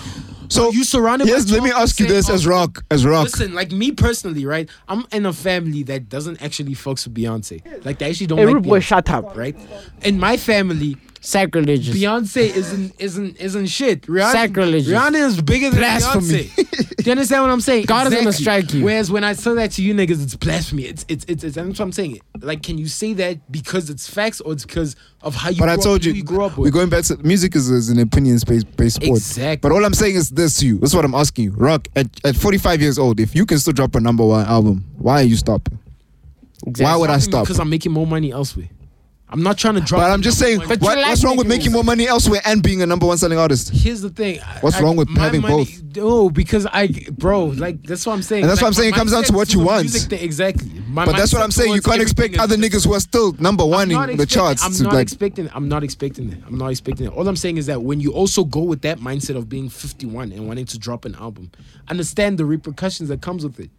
So
Are you surrounded.
Yes,
by
let me ask you this
12%
as
of-
rock, as rock.
Listen, like me personally, right? I'm in a family that doesn't actually fucks with Beyonce. Like they actually don't
Hey,
like
rude boy,
Beyonce,
shut up.
right? In my family,
Sacrilegious.
Beyonce isn't isn't isn't shit. Rihanna,
Sacrilegious.
Rihanna is bigger than
Blasphemy.
Beyonce. Do you understand what I'm saying?
God is gonna strike you.
Whereas when I say that to you niggas, it's blasphemy. It's it's it's, it's and that's what I'm saying. Like, can you say that because it's facts or it's because of how you?
But
grew
I
up,
told you,
who you grew up
we're
with.
going back to music is, is an opinions based, based sport.
Exactly.
But all I'm saying is this to you. That's what I'm asking you. Rock, at, at 45 years old, if you can still drop a number one album, why are you stopping? Why would I stop?
Because I'm making more money elsewhere. I'm not trying to drop.
But I'm just saying,
But
what,
you like
what's wrong with
making
making more money elsewhere and being a number one selling artist?
Here's the thing. I-
What's
I-
wrong with
my
having
money-
both?
No, because I, bro, like that's what I'm saying.
And that's
Like,
what I'm saying,
my
it comes down to
mindset
what you
the
want.
music thing- exactly. My
But that's what
mindset
I'm saying. You
towards
can't
everything
expect
is
other
different.
niggas who are still number one
not
in the
expecting-
charts
I'm
to
not
like.
expecting. I'm not expecting it. I'm not expecting it. All I'm saying is that when you also go with that mindset of being 51 and wanting to drop an album, understand the repercussions that comes with it.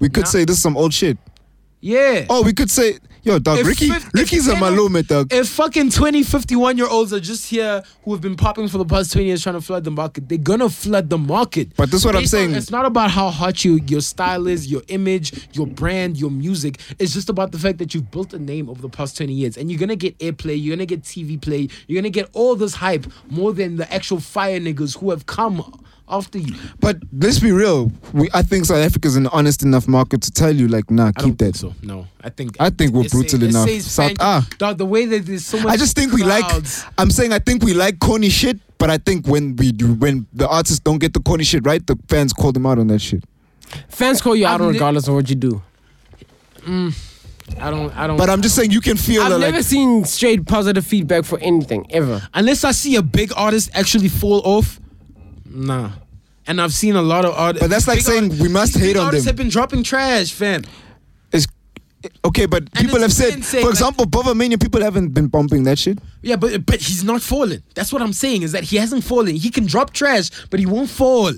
we could
Nah.
say this is some old shit.
Yeah.
Oh, we could say, yo, dog,
If
Ricky,
fif- if
Ricky's a
10
malume, dog.
If fucking 20, 51 year olds are just here who have been popping for the past 20 years trying to flood the market, they're gonna flood the market.
But this is what I'm
Based on-
saying.
It's not about how hot you, your style is, your image, your brand, your music. It's just about the fact that you've built a name over the past 20 years and you're gonna get airplay, you're gonna get TV play, you're gonna get all this hype more than the actual fire niggas who have come after you.
But let's be real. We, I think South Africa's an honest enough market to tell you, like, nah,
I
keep
don't think
that.
so. No, I think
I think we're brutal enough. South-
South,
ah.
dog, the way that there's so much.
I just think we
crowds.
like. I'm saying I think we like corny shit, but I think when we do, when the artists don't get the corny shit right, the fans call them out on that shit.
Fans call you out
I've ne-
regardless of what you do.
I don't. I don't.
But I'm just saying you can feel
I've
that,
never
like
seen straight positive feedback for anything ever.
unless I see a big artist actually fall off, nah. And I've seen a lot of artists.
But that's like saying we must hate on
Artists
them.
have been dropping trash, fam.
it's okay. But people
it's
have said,
men saying,
for
like-
example, Bovamania, people haven't been bumping that shit.
Yeah, but but he's not falling. That's what I'm saying is that he hasn't fallen. He can drop trash, but he won't fall.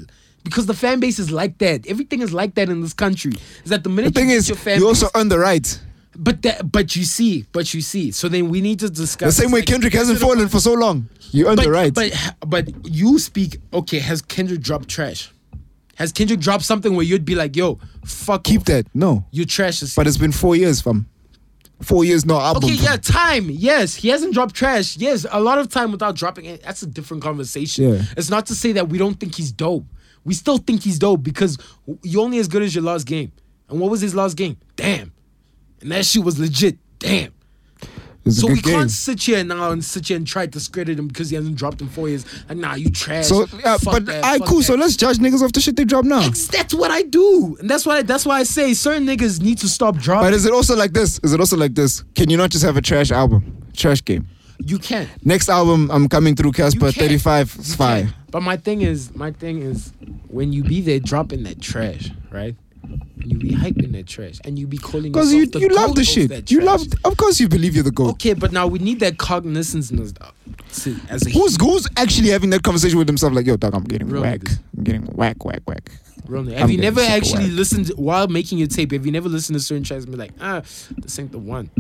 Because the fan base is like that. Everything is like that in this country. Is that the
The
minute
thing
you get
is,
your fan
you
base,
also earn the right.
but that but you see, but you see. So then we need to discuss
The same way
like,
Kendrick hasn't
is it a-
fallen for so long, you earn
but,
the right.
But but you speak okay. Has Kendrick dropped trash? Has Kendrick dropped something where you'd be like, yo, fuck,
Keep
off.
that. No,
You trash this.
but it's been four years, fam. Four years, no album.
okay,
fam.
yeah, time. Yes, he hasn't dropped trash. Yes, a lot of time without dropping it. That's a different conversation.
Yeah.
It's not to say that we don't think he's dope. We still think he's dope because you're only as good as your last game. And what was his last game? Damn. And that shit was legit. Damn.
It's a
So
good
we
game.
can't sit here now and sit here and try to discredit him because he hasn't dropped in four years. And nah, you trash.
So, uh,
Fuck
but
that,
I
fuck
cool.
that.
So let's judge niggas off the shit they drop now.
Ex- that's what I do, and that's why that's why I say certain niggas need to stop dropping.
But is it also like this? Is it also like this? Can you not just have a trash album, trash game?
you can't.
Next album, I'm coming through
You
Casper.
can't.
35, it's
You
fire.
can't. But my thing is, my thing is, when you be there dropping that trash, right? And you be hyping that trash, and you be calling
Because you
yourself the
you
goat
love the
of that
shit. You
trash.
love. Of course, you believe you're the goat.
Okay, but now we need that cognizance in us, uh, to, as a
Who's who's actually having that conversation with himself? Like, yo, dog, I'm getting
Real
whack.
niggas.
I'm getting whack, whack, whack.
real nigga.
I'm
Have you
getting
never
super
actually
whack.
listened while making your tape? Have you never listened to certain tracks and be like, ah, this ain't the one.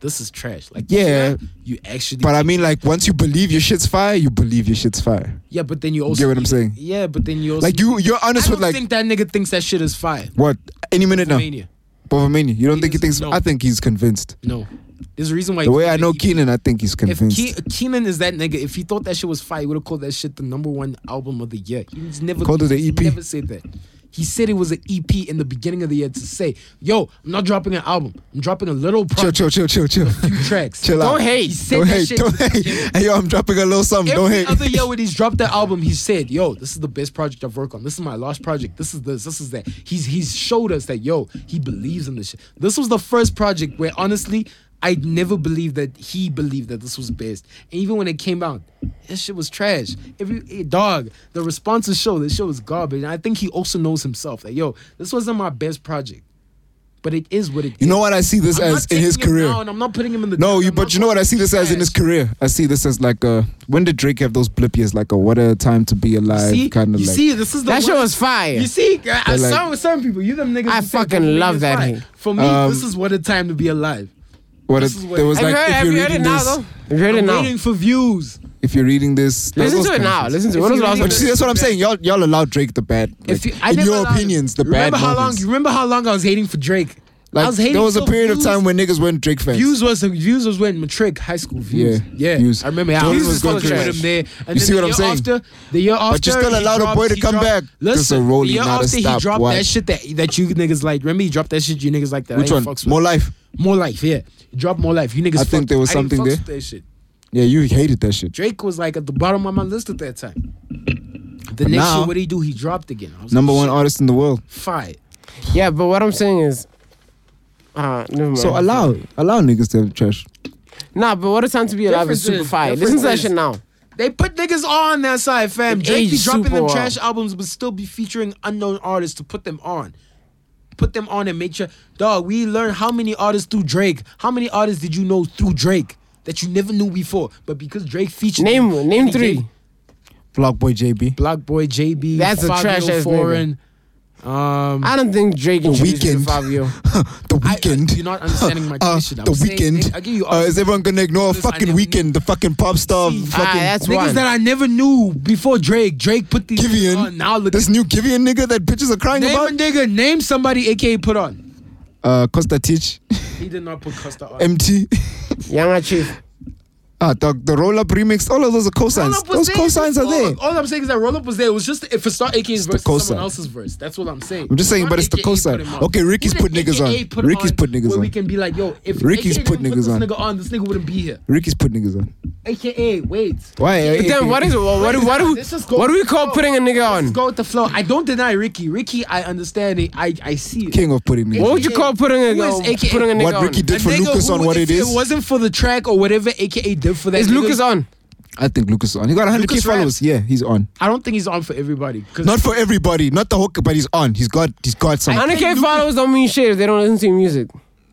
This is trash. Like,
Yeah.
you actually.
But I mean, like, once you believe your shit's fire, you believe your shit's fire.
yeah, but then you also
get what I'm saying?
Yeah, but then you also
Like, you you're
I
honest
don't
with like
think that nigga thinks that shit is fire.
what any minute now.
Mania.
Bovamania. You don't think he thinks?
doesn't know.
I think he's convinced.
No, there's a reason why.
The way I know
Keith.
Keenan, I think he's
If
convinced.
Ke- Keenan is that nigga, if he thought that shit was fire, he would have called that shit the number one album of the year. He's never
Called it E a
he's
EP.
Never said that. He said it was an EP in the beginning of the year to say, "Yo, I'm not dropping an album. I'm dropping a little
chill,
project,
chill, chill, chill, chill.
few tracks.
Chill out.
Don't
He
hate.
said
Don't
that
hate.
shit.
Don't hate. Hey, yo, I'm dropping a little something. Don't
Every
hate.
other year when he's dropped that album, he said, "Yo, this is the best project I've worked on. This is my last project. This is this. This is that." He's he's showed us that yo, he believes in this shit. This was the first project where honestly, I never believed that he believed that this was best. And even when it came out, this shit was trash. Every eh, dog, the responses show this shit was garbage. And I think he also knows himself that yo, this wasn't my best project, but it is what it
You know what I see this
I'm
as
not
in his
taking him
career.
down. I'm not putting him in the
No,
dirt.
you.
I'm
But
not
you know what I
calling
see
him
this as in his
trash.
career. I see this as like uh when did Drake have those blip years? Like a what a time to be alive
See,
kind of
you
like.
see, this is the
That shit
worst-
was fire.
You see, I, I,
like-
some some people, you them niggas.
I
who say
fucking
Britney
love
is
that
fine.
nigga.
For me,
Um,
this is what a time to be alive.
what
this
it-
is what-
there was
Have
like
you heard,
if
have
you're
you heard it
reading
now,
this,
though? Have you heard it
I'm
now?
waiting for views.
if you're reading this, like
Listen
those
to it
kind of
now.
shit.
Listen to it.
If
What was
you
the last
read
But you see,
one?
that's what I'm saying. Y'all, y'all allow Drake the bad.
If you,
Like,
I
in
never
your
allowed-
opinions, the bad.
remember how long?
moments.
You remember how long I was hating for Drake? I
Like
was hating
there was a
for
period of
views.
time when niggas weren't Drake fans.
Views was views was when matric high school views.
Yeah,
Yeah,
views.
I remember
Jordan
how
was
was
going
going with
crazy.
him there. And
You
then
see
the
what I'm
year
saying?
After, the year after,
But you still
he
allowed a
dropped-
boy to
he
come
dropped-
back. Just a
Listen,
rolling,
the year
not a
after he
stop.
dropped
Why?
that shit that that you niggas like. Remember he dropped that shit you niggas like that. I
Which
ain't
one?
fucks with.
More life.
More life, yeah. Drop more life. You niggas.
I think
fucked-
there was
I didn't
something
fucks
there.
with that shit.
Yeah, you hated that shit.
Drake was like at the bottom of my list at that time. The next
now-
year, what did he do? He dropped again. I was
Number one
like,
artist in the world.
shit, Fire.
Yeah, but what I'm saying is, uh, never mind.
So allow allow niggas to have trash.
Nah, but what a time to be alive is super
Differences,
fire. Listen to that
differences.
shit now.
They put niggas on that side, fam.
It
Drake be
aged
dropping
super
them
well.
trash albums, but still be featuring unknown artists to put them on. Put them on and make sure, dog. We learned how many artists through Drake. How many artists did you know through Drake that you never knew before? But because Drake featured
Name
them,
name
he
three.
did.
Block boy JB.
Block Boy, JB,
That's a
Fabio
trash-ass nigga.
Foreign. Um,
I don't think Drake and
Weeknd.
Fabio.
the weekend.
I- uh, you're not understanding my
Uh,
question. I'm
the
saying-
weekend.
I give you
Uh, is everyone gonna ignore
Listen, I
fucking
never
weekend? The fucking pop star.
See,
Ah,
fucking
that's
niggas
one.
that I never knew before Drake. Drake put these
Givian.
on. Oh, Now look.
this new Givian nigga that bitches are crying
name a
about.
nigga. Name somebody. AKA put on.
Uh, Costa Teach,
He did not put Costa on.
MT.
Younger Chief.
ah, dog. The roll up remix. All of those are
Roll
cosigns.
Up was
Those
there.
cosigns are
All-
there.
All I'm saying is that roll up was there. It was just if it's not AK's verse, it's
cosign.
someone else's verse. That's what I'm saying.
I'm just saying,
Not
but it's the
AKA put
cosign.
him on.
Okay, Ricky's
Who did
put niggas
AKA
on.
put
Ricky's
on
put niggas
where
on.
We can be like, yo, if
Ricky's
AKA
put
didn't
niggas
this
on.
nigga on, this nigga wouldn't be here.
Ricky's put niggas on.
AKA, wait.
Why?
But then what is what what, what, do we-
Let's just go
what do we
with the
call
flow.
putting a nigga
Let's
on?
go with the flow. I don't deny Ricky. Ricky, I understand it. I, I see it.
king of putting niggas?
What
on.
would you call putting a
Who is AKA?
putting a nigga
What
on?
Ricky did
A
for
nigga
Lucas
who,
on what
if
it is.
It wasn't for the track or whatever AKA did for that.
Is
nigga-
Lucas on?
I think Lucas is on. He got 100k
Lucas
followers.
raps.
Yeah, he's on.
I don't think he's on for everybody. 'cause
Not for everybody. Not the hooker, but he's on. He's got. He's got some.
think
100k
Lucas-
followers don't mean shit if they don't listen to your music.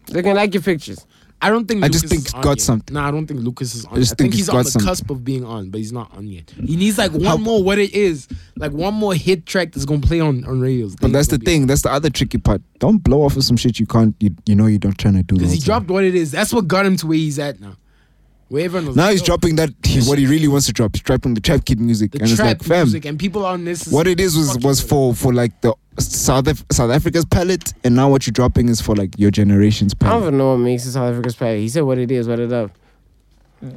They can like your pictures.
I don't think.
I
Lucas
just think
is on
got
yet.
something.
Nah, I don't think Lucas is on. I,
just think
think,
he's
he's
got
on the
something.
cusp of being on, but he's not on yet. He needs like one
How-
more. What it is, like one more hit track that's gonna play on on radios.
But that's the thing. That's the other tricky part. Don't blow off of some shit you can't. You, you know you're not trying to do.
Because he
the whole
dropped what it is. That's what got him to where he's at now. Where everyone was
time. Now
like,
he's
yo,
dropping that he, what he really wants to drop. He's dropping the trap kid music,
the
and it's
trap
like, fam,
music, and people on this. is
what it is was
fucking
was
with it.
for for like the South Af- South Africa's palette, and now what you're dropping is for like your generation's
I don't
palette.
even know what makes this South Africa's play. He said what it is, what it up.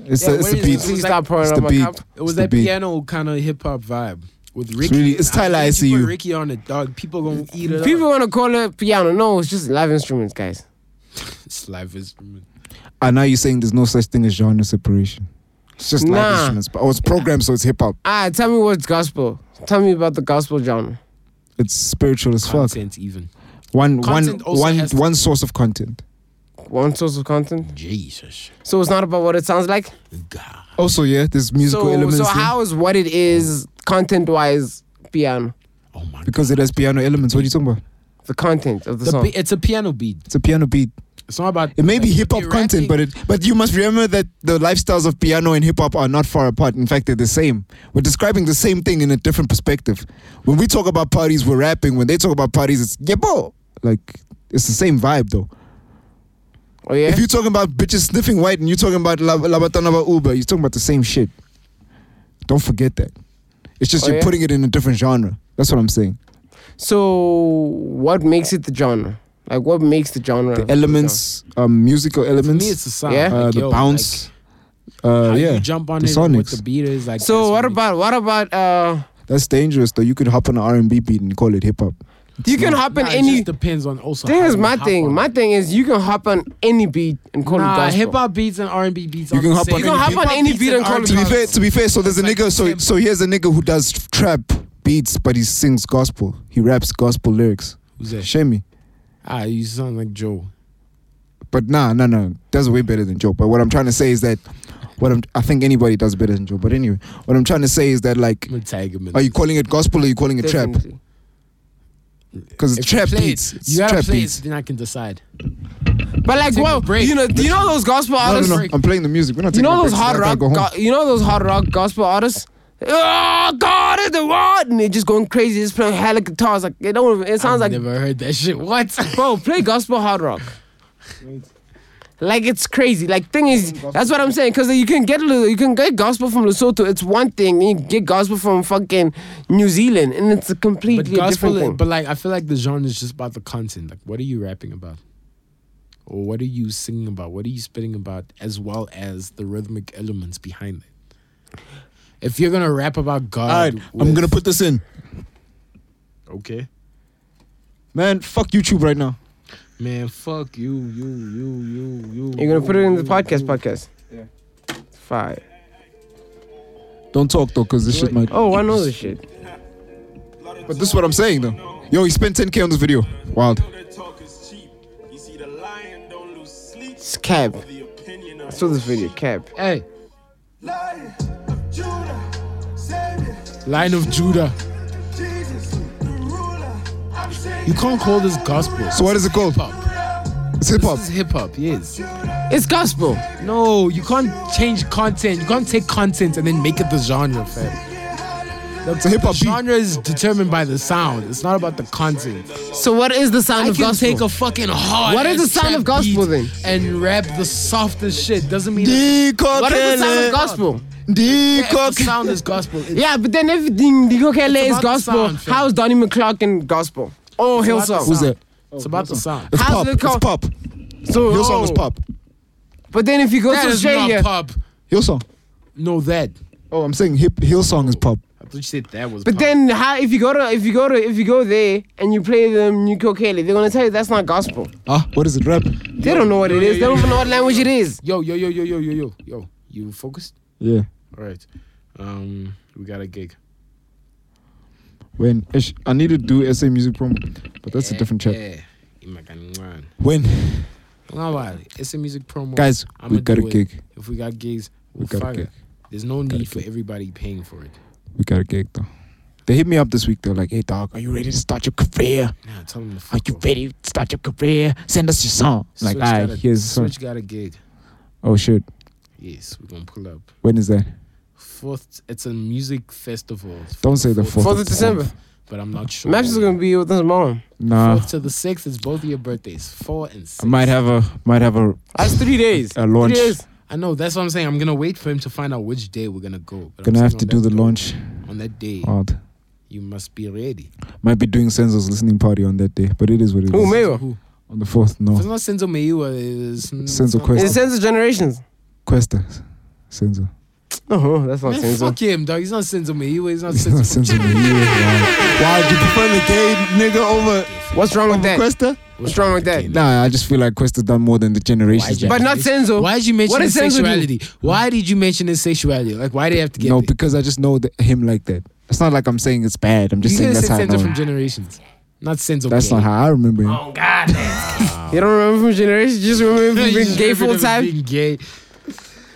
It's
Yeah,
the it's
what
the
it is,
beat.
it
Please
was
stop pouring
It's
out
the
my
beat.
cup.
It was
It's the
that
beat.
piano kind of hip hop vibe with Ricky.
really- it's
I think
Tyler, I
you
See
put
You.
Ricky on it, dog. People gonna eat it.
People want to call it piano. No, it's just live instruments, guys.
up. it's live instrument.
And now you're saying there's no such thing as genre separation. It's just live
Nah.
instruments. But oh, it's programmed, so it's hip hop.
Ah, tell me what's gospel. Tell me about the gospel genre.
It's spiritual as fuck.
Content even.
One one
Content also
one
has to-
one source of content.
One source of content.
Jesus.
So it's not about what it sounds like.
God.
Also, yeah, there's musical
so
elements.
so
there.
how is what it is content wise piano?
Oh my god.
Because it has piano elements. What are you talking about?
The content of the,
The
song.
pi- it's a piano beat.
It's a piano beat.
It's not about
It may be
like,
hip hop
you're
content,
rapping-
but it but you must remember that the lifestyles of piano and hip hop are not far apart. In fact, they're the same. We're describing the same thing in a different perspective. When we talk about parties, we're rapping. When they talk about parties, it's yebo. Like it's the same vibe though.
oh yeah.
If you're talking about bitches sniffing white and you're talking about lab- Labatanaba Uber, you're talking about the same shit. Don't forget that. It's just
Oh,
you're
yeah?
putting it in a different genre. That's what I'm saying.
so what makes it the genre? Like what makes the genre?
The elements, um, musical
To
elements,
me, it's a sound.
Yeah.
uh,
Like,
the
yo,
bounce.
Like,
uh,
how
yeah,
you jump on
the
it and what
sonics.
the beat is like.
So
that's
what
it-
about what about uh?
That's dangerous though. You could hop on an R and B beat and call it hip hop.
You can hop
Nah,
on
it
any.
just depends on also.
Thing
how
is
you
my
hop
thing.
on
My
it.
thing is you can hop on any beat and call it
Nah,
gospel.
hip hop beats and R and B beats.
You
are
can
the
hop on
same.
You can hop
on any beat and call it
To be
R&B.
fair, to be fair, so there's a
It's like
nigga. So
tempo.
so here's a nigga who does trap beats, but he sings gospel. He raps gospel lyrics.
Who's that?
Shame me.
Ah, you sound like Joe.
But nah, nah, nah. That's way better than Joe. But what I'm trying to say is that what I'm I think anybody does better than Joe. But anyway, what I'm trying to say is that like
I'm a tiger man.
are Oh, you calling it gospel or are you calling it trap?
Definitely.
Because it's
If you
trap
play it,
beats. It's
You gotta
trap
play it,
beats.
then I can decide.
But like
Take a
well,
break.
you know, do you know those gospel
No,
artists?
no, no. I'm playing the music. We're not
You
taking a
know those
break, so
hard
I gotta
rock,
go home.
go- you know those hard rock gospel artists. Oh God, it's the what? And they're just going crazy, just playing hella guitars. Like it don't. It sounds
I've
like,
never heard that shit. What?
bro, play gospel hard rock. Like it's crazy. Like thing is, that's what I'm saying. Cause you can get Lu- you can get gospel from Lesotho. It's one thing. And you get gospel from fucking New Zealand, and it's a
But
completely
gospel,
different thing.
but like I feel like the genre is just about the content. Like, what are you rapping about? Or what are you singing about? What are you spitting about? As well as the rhythmic elements behind it. If you're gonna rap about God,
I'm
with-
gonna put this in.
okay,
Man, fuck YouTube right now.
man, fuck you, you, you, you, you.
You're gonna put it in the
you,
podcast.
you.
Podcast. Yeah. Fire.
Don't talk though, cause this shit might
Oh, I know this shit.
But this is what I'm saying though. Yo, he spent 10k on this video. Wild.
It's cab. I saw this video. Cab.
Hey, Lion of Judah. You can't call this gospel.
So what is it called?
Hip-hop.
It's hip hop.
This is hip hop, yes.
It's gospel.
No, you can't change content. You can't take content and then make it the genre, fam.
It's a hip hop beat.
Genre is determined by the sound. It's not about the content.
So what is the sound
I
of
can
gospel?
take a fucking hard.
What is
ass
the sound
trap
of gospel
beat
then?
And rap the softest shit doesn't mean
what is the sound of gospel?
the sound is gospel. It's
Yeah, but then everything Digo Kele
It's
is
about the
gospel.
sound, fam.
How's Donnie McClarkin gospel? Oh,
about the
Hillsong.
Who's that?
sound. It's about the sound.
It's
How's
pop.
it
It's
called?
pop.
So
Your
oh.
song is pop.
But then if you go
That
to
is not
Australia,
pop.
Your song.
No, that.
Oh, I'm saying hip Hillsong is pop.
I thought you said that was.
but
pop.
then how if you go to if you go to if you go there and you play them Digo Kele, they're gonna tell you that's not gospel.
Ah, what is it? Rap?
They don't know what it is. They don't even know what language it is.
Yo, yo, yo, yo, yo, yo, yo, yo. You focused?
Yeah.
All right. Um, we got a gig.
When ish, I need to do SA music promo, but that's a different chat.
Yeah. Imaganwan.
When
No, why? It's a music promo.
guys,
I'ma
we got a
do it.
gig.
If we got gigs, we'll
We got a
fire.
gig.
There's no
a
need for
gig.
everybody paying for it.
We got a gig though. They hit me up this week. They're like, "Hey dog, are you ready to start your career?
Nah, tell them to
Are
fuck
you
off.
ready to start your career? Send us your song." I'm like,
Switch
"All right,
got a-
here's the song."
Switch got a gig.
Oh shit,
Yes, we're gonna pull up.
when is that?
Fourth, it's a music festival.
Don't say the fourth.
Fourth of December.
but I'm not sure.
Maps is gonna be with us tomorrow.
Nah,
fourth to the sixth is both of your birthdays, four and six.
I might have a might have a
That's three days.
a launch.
Three days.
I know that's what I'm saying. I'm gonna wait for him to find out which day we're gonna go. But I'm
Gonna have
saying
to
on
do
that
the
day-
launch. Oh.
on that day.
Odd.
You must be ready.
Might be doing Senzo's listening party on that day, but it is what it is.
Who Mayo?
Who?
On the fourth,
If it's
no.
not Senzo Mayua. It's
Oh. Senzo
it's not-
Quest.
It's sense of generations.
Questa. Senzo.
No, that's not
Man,
sense.
fuck him, dog. He's not Senzo Mayua. He's not
It's not
Senzo.
Senzo Mayo. Wow. wow, do you prefer the gay nigga over
What's wrong with
over
that?
Questa?
What's wrong with that?
Kanye?
Nah, I just feel like Quest has done more than the generations.
But not Senzo.
Why did you mention
What
his
did Senzo do?
sexuality? Why did you mention his sexuality? Like, why do they have to get?
no,
it?
because I just know that him like that. It's not like I'm saying it's bad. I'm just
you
saying
could have
that's how
said
I know.
Senzo from
him.
Generations, not Senzo.
That's not how I remember him.
Oh God! you don't remember from generation? You just remember from being gay full time.
Being gay.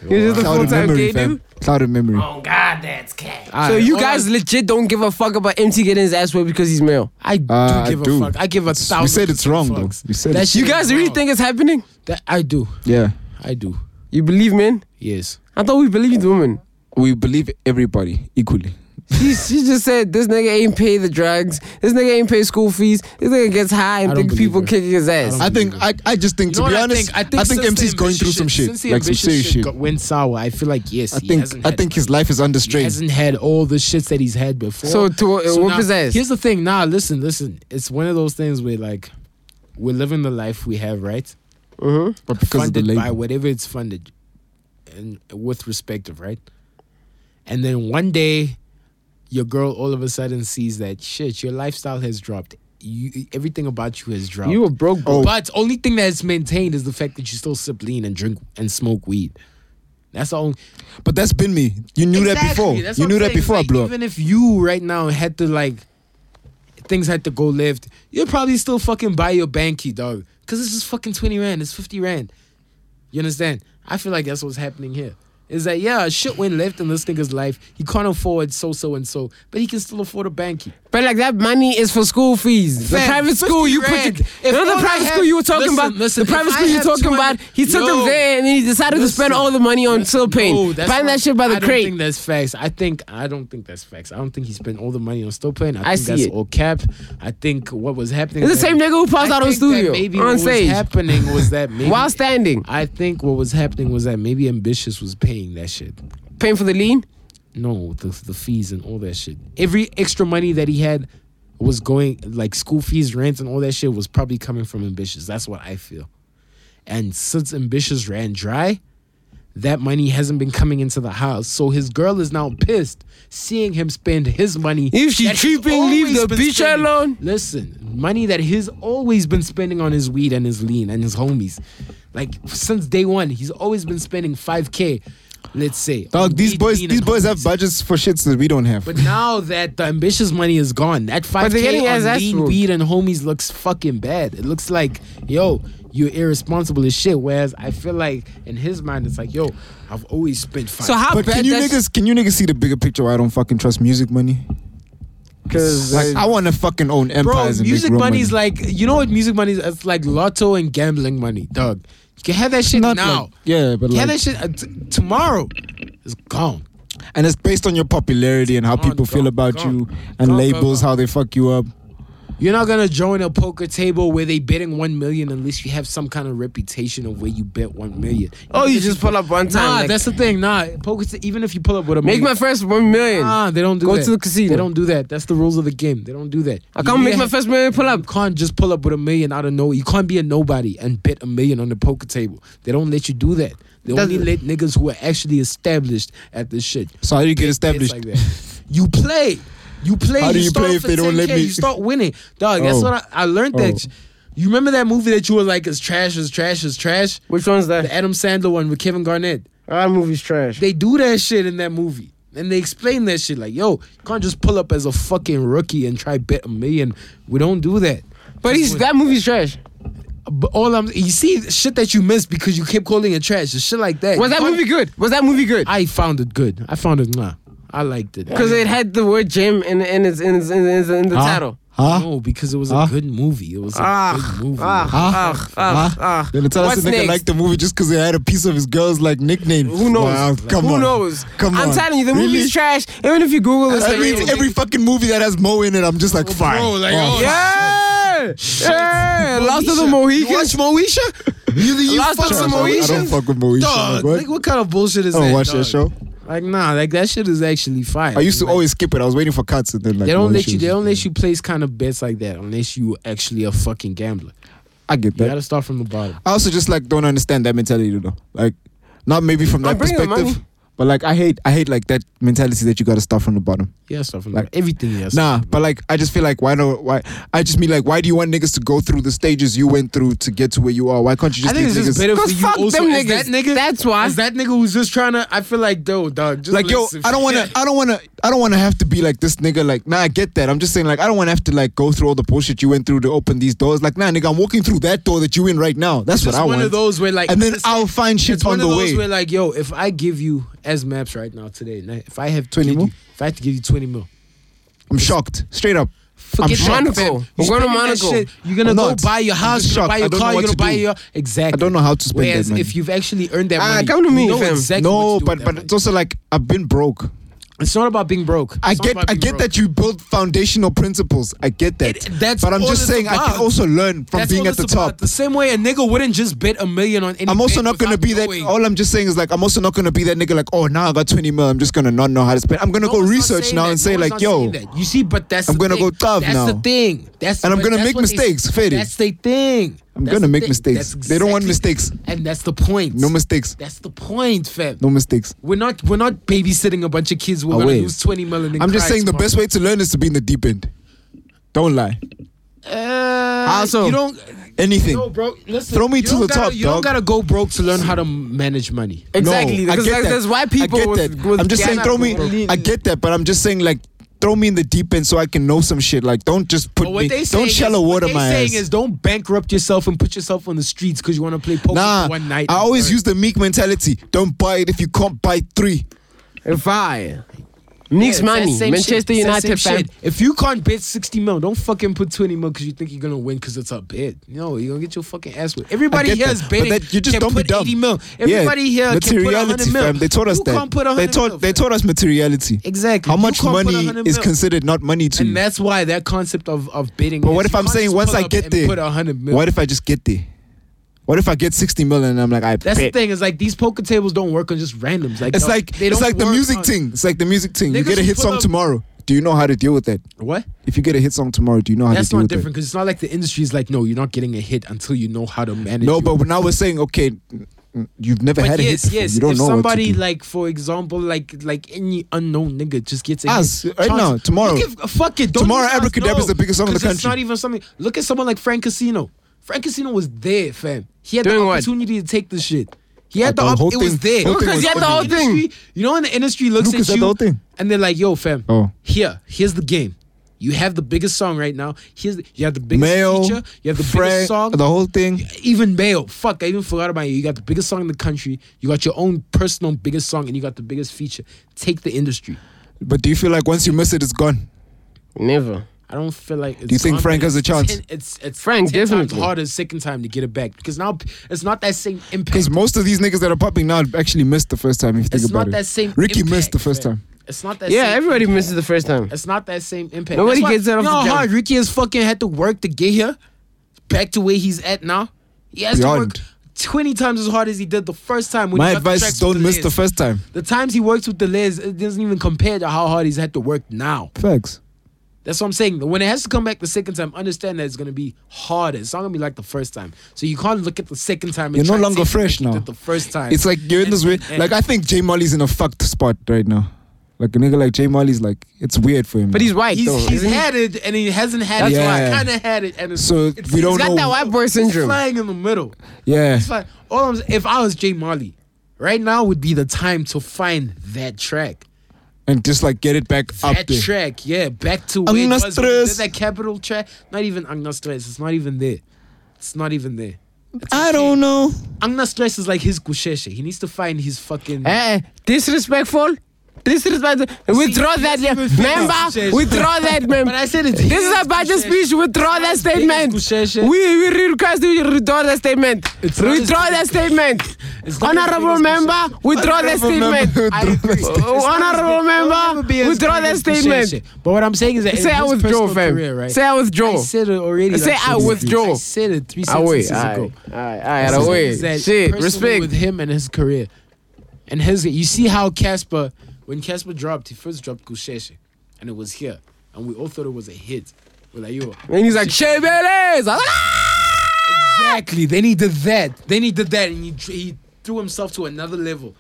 You're just a full
Clouded
time
memory,
gay
fam.
dude.
Clouded memory.
Oh God, that's cat. So
Alright,
you
all
guys
I-
legit don't give a fuck about MT getting his ass whipped because he's male.
I do
Uh, I
give a
do.
fuck. I give a
We
thousand.
said it's wrong though.
fucks.
We said
That
it's,
shit
You guys
is
really
wrong.
think it's happening?
That I do.
yeah.
I do.
You believe men?
Yes.
I thought we believed women.
We believe everybody equally.
She, she just said this nigga ain't pay the drugs. This nigga ain't pay school fees. This nigga gets high and
I don't
think
believe
people
her.
kicking his ass.
I
I
think-
think I, I just think
You
to
know
be
what
honest, I think,
since
MC's
the
going through
ambitious
some shit.
Since the
like some
ambitious
serious shit.
got- went sour. I feel like yes.
I
he
think
hasn't
I
had-
think his life is under
he
strain.
hasn't had all the shits that he's had before.
So to uh, whoop
now-
his ass.
Here's the thing. Nah, listen, listen. It's one of those things where like we're living the life we have, right?
Mhm.
But because of the
funded by
label.
whatever it's funded, and with respective, right? And then one day, your girl all of a sudden sees that shit. Your lifestyle has dropped. You everything about you has dropped.
You a broke
Oh,
boy.
But only thing that's maintained is the fact that you still sip lean and drink and smoke weed. That's the only.
But that's been me. You knew that before.
That's
You
what I'm
knew that
saying.
before I
Like,
blew up.
Even if you right now had to like things had to go left, you'll probably still fucking buy your banky, dog. Cause it's just fucking twenty rand. It's fifty rand. You understand? I feel like that's what's happening here. Is that yeah, shit went left in this nigga's life. He can't afford so so and so, but he can still afford a banky.
But like that money is for school fees. The
Fam,
private
50
school you put,
rand.
you
If
know
all
the
I
private
have-
school you were talking
listen,
about.
listen,
the
if I
private school you're
have
talking
200
about. He took
yo,
them there and then he decided to spend
listen,
all the money on
listen,
Till Pain.
no, that's
Buying
not-
that shit by
I
the
don't
crate.
think that's facts. I think I don't think that's facts. I don't think he spent all the money on Still Pain. I,
I
think
see
that's
it.
all cap. I think what was happening.
It's the
there-
same nigga who passed
I
out on
think that
studio,
Maybe
on
what
stage.
was happening was that maybe
While standing,
I think what was happening was that maybe Ambitious was paying that shit.
paying for the lean.
No, the the fees and all that shit. Every extra money that he had was going like school fees, rent, and all that shit was probably coming from Ambitious. That's what I feel. And since Ambitious ran dry, that money hasn't been coming into the house. So his girl is now pissed seeing him spend his money.
If she
that he's
tripping, leave
always
the
been
bitch
spending-
alone.
Listen, money that he's always been spending on his weed and his lean and his homies. Like since day one, he's always been spending 5K, let's say.
Dog,
on
these
weed,
boys
lean,
these
and
boys
homies.
have budgets for shits that we don't have.
But now that the ambitious money is gone, that
But they're
5K
getting ass
on
ass
lean
food.
weed and homies looks fucking bad. It looks like, yo, you're irresponsible as shit. Whereas I feel like in his mind, it's like, yo, I've always spent five.
So how
But
bad
can you
that sh-
niggas can you niggas see the bigger picture why I don't fucking trust music money?
'Cause,
Like I wanna fucking own
Bro,
empires and
music
make real
money is like, you know what music money is? It's like lotto and gambling money, dog. You can have that shit
Not
now.
like- yeah, but
You
like,
have that shit uh, t- tomorrow. It's gone.
and it's based on your popularity and how
Gone,
people feel
gone,
about
gone.
you and
Gone,
labels
gone,
how they fuck you up.
You're not gonna join a poker table where they betting one million unless you have some kind of reputation of where you bet one million.
Oh,
Even
you
if
just pull up one time.
Nah,
like,
that's the thing. Nah, poker. t- even if you pull up with a
make my
million-
first one million.
Nah, they don't do
Go
that.
to the casino.
They don't do that. That's the rules of the game. They don't do that.
I
You
can't
either
make my
have-
first million pull up.
You can't just pull up with a million out of nowhere. You can't be a nobody and bet a million on the poker table. They don't let you do that. They
That's-
only let niggas who are actually established at this shit.
So how do you get
It's
established?
like that. You play. You play.
How do you
start
play if
for
they don't let
10K,
me-
You start winning, dog. That's
Oh.
what I, I learned. That
Oh.
sh- you remember that movie that you were like, "It's trash, it's trash, it's trash."
Which one's that?
The Adam Sandler one with Kevin Garnett.
That movie's trash.
They do that shit in that movie. And they explain that shit like, yo, you can't just pull up as a fucking rookie and try bet a million. We don't do that.
but he's that movie's trash.
But all I'm, you see, shit that you missed because you kept calling it trash. Shit like that.
Was
You
that
can't-
movie good? Was that movie good?
I found it good. I found it nah. I liked it.
Because it had the word gym in in its in, its, in, its, in the title.
Huh?
No, because it was
Huh?
a good movie. It was a
Ah,
good movie.
ah, ah, ah, ah.
Then tell us
What's
the nigga
next?
liked the movie just because it had a piece of his girl's like nickname.
Who knows?
Wow, come
Who
on.
knows?
Come
I'm
on.
telling you, the
Really?
movie's trash. Even if you Google it,
That
it's
means
like,
every fucking movie that has Mo in it, I'm just like, fine.
like,
Oh,
oh,
yeah, yeah. Lost of the
You
Mohican.
watch Moesha? You, you
Lost
fuck with
of the
I don't- I don't
Moesha?
fuck with Moesha.
Dog,
Like,
like,
what?
what? kind of bullshit is
I
that?
don't Oh, watch that
dog?
show.
Like nah, like that shit is actually fire.
I used to
Like,
always skip it. I was waiting for cuts and then like
They don't let
Moesha
you. They
was-
don't let you place kind of bets like that unless you actually a fucking gambler.
I get
You
that.
gotta start from the bottom.
I also just like don't understand that mentality though. Like, not maybe from
I'm
that
bringing the
perspective, But like I hate I hate like that mentality that you gotta start from the bottom.
Yeah, stuff like,
Like-
everything. Yes.
Nah, but like I just feel like why no why I just mean like why do you want niggas to go through the stages you went through to get to where you are? Why can't you
I
just
think
leave
it's
niggas
just better for
Because
you
fuck
also
them
as that
niggas.
nigga.
That's why.
As that nigga who's just trying to. I feel like, though, dog. Just
like yo,
listen.
I don't wanna I don't wanna I don't wanna have to be like this nigga like nah I get that. I'm just saying like I don't wanna have to like go through all the bullshit you went through to open these doors. Like nah nigga, I'm walking through that door that you in right now. That's
It's
what
just
I
one
want.
of those where like
and then
it's-
I'll find shit
it's
on
one
the
of those
way.
where like, yo, if I give you as maps right now today, and if I have to
20
give
mil?
you- if I have to give you twenty mil,
I'm shocked. Straight up.
Forget
I'm shocked.
Monaco.
fam.
We're going to
spending that
Monaco.
shit, you're gonna
I'm
go
not.
buy your
I'm
house,
just
you're gonna
shocked.
buy
I
your
don't know
car,
what
you're gonna
to
buy
do.
your exactly.
I don't know how to spend
Whereas
that money.
if you've actually earned that
Ah,
money,
come to
you
me,
know
fam.
exactly
no,
what to do with
but
that
but
money.
it's also like I've been broke.
it's not about being broke.
I
It's not
get
about
I
being
get
broke.
that you build foundational principles. I get that.
It- that's
but I'm
all
just
it's
saying I
about.
can also learn from
That's
being
all
at the
it's about.
top.
The same way a nigga wouldn't just bet a million on any.
I'm also
bet
not gonna
without
be that.
knowing.
All I'm just saying is like I'm also not gonna be that nigga. Like oh now I got 20 mil. I'm just gonna not know how to spend. I'm gonna
No
go
one's not
research
saying
now
that.
and
No
say
one's
like
not
yo,
saying that. you see, but that's
I'm
the
gonna
thing.
go tough
That's
now.
the thing. That's
And I'm
but
gonna
that's
make
what they-
mistakes, Fetty.
That's the thing.
I'm
That's
gonna
the
make
thing.
mistakes.
That's
They don't want
exactly-
mistakes.
and that's the point.
No mistakes.
That's the point, fam.
No mistakes.
We're not we're not babysitting a bunch of kids. We're
I
gonna
will.
lose twenty million.
I'm just saying the best way to learn is to be in the deep end. Don't lie.
Also,
you don't.
Anything.
No, bro. Listen,
Throw me
you
to
don't
the
gotta-
top,
You don't
dog.
gotta go broke to learn how to manage money.
exactly.
No, I
because
get
like,
that.
there's why people
I get
with,
that.
with
I'm just saying,
Ghana
throw me.
go broke.
I get that, but I'm just saying, like, throw me in the deep end so I can know some shit. Like, don't just put
But what
me.
they saying
Don't shallow
is,
water
what they
my
saying
ass.
is don't bankrupt yourself and put yourself on the streets because you want to play poker
nah,
for one night.
I
and
always
earn.
use the meek mentality. Don't buy it if you can't buy three.
If I Nick's
Yeah, it's that same
money,
shit.
Manchester
It's that
United
same
fan.
shit. If you can't bet 60 mil, don't fucking put 20 mil because you think you're going to win because it's a bet. No, you're going to get your fucking ass whipped. Everybody
I get
here
that,
is
but
betting.
that- you just
can
don't be
put
dumb.
80 mil.
Yeah,
Everybody here can put 100
materiality,
mil.
fam. They taught us
you
that.
Can't put 100
they taught.
mil,
They
fam.
taught us materiality.
Exactly.
How
You
much
can't put
money
100
is
mil.
considered not money to
And
you?
that's why that concept of, of bidding.
But
is
what if
you
I'm
can't
saying
just
once
pull
I
up
get
and
there?
Put 100 mil.
What if I just get there? What if I get 60 million and I'm like, I
That's
bet.
the thing. Is like these poker tables don't work on just randoms. Like
It's
no,
like
they
it's
don't
like the
work
music
on-
thing. It's like the music thing. You
Niggas
get a
who
hit
put
song
up-
tomorrow. Do you know how to deal with that?
What?
If you get a hit song tomorrow, do you know how
That's
to deal
not
with
different because it's not like the industry is like, no, you're not getting a hit until you know how to
it?
manage.
No,
your-
but now we're saying okay, n- n- you've never
But
had a hit.
yes,
before.
yes.
you don't
if
know
somebody
what to do.
like, for example, like like any unknown nigga just gets a
Us,
hit,
right now, tomorrow.
Look if- fuck it. Don't
Tomorrow,
even ask,
Abracadabra is
no,
the biggest song in the
'cause It's
country.
not even something. Look at someone like Frank Casino. Frank Casino was there, fam. He had
Doing
the
what?
opportunity to take the shit. He had
Uh,
the,
the
op-
whole
it was
thing-
there.
whole
thing Lucas was had the whole
Industry-
thing.
You know, when the industry looks
Lucas
at
had
you
the whole thing.
and they're like, "Yo, fam,
Oh.
here, here's the game. You have the biggest song right now. Here's the, you have the biggest
Male,
feature. You have the
Frank,
biggest song
the whole thing.
even Mayo, fuck, I even forgot about you. You got the biggest song in the country. You got your own personal biggest song, and you got the biggest feature. Take the industry.
But do you feel like once you miss it, it's gone?
Never.
I don't feel like. It's
you think
gone,
Frank
but
has a
it's
chance?
ten- it's it's
Frank,
ten
definitely.
times harder second time to get it back because now p- it's not that same impact.
Because most of these niggas that are popping now actually missed the first time. If you think
It's
about
not
it,
that same.
Ricky missed
impact,
the first
fam.
time.
It's not that.
Yeah,
same
everybody misses the first time.
It's not that same impact.
Nobody
That's why-
gets that off
You know
the
how
jump.
hard Ricky has fucking had to work to get here, back to where he's at now. He has
Beyond.
to work twenty times as hard as he did the first time. When
My
he got the
advice
tracks
is
with
don't miss
Liz.
the first time.
The times he works with the Liz, it doesn't even compare to how hard he's had to work now.
Facts.
That's what I'm saying. When it has to come back the second time, understand that it's gonna be harder. It's not gonna be like the first time. So you can't look at the second time. And
You're no
try and
longer
take it
fresh
like you
now.
did The first time.
It's like you're in
And-
this weird.
and-
Like I think Jay Molly's in a fucked spot right now. Like a nigga like Jay Molly's like it's weird for him.
But
now.
he's white, though.
he's, he's
isn't he?
had it and he hasn't had
That's
it.
why.
kind of had it and it's,
So
it's,
we don't
He's got
know.
that white boy
It's
syndrome.
flying in the middle.
yeah.
It's like all I'm, if I was Jay Marley, right now would be the time to find that track.
and just like get it back up
That
there.
track, yeah, back to where it was when he did
Agnostres.
that capital track. Not even Agnostres. It's not even there. It's not even there.
I don't know.
Agnostres is like his Kusheshe. He needs to find his fucking.
Eh, disrespectful. Disrespectful. Withdraw that.
he doesn't even finish.
Member, withdraw that, man.
But I said it.
This is about the speech. Withdraw that
It's
statement.
his Kusheshe.
We, we request you withdraw that statement.
It's not his
Withdraw that
Kusheshe.
statement.
It's not his biggest
Honorable member, withdraw that statement.
I agree. It's not his
honorable
big-
member,
it'll never be his
withdraw that
biggest
statement.
Kusheshe. But what I'm saying is that
Say
in
I
his
withdraw,
personal
fam.
Career, right?
Say I withdraw.
I said it already.
Say
like
I
three-
withdraw.
I said it three
Ah, wait,
sentences
aye,
ago.
aye, aye,
That's the
away.
thing is that
Shit,
personally
respect.
with him and his career, and his. You see how Casper, when Casper dropped, he first dropped Kusheshe, and it was here, and we all thought it was a hit. We're like, yo,
And he's like, Shebeles. Ah!
exactly. Then he did that. Then he did that, and he, he threw himself to another level.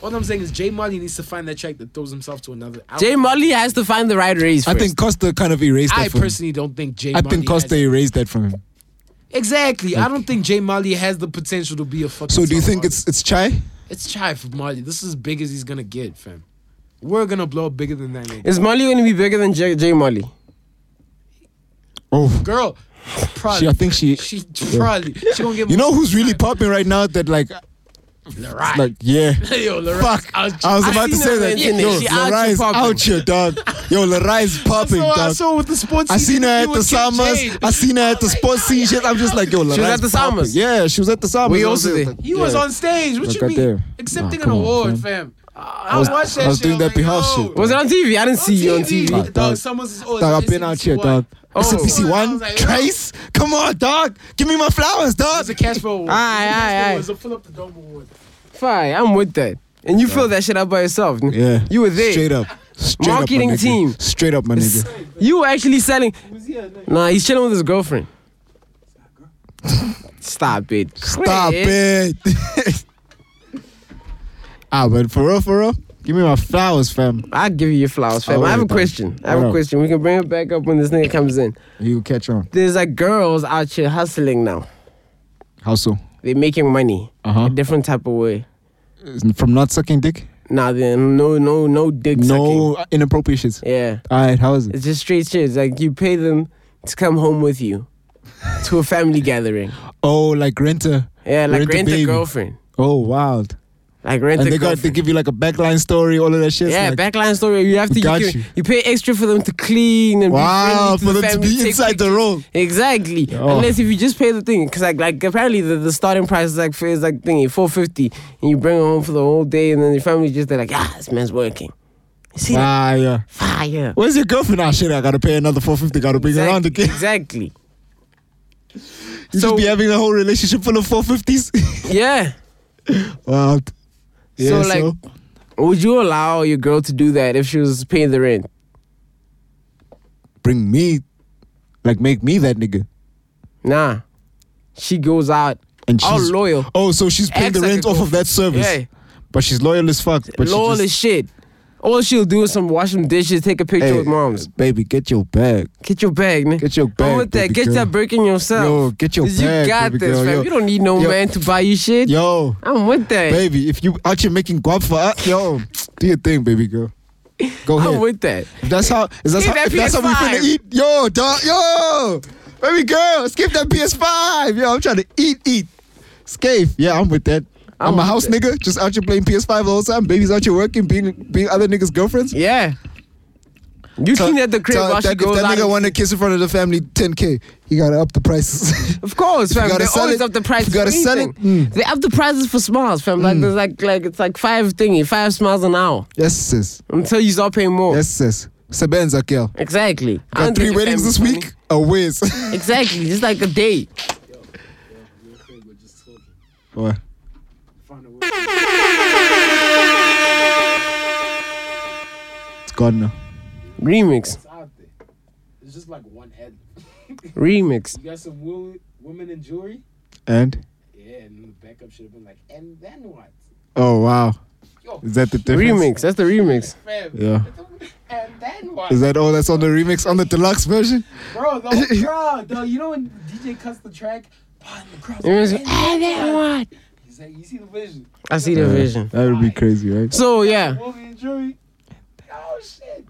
All I'm saying is J Molly needs to find that track that throws himself to another. I,
Jay Molly has to find the right race.
I think Costa kind of erased that
I
for him.
personally don't think J.
I
Molly
think Costa
has-
erased that from him.
exactly. I don't think J. Molly has the potential to be a fucking.
So do you
top
think
artist.
it's it's Chai?
it's chai for Molly? This is as big as he's gonna get, fam. We're gonna blow up bigger than that. nigga.
is Molly going to be bigger than J, J Molly?
Oh,
Girl, probably.
she, I think she.
she probably. She gonna get.
You know who's really popping right now? That like,
Lerai.
like yeah.
Yo, Lerai.
Fuck! I
I was-
was
I
about to
seen
say
her
that.
on the internet.
Yo,
She out here
Larai's
popping.
out here, dog. Yo, Larai's popping,
So I
dog.
saw with the sports.
I seen her
season,
at
you
the
would get
summers.
Jade.
I seen her at the sports scene. Shit, I'm just like, yo, Larai's
was at
popping.
the summers.
Yeah, she was at the summers.
We
I
also
there,
there.
like,
He was
yeah.
on stage. What
Like,
you
God
mean?
damn.
Accepting
Nah,
an
come on,
award,
fam.
fam. I, was, watching that
I was
shit,
doing that
like,
behalf
yo.
shit.
Was it on TV? I didn't see you on
TV.
TV.
Like,
Dog,
dog.
someone's oh,
Dog, I've
it's-
been out
it's
here,
what?
dog.
Oh.
SNPC
I
one,
was like, yo.
Trace. Come on, dog. Give me my flowers, dog.
It's a cash flow.
Aye, aye, aye.
It's a pull up the dome award.
Fine, I'm with that. And you feel that shit out by yourself. n-
Yeah,
You were there.
Straight up, straight up, my
Marketing
nigga.
team.
Straight up, my
It's-
nigga.
You were actually selling.
Who's here? Like,
Nah, he's chilling with his girlfriend. Stop it.
Stop it. ah, but for real, for real, give me my flowers, fam.
I'll give you your flowers, fam.
All
I have a
right, dog.
question. I have
What
a
up?
question. We can bring it back up when this nigga comes in.
You catch on.
There's like girls out here hustling now.
How so?
They're making money
Uh-huh.
a different type of way.
Is- From not sucking dick?
Nah, there no no no dick
No inappropriate shits.
sucking. Yeah.
All right, how is it?
It's just straight shit. It's like you pay them to come home with you to a family gathering.
Oh, like renter.
Yeah, like
Rent a
rent a
baby.
girlfriend.
Oh, wild.
Like rent
And
a
they got
girlfriend.
they give you like a backline story, all of that shit.
yeah,
like,
backline story. You have to
We
you,
got
can-
you.
you pay extra for them to clean and be
Wow,
friendly
for
the
them to
family,
be
take
inside
pictures.
the room.
Exactly.
Oh.
Unless if you just pay the thing, because like like apparently the, the starting price is like is like thingy four fifty, and you bring it home for the whole day, and then your family just they're like, ah, this man's working. You see that
Ah, yeah.
fire.
Where's your girlfriend? Ah, shit, I gotta pay another 450, gotta bring her around
Exactly.
again.
exactly.
You just be having a whole relationship full of 450s.
Yeah.
wild. Yeah,
so like, would you allow your girl to do that if she was paying the rent?
bring me, like, make me that nigga.
Nah. She goes out
And
all
she's-
loyal.
Oh, so she's paying
Acts
the
like
rent
a
off of that service.
Yeah.
But she's loyal as fuck. But she
loyal
just-
as shit. All she'll do is some wash some dishes, take a picture
Hey,
with moms.
Baby, get your bag.
Get your bag, man.
Get your bag.
On with that.
baby
Get
girl.
that break in yourself.
Yo, get your
'Cause
bag,
You got
baby
this,
girl,
fam.
yo.
You don't need no
Yo.
man to buy you shit.
Yo,
I'm with that.
baby, if you out here making guap for us, yo, do your thing, baby girl. Go
I'm
ahead.
with that.
If that's how. Is that's
Give
how,
that
if that's how we finna
PS5.
eat? Yo, dog. Yo, baby girl, skip that PS5. Yo, I'm trying to eat, eat. Scave. Yeah, I'm with that. I'm,
I'm
a
with
house
that.
nigga, just out here playing PS5 the whole time. Babies out here working, being being other niggas' girlfriends.
Yeah. You
Tell-
clean at the crib
tell-
while
that,
she goes
if that
out.
nigga want to kiss in front of the family, 10k. He gotta up the prices.
Of course,
If you
fam.
gotta
They
sell
always
it-
up the price.
if you gotta
for
sell it, mm.
anything. They up the prices for smiles, fam. Like there's like like it's like five thingy, five smiles an hour
yes, sis.
until you start paying more.
Yes, sis. Sebenza girl.
Exactly. I
Got
don't
three
think your
weddings
family's
this
funny.
week. A whiz.
Exactly, just like a day.
What? It's gone now.
Remix,
It's out there. It's just like one ad.
remix.
You got some women, women in jewelry.
And
Yeah, and then the backup should have been like, and then what?
oh wow,
Yo,
is that the difference?
Remix, that's the remix.
fam.
Yeah.
And then what?
Is that all that's on the remix on the deluxe version?
bro, the whole crowd, though. You know when DJ cuts the track? Oh, and the crowd's
It was,
like,
"Ah,
"And
that
then what?"
one.
He's like, you see the vision.
I see the vision.
That would be crazy, right?
So yeah,
Women in jewelry. Oh, shit.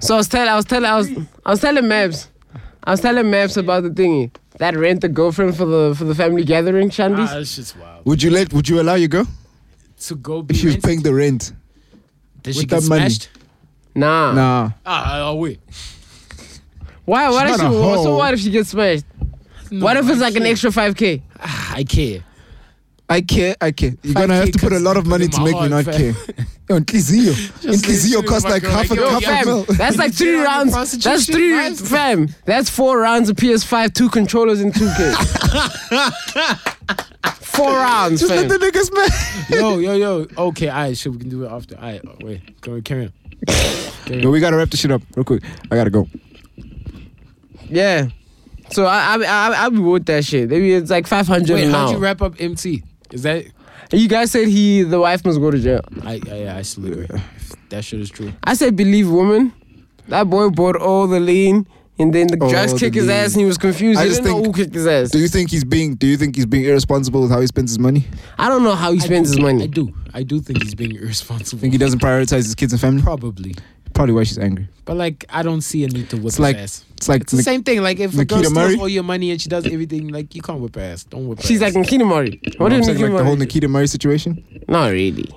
so I was telling, I was telling, I was, I was telling Maps, I was telling Maps about the thingy that rent a girlfriend for the for the family gathering, Shandis.
that's just Ah, wild.
Would you let? Would you allow your girl
To go be
if she was
rented,
paying the rent?
did
with that money.
Nah.
Nah.
Ah, oh wait.
Why? What
She's
if she?
not a hoe.
So what if she gets smashed? what if it's like an extra five k?
I care.
I care, I care. You're gonna
5K
have to put a lot of money
in
to
my
make me
heart,
not
fam.
care. Yo, Inquisio. Inquisio
literally
cost
my
like
girl,
half a
like, yo,
half a
fam,
mil.
That's like three
You're
rounds. That's
prostitution,
three,
right?
fam. That's four rounds of PS5, two controllers, and two kids. four rounds,
Just
fam.
let the niggas man.
yo, yo, yo. Okay, alright, shit, we can do it after. Alright, oh, wait. Go carry on.
Yo, we gotta wrap this shit up real quick. I gotta go.
Yeah. So I I I I be with that shit. Maybe it's like five hundred
Wait,
now.
how'd you wrap up MT? Is that
You guys said he the wife must go to jail.
I I, I salute her. If That shit is true.
I said believe woman. That boy bought all the lean and then the judge
the
kicked his
lean.
ass and he was confused.
I
he
just
didn't know
think-
who kicked his ass.
Do you think he's being? Do you think he's being irresponsible with how he spends his money?
I don't know how he spends his
I
money.
do. I do think he's being irresponsible.
Think he doesn't prioritize his kids and family?
Probably.
Probably why she's angry.
But like, I don't see a need to whip
It's like
his ass.
it's like
It's the same thing. Like if a girl
Nikita
steals
Murray?
all your money and she does everything, like you can't whip her ass. Don't whip her.
She's
ass.
like Nikita Mori. What
you know what
did
I'm saying?
Nikita
like the whole
Mori?
Nikita Murray situation.
Not really.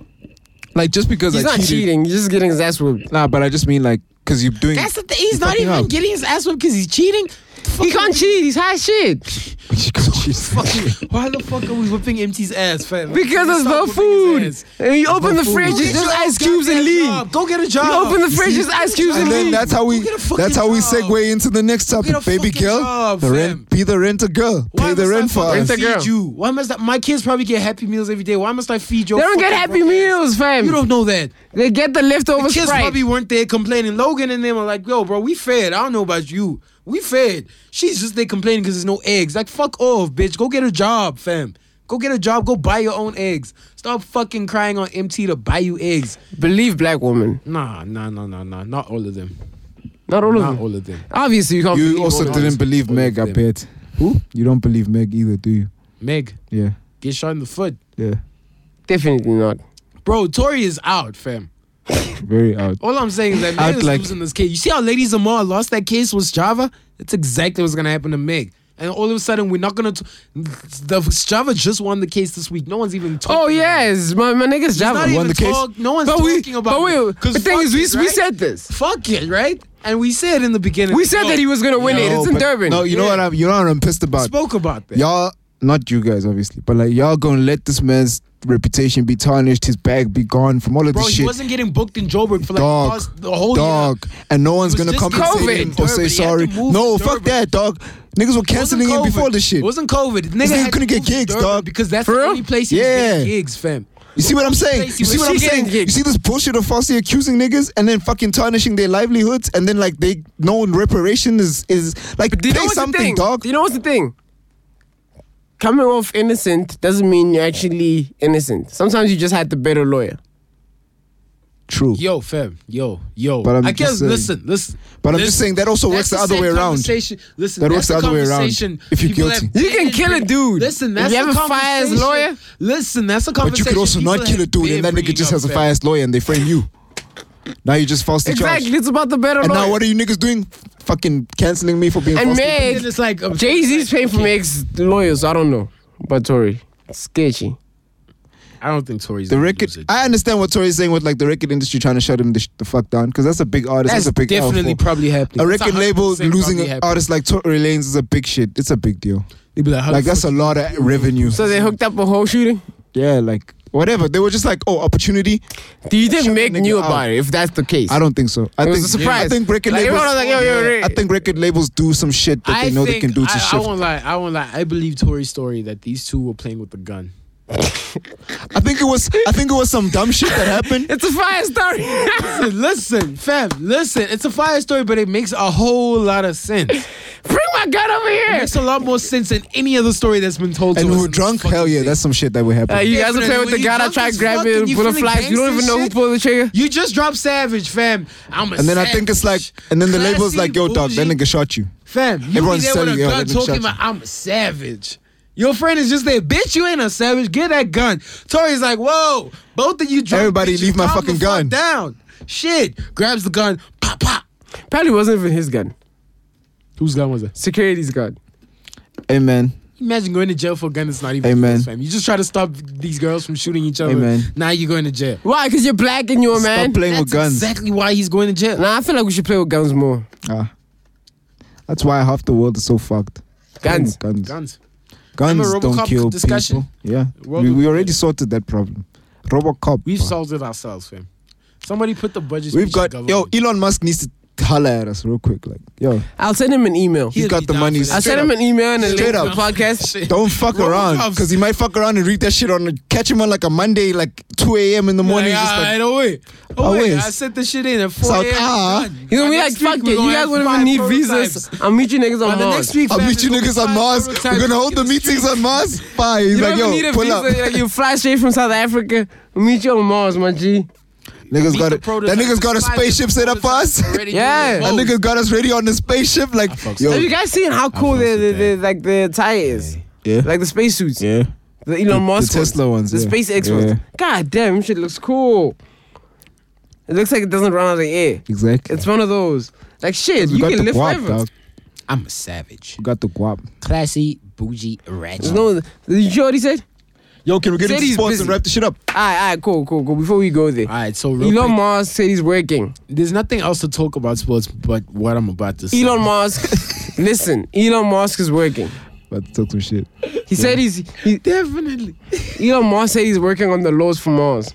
Like just because
He's
I
not
cheated.
cheating. He's just getting his ass whipped.
Nah, but I just mean like because you're doing.
That's the thing. He's not
fucking
even
up.
getting his ass whipped because he's cheating.
He can't cheat. He's high shit.
Fucking, why the fuck are we whipping MT's ass, fam?
Because there's no
Stop whipping
food.
his ass.
And you open the fridge,
Get
it's just
your
ice
goddamn
cubes and lean.
job. Go get a job.
You open the fridge,
see?
it's ice cubes
And
and
then
lean.
that's how we.
Go get a fucking
That's how we
job.
segue into the next
get a
topic, baby
fucking
girl.
job,
the
fam.
rent, be the renter girl. Pay the
must I
rent for
fucking
us.
Rent a
feed
girl.
you? Why must I, my kids probably get happy meals every day? Why must I feed your?
They don't get
fucking
happy
broke ass?
meals, fam.
You don't know that.
They get the leftover
The kids
Sprite.
probably weren't there complaining. Logan and them are like, yo, bro, we fed. I don't know about you. We fed. She's just there complaining because there's no eggs. Like, fuck off, bitch. Go get a job, fam. Go get a job. Go buy your own eggs. Stop fucking crying on MT to buy you eggs.
Believe black woman.
Nah, nah, nah, nah, nah. Not all of them.
Not all
Not
of them.
all of them.
Obviously, you can't believe
You
all
also
of them.
didn't believe Meg, I
them.
bet. Who? You don't believe Meg either, do you?
Meg,
Yeah,
get shot in the foot.
yeah.
Definitely not.
Bro, Tori is out, fam.
Very out.
All I'm saying is that
Out
Meg is
like-
losing this case. You see how Lady Zamar lost that case with Java? That's exactly what's gonna happen to Meg. And all of a sudden, we're not gonna. T- the Java just won the case this week. No one's even talking.
Oh
about it.
yes, my my niggas
It's not
Java.
even
the case.
talk- No one's
But we,
talking about.
but
it.
we,
'Cause
the thing
fuck
is, we
it,
we
right?
said this.
Fuck it, right? And we said in the beginning.
We said
yo,
that he was gonna win it. It's in
but-
Durban.
No, you know
Yeah.
what I'm. You know what I'm pissed about.
spoke about that.
Y'all, not you guys, obviously, but like y'all gonna let this man's reputation be tarnished, his bag be gone from all of
Bro,
this
he
shit.
wasn't getting booked in Joburg for like
Dog,
the past- the whole year.
dog, and no one's
It was
gonna
just
compensate him
COVID.
or
Durban,
say
he had
sorry.
to move
No,
to
fuck
Durban.
that, dog. Niggas were
Wasn't
canceling him
COVID.
before this shit.
It wasn't COVID. Nigga
nigga
had to
couldn't get
move to
gigs,
Durban
dog.
Because that's
For
the
real?
only place he was
Yeah.
getting gigs, fam.
You see what I'm saying?
place he
You see
was
what I'm
getting
saying? You
gigs.
see this bullshit of falsely accusing niggas and then fucking tarnishing their livelihoods and then like they no reparation is is like
Do you know
pay
what's the
something,
thing?
dog.
Do you know what's the thing? Coming off innocent doesn't mean you're actually innocent. Sometimes you just had the better lawyer.
True.
Yo, fam. Yo, yo.
But I'm
I
just
guess
saying-
listen, listen.
But I'm
listen.
just saying that also works the
That's
other way
same
around.
conversation- Listen,
That
that's
works the other way around,
conversation
if you're
people
guilty.
have
You can
been
kill a
bring-
dude.
Listen,
If
that's
you
the
have a fire-ass
conversation-
lawyer-
Listen, that's the
But you
conversation.
could also
people
not kill a
have
dude
been
and that nigga
bringing
just
up,
has a
fam.
fire ass lawyer and they frame you. Now you just falsely
Exactly.
charged.
It's about the better
And
lawyer.
now what are you niggas doing? Fucking canceling me for being
and
falsely.
And then
Meg,
it's like um,
Jay Z's paying for Meg's lawyers. I don't know, but Tori, sketchy.
I don't think Tory's
the
gonna
record.
lose it.
I understand what Tori's saying with like the record industry trying to shut him the, sh- the fuck down because that's a big artist. That's,
That's
a big L
definitely
for-
probably happening.
a
That's
record label losing
100% probably
an
happening.
artist like Tory Lanez is a big shit. It's a big deal.
They'd be like, how
Like
the
that's
fuck
a lot of revenue.
So they hooked up a whole shooting.
Yeah, like whatever. They were just like, oh, opportunity.
Do you think
Shut the
Meg
nigga
knew
out.
about it? If that's the case,
I don't think so. I
It was
think
a surprise.
I think record
Like,
labels.
everyone was like, yo, yo, yo.
I think record labels do some shit that
I
they know
think,
they can do to
I,
shift.
I won't lie. I won't lie. I believe Tori's story that these two were playing with the gun.
I think it was. I think it was some dumb shit that happened.
It's a fire story.
Listen, listen, fam, listen. It's a fire story, but it makes a whole lot of sense. It
Bring my gun over here.
makes a lot more sense than any other story that's been told
and
to
we
us.
were
in this
drunk.
fucking
Hell yeah,
thing.
that's some shit that would happen.
Uh, you guys are
Definitely.
playing with the
When you
gun. I
drunk
try
as
to grab
fuck
it,
and you
pull the
feeling
flash. You don't even
gangsta
know who
shit.
pulled the trigger.
You just dropped Savage, fam. I'm a
and then I think it's like, and then the label's like, yo, dog, that
then
nigga shot you.
Fam, you
Everyone's
be there
telling
with a
you, yo,
gun
that nigga
talking
shot
about I'm a savage. Your friend is just there, bitch. You ain't a savage. Get that gun. Tori's like, whoa, both of you. Drunk,
Everybody
bitches,
leave my
calm
fucking
the fuck
gun.
down. Shit, grabs the gun. Pop, pop.
Probably wasn't even his gun.
Whose gun was it?
Security's gun.
Amen.
Imagine going to jail for a gun that's not even
Amen.
yours, fam. You just try to stop these girls from shooting each other.
Amen.
Now you're going to jail.
Why? Because you're black and you're a man.
Stop playing
That's
with guns.
exactly why he's going to jail.
Nah, I feel like we should play with guns more.
Ah. That's why half the world is so fucked. Playing
Guns.
with Guns.
Guns.
Guns
Remember
don't
RoboCop
kill
discussion?
people. Yeah.
World
We, we
of-
already sorted that problem. RoboCop.
We've
bro.
solved it ourselves, fam. Somebody put the budget.
We've got yo. Elon Musk needs to
holler at us real quick. Like, yo,
I'll send him an email.
He's got the money.
I'll send him an email and a link to
Straight
the
up.
podcast.
Don't fuck
Roll
around
cuffs.
because he might fuck around and read that shit on catch him on like a Monday, like 2 a.m. in the morning.
Like,
just
ah,
like,
I know it.
Oh,
Oh, wait,
wait.
I sent the shit in at 4
South
a.m.
Ah.
done.
He's gonna be
By
like,
next
fuck
week,
it.
we're
You
gonna
guys
have
won't
five
even need
prototypes.
visas. I'll meet you niggas
By
on
the
Mars.
next week,
I'll
fam,
meet you
there'll be
niggas on
five
Mars. We're
prototypes.
gonna hold the
Give us
meetings on Mars. Bye. He's
You
like,
don't even
yo,
need a
pull
visa.
up.
Like, you fly straight from South Africa. We'll meet you on Mars, my G.
Niggas got
Beat the
it. That
prototype.
nigga's got a
Five
spaceship set up for us.
prototypes
That
already
Yeah.
doing it.
nigga's got us ready on the spaceship. Like,
Have
yo,
you guys seen how cool the, the, the like the attire is?
Yeah.
Like the spacesuits.
yeah,
The Elon
the
Musk
Tesla ones,
The
yeah.
SpaceX
Yeah.
ones. God damn, shit looks cool. It looks like it doesn't run out of air.
exactly.
It's one of those. Like shit,
We
you
got
can
the
live
guap,
forever.
dog.
I'm a savage.
We got the guap.
Classy, bougie, ratchet.
There's no. You sure what he said?
Yo, can we get
Said
into
he's
sports
busy.
and wrap the shit up?
Alright, alright, cool, cool, cool. Before we go there,
All right, so real
Elon
quick,
Musk said he's working.
there's nothing else to talk about sports but what I'm about to say.
Elon Musk, listen, Elon Musk is working.
About to talk some shit.
He said he's. He,
Definitely.
Elon Musk said he's working on the laws for Mars.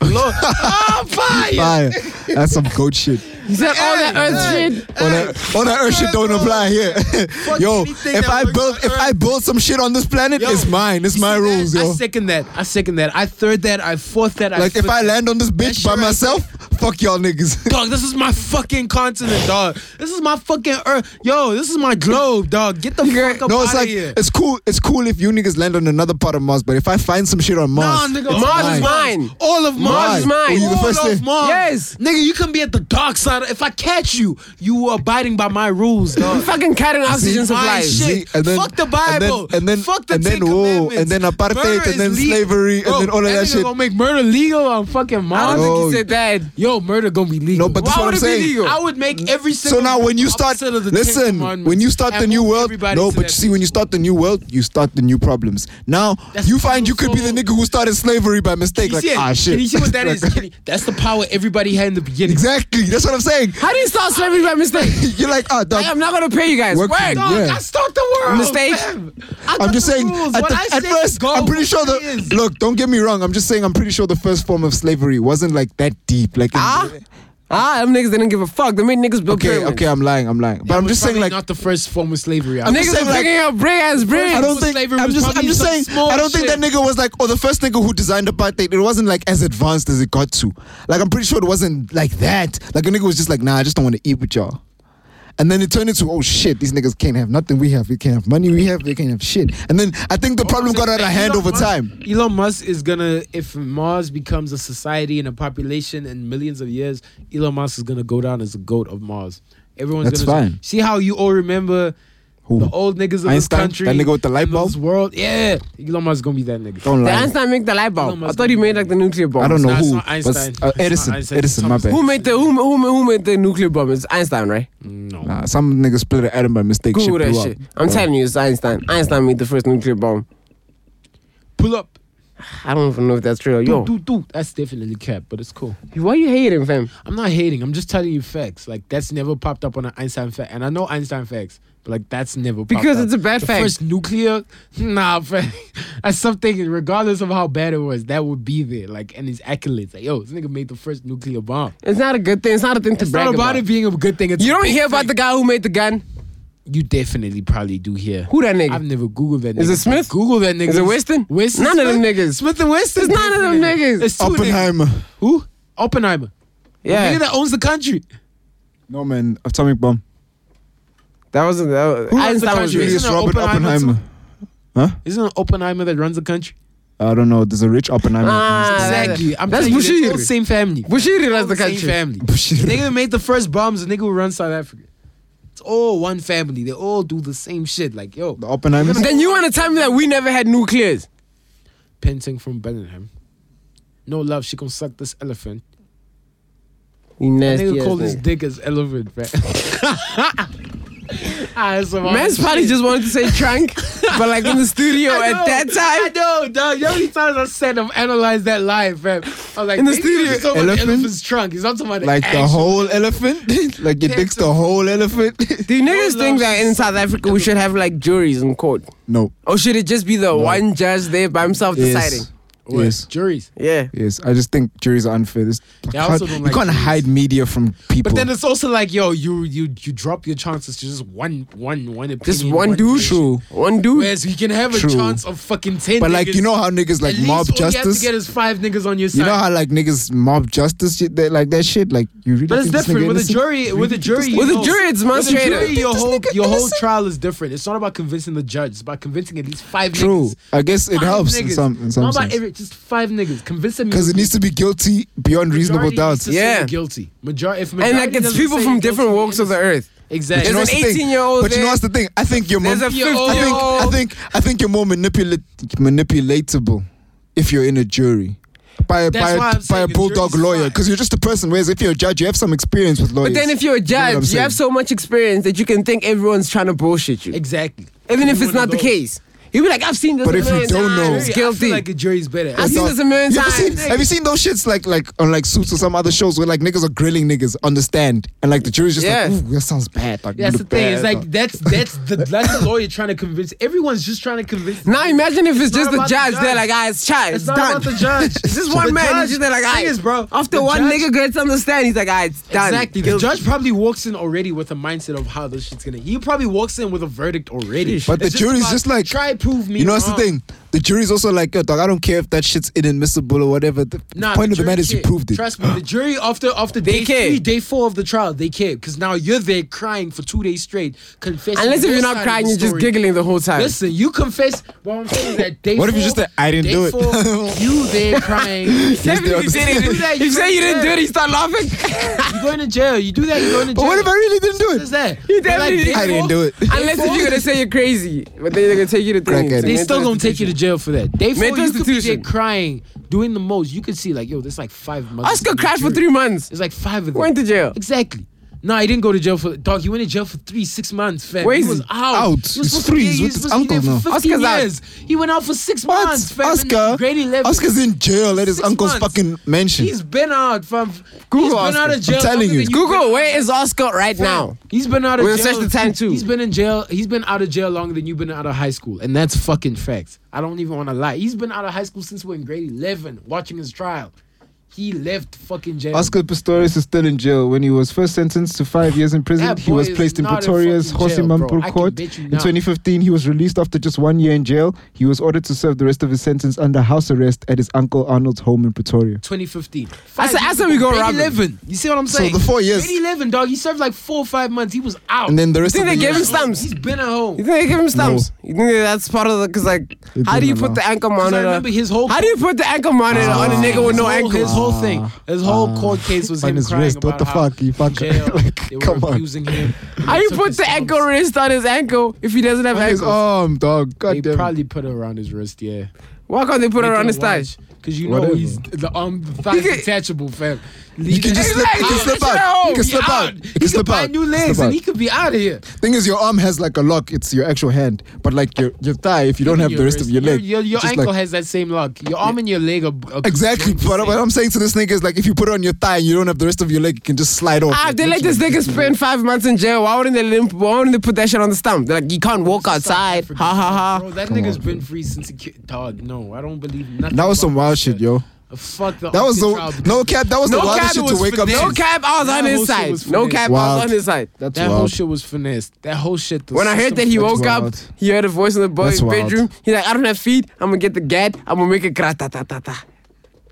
Lord. oh, fire.
Fire. That's some goat shit.
He said all that Earth shit.
All that, all that earth shit don't apply here. yo,
anything
if
that
I
works
build
on
if
Earth.
I build some shit on this planet,
Yo,
it's mine. It's
you
my
see that?
rules,
I
yo.
second that. I second that. I third that. I fourth that. I
Like if
fifth
I
that.
land on this bitch by
sure I-
myself, fuck y'all niggas.
Dog, this is my fucking continent, dog. This is my fucking earth. Yo, this is my globe, dog. Get the fuck up
No,
out
it's like
here.
it's cool. It's cool if you niggas land on another part of Mars, but if I find some shit on
Nah,
Mars,
nigga,
it's
Mars is mine.
All of
Mars
Mars
is mine.
you the
All
first
of
thing?
Mars.
Yes.
Nigga, you can be at the dark side. If I catch you, you were abiding by my rules, dog.
Fucking cutting oxygen
my
supplies.
shit.
See, and then-
fuck the
and then-
Bible.
and then-
fuck the
and
Ten
then, whoa,
Commandments.
and then apartheid,
Murder
and then
is legal.
slavery, and
Bro,
then all of that
nigga
shit.
gonna make murder legal on fucking
I
Mars.
don't
Oh.
think he said that.
Yo, murder gonna be
No,
legal.
but that's
Why
what
would
I'm
it be
saying.
legal?
I would make every
So
single.
now, when you start,
opposite of the Ten
listen.
Commandments
When you start the
and
new
move
world,
everybody
no,
to
but you
that
see, when you start the new world, you start the new problems. Now
That's
you find you could be the
so-
nigga who started slavery by mistake.
Can
Like
you see it?
ah shit.
Can you see what that is?
Like,
Can you- that's the power everybody had in the beginning.
exactly. That's what I'm saying.
How do you start slavery by mistake?
You're like ah
Like,
dog.
I'm not gonna pay you guys. Work.
Work for me.
Dog,
Yeah.
I start the world.
Mistake.
fam. I got
I'm just
the
saying.
rules.
At,
What
the-
I
at
say
first,
go,
I'm pretty sure
it
the
is.
look. Don't get me wrong. I'm just saying. I'm pretty sure the first form of slavery wasn't like that deep. Like in-
Ah, ah, them niggas didn't give a fuck. They made niggas build
okay,
pyramids.
okay. I'm lying. I'm lying. But I'm
It was
just saying
probably
like.
not the first form of slavery. I
I'm
would
just
Niggas
saying,
are
like-
bringing up brick ass bricks.
I don't
Forms of
think
slavery
I'm
was
just I'm
probably
just
some
saying
small
I don't think that
shit.
nigga was like or the first nigga who designed apartheid it wasn't like as advanced as it got to like I'm pretty sure it wasn't like that like a nigga was just like nah I just don't want to eat with y'all and then it turned into oh shit these niggas can't have nothing we have we can't have money we have they can't have shit and then I think the
Oh,
problem got out of hand
Elon
over
Musk-
time
Elon Musk is gonna, if Mars becomes a society and a population in millions of years, Elon Musk is gonna go down as the goat of Mars. Everyone's
That's
gonna
fine.
see how you all remember
Who?
the old niggas of this
Einstein?
country.
That nigga with the light
and
bulb?
This world, yeah. Elon Musk is gonna be that nigga.
don't
Did
lie
Einstein make the light
Elon
bulb? I
Musk
thought he
made
made
it.
like the nuclear bomb.
I don't know
Nah, it's
who
not
but
Einstein.
uh,
It's not
Edison
Einstein.
Edison my
Thomas-
bad
Who made the who who who made the nuclear bomb? It's Einstein, right?
No.
nah some nigga split an atom by mistake shit
Google that
blew up.
shit.
Oh.
I'm telling you, it's Einstein. Einstein made the first nuclear bomb.
Pull up.
I don't even know if that's true.
Do,
Yo,
do, do. That's definitely cap, but it's cool.
why you hating, fam?
I'm not hating. I'm just telling you facts. Like that's never popped up on an Einstein fact, and I know Einstein facts, but like that's never popped
Because
up.
it's a bad
the
fact.
First nuclear, nah, fam. that's something. Regardless of how bad it was, that would be there. Like and his accolades, like yo, this nigga made the first nuclear bomb.
It's not a good thing. It's not a thing to
It's
brag
not about
about.
it being a good thing. It's
You
a
don't
big
hear about the
thing.
guy who made the gun.
You definitely probably do hear.
Who that nigga?
I've never googled that. nigga.
Is it Smith?
Google that nigga.
Is it Winston?
Winston.
None of them
Smith?
niggas.
Smith and Winston.
It's none of them
definitely.
niggas.
It's two niggas.
Oppenheimer
Who? Oppenheimer. The nigga
Yeah,
that owns the country.
no man atomic bomb
that was that was-
Who was the
Einstein was
country?
rich.
Julius
Isn't it
Robert
Oppenheimer
Oppenheimer
Isn't it Oppenheimer that runs the country?
I don't know there's a rich Oppenheimer
Ah,
Exactly. I'm
That's
telling you, they're
Bushiri.
all the same family.
Bushiri
All
runs the
same
country.
family. nigga that made the first bombs, the nigga who runs South Africa. It's all one family. They all do the same shit. Like, yo,
the Oppenheimer
Then you want to tell me that we never had nuclears?
painting from Bellingham. No love, she gonna suck this elephant.
You
That
nasty
nigga
ass
called his
nigga.
dick as elephant, man. Ah, that's some
Man's
hard
probably
shit.
just wanted to say trunk, but like in the studio
I
at
know,
that
I
time,
know, dog. You know how many times I said I've analyzed that live, fam? I was like,
In the
nigga, he's
studio,
talking about the
elephant?
elephant's trunk. He's not talking about the
like the
actual
whole elephant like your
Yeah,
dick's
it's
the whole elephant
do you niggas
no,
think that in South Africa we should have like juries in court?
no
Or should it just be the one judge there by himself
Yes.
deciding?
Or
Yes.
juries.
Yeah.
Yes, I just think juries are unfair. This,
Yeah, I also don't like
you can't
juries.
hide media from people.
But then it's also like, yo, you you you drop your chances to just one one one opinion.
Just one dude.
issue.
One dude.
Whereas you can have a
True.
chance of fucking ten.
but like you
niggas.
know how niggas like
At least
mob
all You have to
justice.
get is five niggas on your side.
You know how like niggas mob justice shit, that like that shit. Like you really.
But it's
think this
different
nigga
with a
innocent?
jury. With a jury, you
With a
know-
jury, it's much
with a jury,
straighter.
your
This
whole
nigga
your whole
innocent.
trial is different. It's not about convincing the judge. It's about convincing at least five.
True.
niggas.
I guess it
Five
helps in
niggas.
some in some
not about
sense
every, just five niggas. Convince them
because it needs to be guilty beyond reasonable doubt.
Yeah.
guilty. Majority, if
and
majority
like it's
doesn't
people
say
from
guilty,
different walks of the earth.
Exactly.
There's
You know
an
what's the thing?
18-year-old
But you know
there.
what's the thing? I think you're more.
There's a
Yo, yo.
50
I
year
think I
old.
think I think you're more manipula- manipulatable if you're in a jury. By a,
That's
by,
why
a,
I'm
by
saying
a
the
bulldog
jury's
lawyer,
fine.
because you're just a person. Whereas if you're a judge, you have some experience with lawyers.
But then if you're a
know what I'm
judge, you have
saying?
so much experience that you can think everyone's trying to bullshit you.
Exactly.
Even if
Every one
it's not
of
the
those.
case. You'll be like, I've seen this.
But
a
if you
million
don't know-
times.
Jury,
It's
I feel
guilty.
like a jury's better.
I've seen
Dog.
this a million
you ever seen-
times.
have you seen those shits like like on like suits or some other shows where like niggas are grilling niggas on the stand and like the jury's just
Yeah.
like, ooh, that sounds bad. Like,
That's the thing. It's
bad,
like that's that's the that's the lawyer trying to convince. Everyone's just trying to convince.
Now imagine if it's,
not
just the
about the
judge. They're
judge.
like, ah, it's child. It's,
It's not
done.
about the judge.
It's just one
The
man.
judge-
He's just like,
thing
ah,
is, bro,
After
the
one
judge-
nigga gets on the stand, he's like, ah, it's done.
Exactly. The
Guilty.
judge probably walks in already with a mindset of how this shit's gonna. He probably walks in with a verdict already.
But the
It's
jury's
about,
just like-
try prove me.
You know what's the
wrong."
thing? The jury's also like, yo, dog, I don't care if that shit's inadmissible or whatever. The
Nah,
point of the
jury
matter is you
care.
proved it.
Trust me, the jury after after day
care.
three, day four of the trial, they care because now you're there crying for two days straight, confessing.
Unless if
your
you're
side
not
of
crying,
the
you're just
story.
giggling the whole time.
Listen, you confess. Well, I'm saying is that day.
What if you
four-
just said, "I didn't
day
do it."
four, you there crying?
Tell me
the
you did
Do
it.
that,
You
you
say you didn't do
said.
it, you start laughing.
You going to jail? You do that? You going to jail?
But what if I really didn't do
Is
it?
that?
You
But, like,
definitely-
day
I didn't
four-
do it.
Unless if you're gonna say you're crazy, but then they're gonna take you to
Crack
things.
at it.
They still gonna take you to jail for that. They four,
Mental
you could be there
institution.
crying, doing the most. You could see like, yo, there's like five months.
Oscar
in the
cried for
jury.
three months.
There's like five of them.
Went to jail.
Exactly. No, he didn't go to jail for dog. He went to jail for three, six months, fam.
Where is
he was
he?
out.
Out.
He
He's
was supposed to
free.
be-
He's
he was
with his
supposed to be
uncle
there for
now.
15
Oscar's out.
years. He went out for six
What?
months, fam. in
Oscar?
Grade 11.
Oscar's in jail at his
Six
uncle's
months.
fucking mansion.
He's been out, fam.
Google
He's been
Oscar.
out
I'm
of jail.
telling
longer
you.
than you've
Google,
been-
where is Oscar right now?
He's been out of
We'll
jail.
search the time too.
He's been in jail. He's been out of jail longer than you've been out of high school, and that's fucking facts. I don't even want to lie. He's been out of high school since we we're in grade eleven, watching his trial. He left fucking jail.
Oscar Pistorius is still in jail. When he was first sentenced to five years in prison,
That
he
boy
was
is
placed in
not in
Pretoria's
fucking
Jose
jail, bro.
Mampur
I can
court. In
bet you not.
2015, he was released after just one year in jail. He was ordered to serve the rest of his sentence under house arrest at his uncle Arnold's home in Pretoria.
2015.
I
Five
said- I
years
said
ago,
we go
grade
rob him.
11. You see what I'm
So
saying?
the four years.
Grade 11, dog. He served like four or five months. He was out.
And then the rest
Think
of
they
the
gave
year-
him stumps?
He's been at home.
You think they give him stumps? You think that that's part of the? Cause like,
It
how do you
doesn't
put
allow.
the ankle
Because I
monitor?
remember his whole
How do you put the ankle monitor on a nigga with no
his whole,
ankle?
His whole thing, his whole court case was
On
him
his
crying
wrist, what
about
the
how
fuck, you
in
fuck-
jail,
like,
they
come
were
on.
abusing him. and
How
they
you
took
put
his
the
thumbs.
ankle wrist on his ankle if he doesn't have
On his
ankles?
arm, dog.
They
God damn.
probably put it around his wrist, yeah.
Why can't they put it on his thigh?
Because you know
Whatever.
he's the arm the thigh's
can-
detachable, fam.
You can just slip, you can slip out. You can slip out. You
He
can
could
slip
buy
out.
new legs
Slip
and
out.
he could be out of here.
Thing is, your arm has like a lock. It's your actual hand, but like your your thigh. If you don't have
Your
the rest of
wrist-
your leg,
Your, your
it's just
ankle
like-
has that same lock. Your arm and your leg are, are
Exactly,
joined the
but
same.
what I'm saying to this nigga is like, if you put it on your thigh and you don't have the rest of your leg, you can just slide off.
Ah, if
Like,
they let this
literally.
nigga spend five months in jail, why wouldn't they limp? Why wouldn't they put that shit on the stump? They're like, you can't walk outside. Ha ha
Bro,
ha.
that nigga's been free since a kid. Dog, no, I don't believe nothing.
That was
about
some wild
this
shit, yo.
Fuck the
That was
Austin trial
the
because
no cap. That was the
No
wildest
cap,
shit
it
to
was
wake up
finesse.
No
to.
cap, I was
That
on
whole
his
shit
side.
was
No
finesse.
cap, I
Wild.
was on his side.
That's
That whole
wild.
shit was finessed. That whole shit. the
When I heard
system
that he
fucked
woke
him.
up,
wild.
he heard a voice in the boy's
That's wild.
bedroom. He's like, I don't have feet. I'm gonna get the gat. I'm gonna make a gratatatata.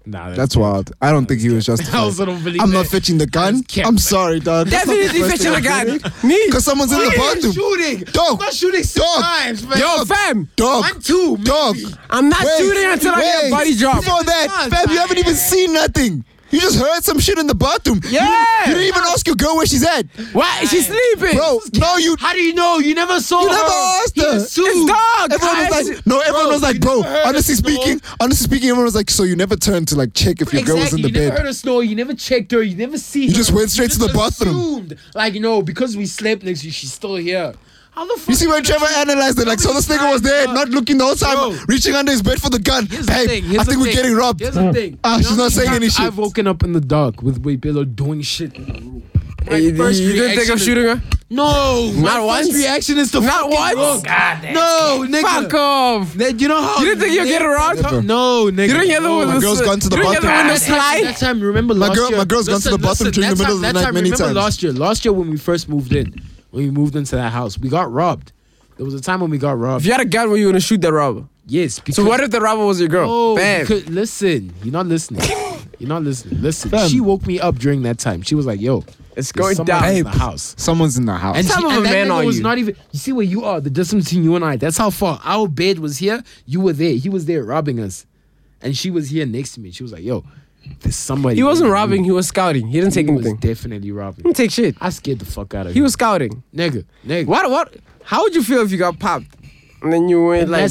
Nah,
That's wild. I don't think he was justified.
I also don't believe
I'm not
that.
fetching the gun.
That's cap,
I'm
man.
sorry, dog. That's not the
Definitely
first
fetching a
thing I
gun.
did.
Me.
'Cause someone's in the
Why are you
bathroom.
shooting.
Dog.
I'm not shooting six
Dog.
times, man.
Yo, fam.
Dog.
One, two,
Dog.
maybe.
I'm not
Wait,
shooting until I get a
wait.
body drop.
Before that,
Come on,
fam, you haven't even seen nothing. You just heard some shit in the bathroom. You didn't-
Yeah.
You didn't even ask your girl where she's at,
Why? She's sleeping.
bro. No, you
How do you know? You never saw
You
her.
never asked
He
her.
assumed.
It's dog.
Everyone
I-
was like, no, everyone
Bro,
was like,
you
bro,
never heard us
honestly
snore?
speaking, honestly speaking, everyone was like, so you never turned to like check if your girl was in the
you never heard
bed.
her snore. You never checked her. You never see. You
just went straight to the
just
bathroom.
Assumed. Like no, because we slept next to you, she's still here. How the fuck?
You see when Trevor analyzed it, like, so this nigga was there, not looking the whole time,
Bro.
reaching under his bed for the gun.
Here's
Babe,
the thing. Here's
I
the
think we're
thing.
getting robbed.
Here's the thing.
Ah,
You know
she's
how
not
many
saying any
times
shit.
I've woken up in the dark with Wade Baylor doing shit in the room. My
Hey, you
first
you didn't think
reaction
of
is-
shooting her?
No,
Not
my first
once?
reaction is to
Not
fucking
once?
look.
God damn.
No, nigga.
Fuck off.
That- you know how
You didn't think you'd get around?
No, nigga. Oh
You don't hear the
No.
one
Oh, my girl's gone to the
you don't hear
bathroom.
one
That
that's
time,
slide.
that time, remember last
girl-
year.
my girl's gone to the bathroom during the
that
middle of the
time- that
night
time,
many
remember
times.
Last year, last year when we first moved in, when we moved into that house, we got robbed. There was a time when we got robbed.
If you had a gun, were you gonna shoot that robber?
Yes. Because,
So what if the robber was your girl?
Oh,
Bam.
because- listen, you're not listening. You're not listening. Listen, she woke me up during that time. She was like, "Yo,
it's
there's
going
someone
down.
in the house."
Someone's in the house.
And,
Some
she,
of
and
a
that
man
nigga
are
was
you.
not even. You see where you are, the distance between you and I. That's how far our bed was here. You were there. He was there robbing us, and she was here next to me. She was like, "Yo, there's somebody."
He wasn't
in the
robbing.
room."
He was scouting. He didn't take
He was
anything. He
definitely robbing.
didn't take shit.
I scared the fuck out of him.
He was scouting.
nigga, nigga.
What? What? How would you feel if you got popped and then you
In
went like?
that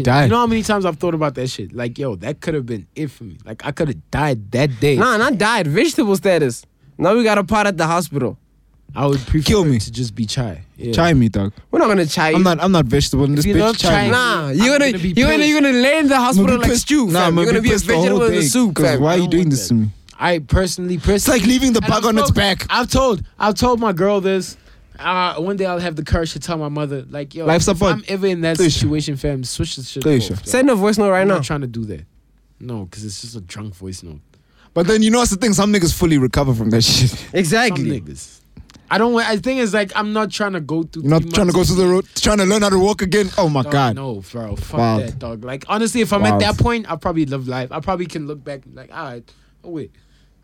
I died.
you know how many times I've thought about that shit. Like, yo, that could have been it for me. Like, I could have died that day.
Nah, not died. Vegetable status. Now we got a part at the hospital.
I would prefer
Kill me.
to just be chai. Yeah.
Chime me, dog.
We're not gonna chai.
I'm not. I'm not vegetable in this
you
bitch.
love
Chime me.
China-
Nah,
I'm
you're gonna,
gonna be
you're gonna
pissed.
you're gonna lay in the
I'm gonna
hospital
be
like
pissed.
stew.
Nah,
fam.
I'm
you're gonna be a
pissed the whole
vegetable in the
day,
soup.
'cause
Fam.
Why are you
don't
doing
want
this
that.
to me?
I personally, personally,
It's like leaving the
And
bug
I've
on its
told-
back.
I've told, I've told my girl this. Uh, one day I'll have the courage to tell my mother, like, yo,
Life
if
support.
I'm ever in that
Pleasure.
situation, fam, switch this shit.
Pleasure.
Off,
Send a voice note right
I'm
now.
not trying to do that. No, because it's just a drunk voice note.
But then you know what's the thing? Some niggas fully recover from that shit.
Some
Exactly.
niggas. I don't. wa- I think it's like I'm not trying to go through.
You're not
three
trying to go
months
to
of
the road, trying to learn how to walk again. Oh my
Dog,
god.
No, bro. Fuck
Wild.
that, dog. Like, honestly, if I'm at
Wild.
that point, I probably live life. I probably can look back and be like, all right, oh, wait,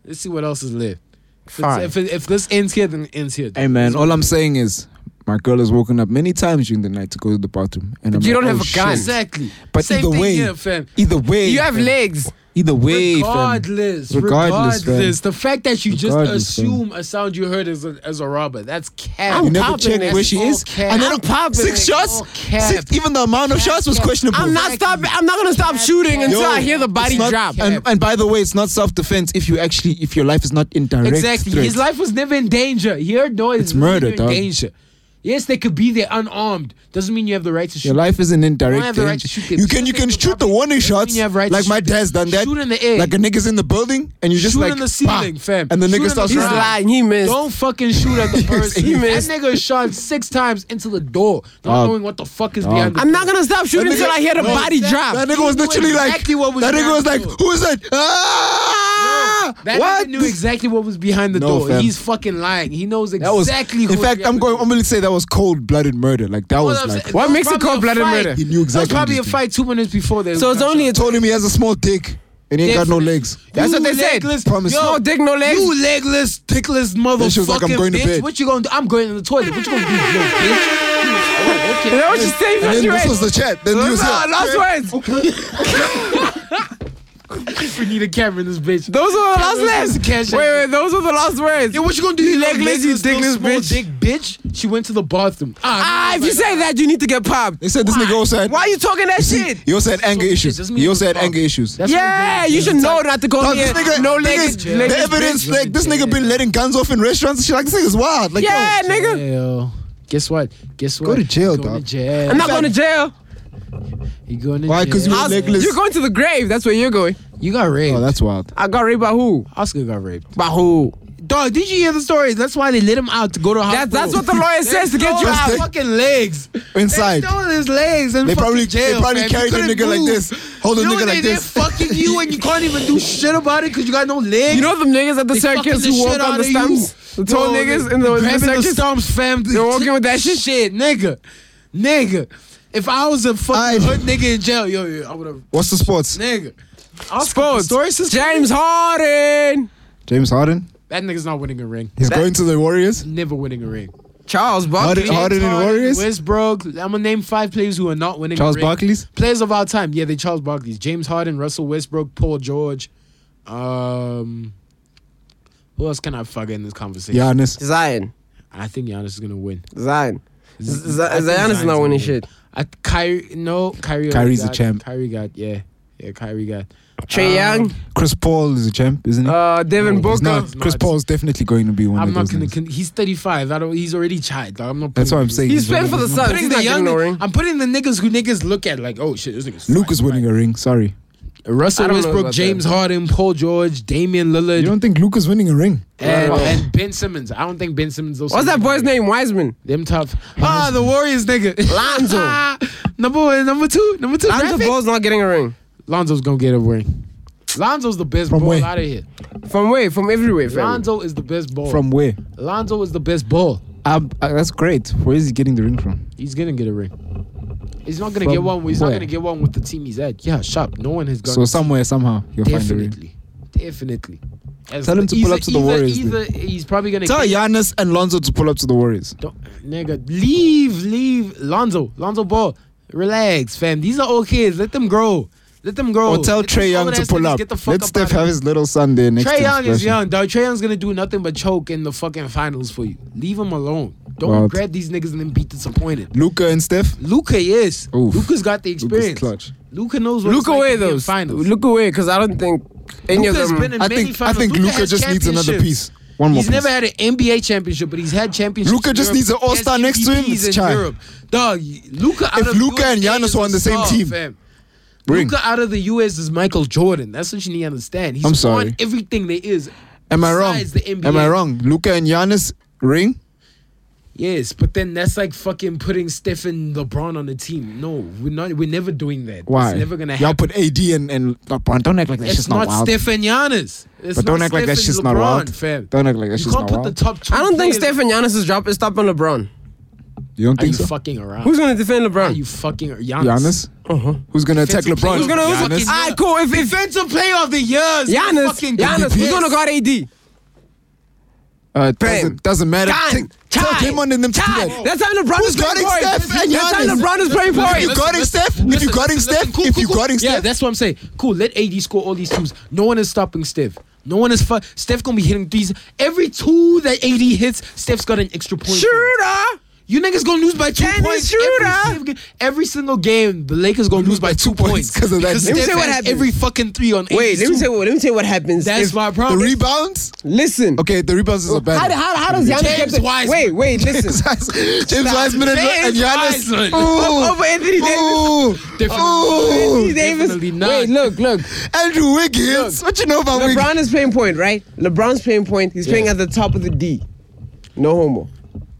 let's see what else is left. If, it's-
Fine.
if, it- if this ends here, then it ends here. dog.
Hey man, all I'm saying is my girl has woken up many times during the night to go to the bathroom, and I'm
you
like,
don't have
"Oh,
a gun."
shit."
Exactly.
But
Same
either
thing
way,
here, fam.
Either way,
You have
fam.
legs.
Either way, fam.
Regardless, regardless,
Regardless, fam.
the fact that you just
Regardless, fam.
assume a sound you heard as a, as a robber, that's cap.
I'm
You never
popping
check
it.
where she is.
It's all cap.
And then
I'm popping
six
it.
shots.
All cap.
Six, even the amount of shots was
cap.
questionable.
I'm not stopping. I'm not gonna stop shooting until
Yo,
I hear the body
it's not-
drop.
And, and by the way, it's not self-defense if you actually if your life is not in direct
Exactly.
threat.
His life was never in danger. He heard noise.
It's murder,
never in
dog.
Danger. Yes, they could be there unarmed. Doesn't mean you have the right to shoot.
Your life isn't in
don't
direct
have the right
danger.
to shoot them.
You can you can shoot the warning
Doesn't mean
shots.
you have right to
Like my
shoot them.
dad's done that.
Shoot in the air.
Like a nigga's in the building and you just
Shoot
like
in the ceiling,
bah,
fam.
And the
Shoot in
nigga
the
starts
He's
ground.
running.
lying. He missed.
Don't fucking shoot at the person.
he
that
missed.
nigga shot six times into the door, not
Dog.
knowing what the fuck is behind. The
I'm not gonna stop shooting
nigga-
until I hear the
No,
body
that-
drop.
That nigga was
He knew
literally like
exactly what was
that nigga
behind
was
the
like
door.
who is that? Ah!
That
what?
nigga knew exactly what was behind the
No,
door.
fam.
He's fucking lying. He knows
That was
exactly. who
In fact,
it
I'm going.
was.
I'm gonna say that was cold-blooded murder. Like that
All
was
I'm saying-
like.
that was
makes it
probably
called
a
blood and
fight.
murder?
He knew
That was
exactly
probably
what
a
he's
fight two minutes before. there was
So it's
gunshot.
only a
Told him he has a small dick and he ain't got no
Definitely.
legs.
That's
You
what they said.
legless-
Promise.
Yo,
Small dick, no legs.
You legless, dickless motherfucker.
Then she was like, I'm going to
bitch.
bed.
What you gonna do? I'm going to the toilet. What you gonna do, little bitch?
And that was just saying
And then this was
situation.
the chat. Then he was here.
Last words.
We need a camera in this bitch.
Those are the last
Cameras,
words.
cash
Wait, wait. Those are the last words.
Yo, what you gonna do? You
legless, you
little
dickless
small
bitch.
Dick bitch. She went to the bathroom.
Ah, if you say that, you need to get popped.
They said this nigga also had.
Why are you talking that shit?
He also had anger
Shit,
issues.
doesn't mean
He also
he's
had
wrong.
anger issues.
That's
Yeah, you should know not to go
Dog,
here.
this nigga,
no
thing
legs.
is,
legs
the evidence,
bitch.
like this nigga been letting guns off in restaurants and shit. Like this nigga's wild. Like,
Yeah,
yo,
nigga.
Jail. Guess what? Guess what?
to jail,
You're going
dog.
to jail.
I'm not going to jail.
You going to
Why? 'Cause
jail.
you-
How's-
legless.
You're going to the grave. That's where you're going.
you got raped.
oh, that's wild.
I got raped by who?
Oscar got raped.
By who?
Dog, did you hear the stories? That's why they let him out to go to hospital.
That's that's what the lawyer says to get you
Stole
out.
his Fucking legs.
Inside.
They stole his legs and
They probably-
jail,
they probably
fam.
carried
You
a
couldn't
nigga like
move.
this. Hold a
you know
nigga
when
like
they
this.
They're fucking you and you can't even do shit about it because you got no legs.
You know them niggas at the
They fucking
circus who
shit
walk
out
on the
of you.
stumps? The tall
Yo,
niggas
they
in the, in the
grabbing the
circus?
stumps, fam.
They're walking with that shit?
shit, nigga, nigga. If I was a fucking
I-
hood nigga in jail, yo, yo, I would have,
What's the sports?
nigga. I'll
Sports.
Story says
James Harden.
James Harden.
That nigga's not winning a ring.
He's going to the Warriors.
Never winning a ring.
Charles
Harden,
Barkley.
Harden and
Harden,
Warriors.
Westbrook. I'm gonna name five players who are not winning.
Charles
a ring.
Barkley's.
Players of our time. Yeah, they Charles Barkley's. James Harden, Russell Westbrook, Paul George. Um, who else can I fuck in this conversation?
Giannis.
Zion.
I think Giannis is gonna win.
Zion. Z-
Z-
Z-
I think Uh,
Zion is
Zion's
not
gonna
winning
win.
shit.
I, Kyrie, no, Kyrie. already
Kyrie's the
got it.
champ.
Kyrie got yeah, yeah. Kyrie got. Um,
Trey Young.
Chris Paul is a champ, isn't he?
Uh, Devin
He's
Booker.
not. Chris Paul's definitely going to be one
I'm
of
not
those.
gonna.
niggas.
Con- he's 35. I don't. He's already child. dog. I'm not.
That's
putting-
what I'm saying.
He's playing for the
I'm
Suns.
putting
He's
the
not
young.
getting no ring.
I'm putting the niggas who niggas look at like, oh shit, this nigga's.
Luke
fine,
is winning
fine.
a ring. Sorry.
I
Russell
don't know
Westbrook,
about
James
that.
Harden, Paul George, Damian
You
Lillard,
don't think Luca's winning a ring?
and, and Ben Simmons. I don't think Ben Simmons.
What's that boy's name? Wiseman.
Them tough. Ah, the Warriors, nigga.
Lonzo.
number one, number two, number two.
Lonzo
graphic.
Ball's not getting a ring.
Lonzo's gonna get a ring. Lonzo's the best
From
ball
where?
out of here.
From where? From everywhere, fam.
Lonzo is the best ball.
From where?
Lonzo is the best ball.
Um, uh, that's great. Where is he getting the ring from?
He's gonna get a ring. He's not gonna
From
get one. He's not
where?
gonna get one with the team he's at. Yeah, sharp. No one has gone.
So somewhere, somehow, you'll find the ring.
definitely, definitely. As-
Tell him to pull
either-
up to the
either-
Warriors,
Either he's probably gonna
Tell
get-
Giannis and Lonzo to pull up to the Warriors.
Don't, nigga, leave, leave. Lonzo, Lonzo Ball, relax, fam. These are all kids. Let them grow. Let them grow.
Or tell
Let these
Trey Young to
old-ass
pull
niggas
up.
Oh, Get the fuck
Let
up
Steph
outta
have
here.
his little son there next
Trey
to
Young
his
is
special.
young, dog. Trey Young's gonna do nothing but choke in the fucking finals for you. Leave him alone. Don't
Wild.
grab these niggas and then be disappointed.
Luca and Steph.
Luca, yes.
Oof.
Luca's got the
Luca's
experience.
clutch.
Luca knows what
Look
it's like
away,
to be in
though.
Finals.
Look away, because I don't think any
Luka's
of them.
been in
I
many
think I
finals.
think
Luka
Luca
has
just needs another
championships.
piece. One more.
He's never
piece.
had an NBA championship, but he's had championships.
Luka
in
just
Europe.
needs an
He has
all-star next to him,
MVPs in
child.
Europe. Dog, Luka out
If
of
Luka and
USA
Giannis
is
were
a
on the same
star,
team,
fam.
ring.
Luka out of the US is Michael Jordan. That's what you need to understand. He's
I'm sorry.
won everything there is.
Am I wrong?
besides The NBA.
Am I wrong? Luca and Giannis ring.
Yes, but then that's like fucking putting Steph and LeBron on the team. No, we're not. We're never doing that.
Why?
It's never gonna
Y'all
happen.
put AD and and LeBron. Don't act like that's
It's
just not
not,
wild.
Steph and Giannis. It's
But don't
not
act like
Steph
that's
and
just not
LeBron,
wild.
Fam.
Don't act like that's
you
just
can't
not
put the
wild.
top two.
I don't think
players-
Steph and Giannis' drop is stopping LeBron.
You don't
Are you
think so?
fucking around?
Who's going to defend
Are
LeBron?
you fucking Giannis?
Giannis.
Uh-huh.
Who's gonna attack
Defensive
LeBron?
player
Who's gonna? Who's
Giannis.
All right, cool. If if
Defensive player of the years. you
Giannis,
fucking
Giannis,
DPS.
who's gonna guard AD?
Uh, doesn't, doesn't matter.
Done.
Take- Tell
Tied.
Draymond and them to do
Tied.
that.
That's how LeBron
Who's
is
guarding
playing for it.
Steph and
That's how
Giannis?
LeBron is playing for
If you
it.
guarding Steph, if you guarding Steph,
Cool,
if
cool,
you
cool.
guarding
yeah,
Steph,
that's what I'm saying. Cool, let AD score all these twos. No one is stopping Steph. No one is. Fu- Steph gonna be hitting threes. Every two that AD hits, Steph's got an extra point.
Shooter.
You niggas gonna lose by two
Can he
points.
shoot,
every,
huh?
single, every single game, the Lakers gonna lose by two points
'cause of that.
Because
Let
me
Steph
say what
has
happens.
Every fucking three on.
Wait,
AD's
let me
two.
tell you. Let me tell you what happens.
That's
if,
my
the
problem.
rebounds.
listen.
Okay, the rebounds is a bad.
How, how, how does Giannis
James
get the,
Wiseman.
Wait, wait, listen.
James Wiseman and, and Giannis.
Wiseman.
Ooh,
Over Anthony Davis.
ooh,
Anthony
ooh.
Davis.
Definitely not.
Wait, look, look.
Andrew Wiggins. What you know about Wiggins?
LeBron is playing point, right? LeBron's playing point. He's playing at the top of the D. No homo.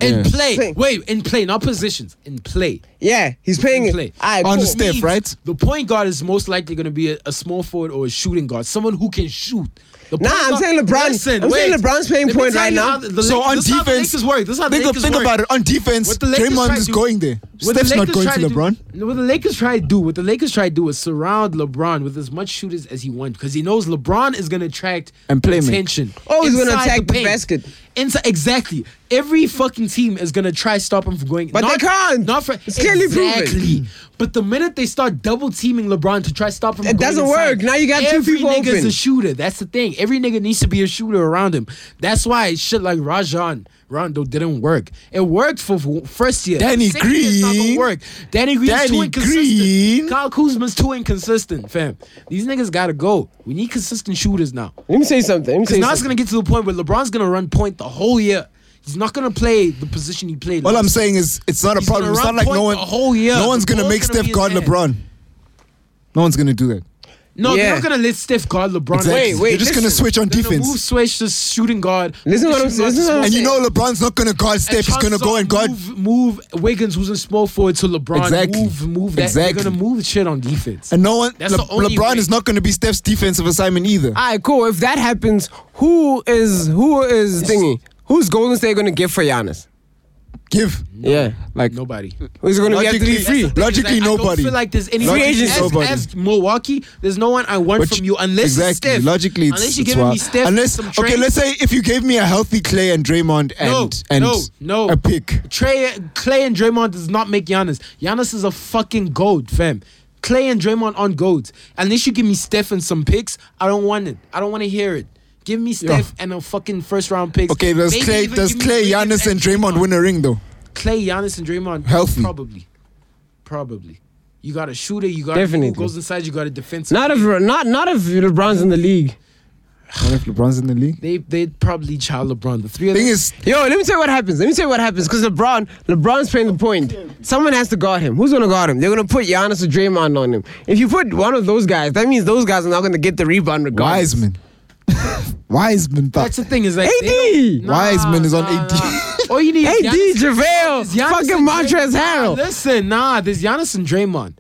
In play.
Play.
Wait, in play, not positions. In play.
Yeah, he's
In
playing it.
play.
All right,
On
cool.
the step,
Means
right?
The point guard is most likely going to be a, a small forward or a shooting guard, someone who can shoot. The
Nah,
point
I'm
guard-
saying LeBron-
Listen,
I'm saying
wait.
LeBron's playing
Let me
point
tell
right
you
now.
how the- the
So
Lak-
on
this is how the
defense,
Lakers work. This is how the
think
Lakers
think
work.
about it. On defense,
What the Lakers try
Draymond
to
is
do-
going there.
what the
Steph's not
Lakers
going
try
to
do-
LeBron.
No, what the Lakers try to do, what the Lakers try to do is surround LeBron with as much shooters as he wants because he knows LeBron is going to attract
And playmaker.
attention.
Oh, he's gonna
inside
attack the
paint.
basket.
Inside, exactly. Every fucking team is going to try stop him from going.
But they can't.
Not for
It's clearly proven.
exactly. But the minute they start double teaming LeBron to try stop him,
It
from going
doesn't
inside,
work. Now you got two
every
people
nigga's
open.
a shooter. That's the thing. Every nigga needs to be a shooter around him. That's why shit like Rajon Rondo didn't work. It worked for for first year.
Danny
Second year's not gonna
Green.
work. Danny Green's too
Danny
inconsistent.
Green.
Kyle Kuzma's too inconsistent, fam. These niggas gotta go. We need consistent shooters now.
Let me say something. Let me
Because
say
now it's
something.
gonna get to the point where LeBron's gonna run point the whole year. He's not gonna play the position he played.
All
last
I'm saying is it's not a
He's
problem.
gonna
It's
run
not like no one.
point the whole year.
No one's
The
gonna
ball's
make
gonna be
Steph
in
guard
his hand.
LeBron. No one's gonna do that.
No,
Yeah.
they're not gonna let Steph guard LeBron.
Exactly.
wait,
They're just gonna
listen.
switch on
They're gonna Move
defense.
switch to shooting guard.
Listen to what I'm
Shooting guard
saying. Listen
to
to what I'm
And you
saying.
know LeBron's not gonna guard Steph. He's gonna
chances
go
are
and guard.
move, move Wiggins, who's in small forward, to LeBron.
Exactly.
Move, move that.
Exactly.
They're gonna move shit on defense.
And no one.
That's
Le-
the only
LeBron
way.
is not gonna be Steph's defensive assignment either.
All right, cool. If that happens, who is who is thingy? Who's Golden State gonna give for Giannis?
Give.
Yeah,
Like
Nobody.
who's gonna be at
Logically-
three free?
That's the- Logically,
Like, I
nobody.
don't feel like there's any
Logically,
as,
nobody.
as Milwaukee. There's no one I want
But
from you unless it's
exactly.
Steph.
Logically, it's,
unless you
it's
give me
wild.
Steph.
Unless
some
okay,
trade.
let's say if you gave me a healthy Clay and Draymond and
no,
and
no, no.
a pick.
Trey, Clay and Draymond does not make Giannis. Giannis is a fucking gold, fam. Clay and Draymond on gold. Unless you give me Steph and some picks, I don't want it. I don't want to hear it. Give me Steph and a fucking first round picks.
Okay, does
Maybe
Clay
even
does
give me
Clay
Wiggins
Giannis and Draymond win a ring though?
Clay, Giannis, and Draymond
Healthy.
Probably, probably. You got a shooter. You got
Definitely.
who goes inside. You got a defensive.
Not if not not if LeBron's in the league.
What if LeBron's in the league?
They they'd probably child LeBron. The three of
Thing
them.
is,
Yo, let me tell you what happens. Let me tell you what happens. Because LeBron, LeBron's playing the point. Someone has to guard him. Who's gonna guard him? They're gonna put Giannis or Draymond on him. If you put one of those guys, that means those guys are not gonna get the rebound regardless.
Wiseman. Wiseman.
that's the thing is like they
AD.
don't- nah,
Wiseman is on
nah,
AD.
nah. All you need is
AD,
Giannis-
JaVale,
is Giannis
fucking
and
Montrezl
Draymond.
Harrell.
Listen, nah, there's Giannis and Draymond.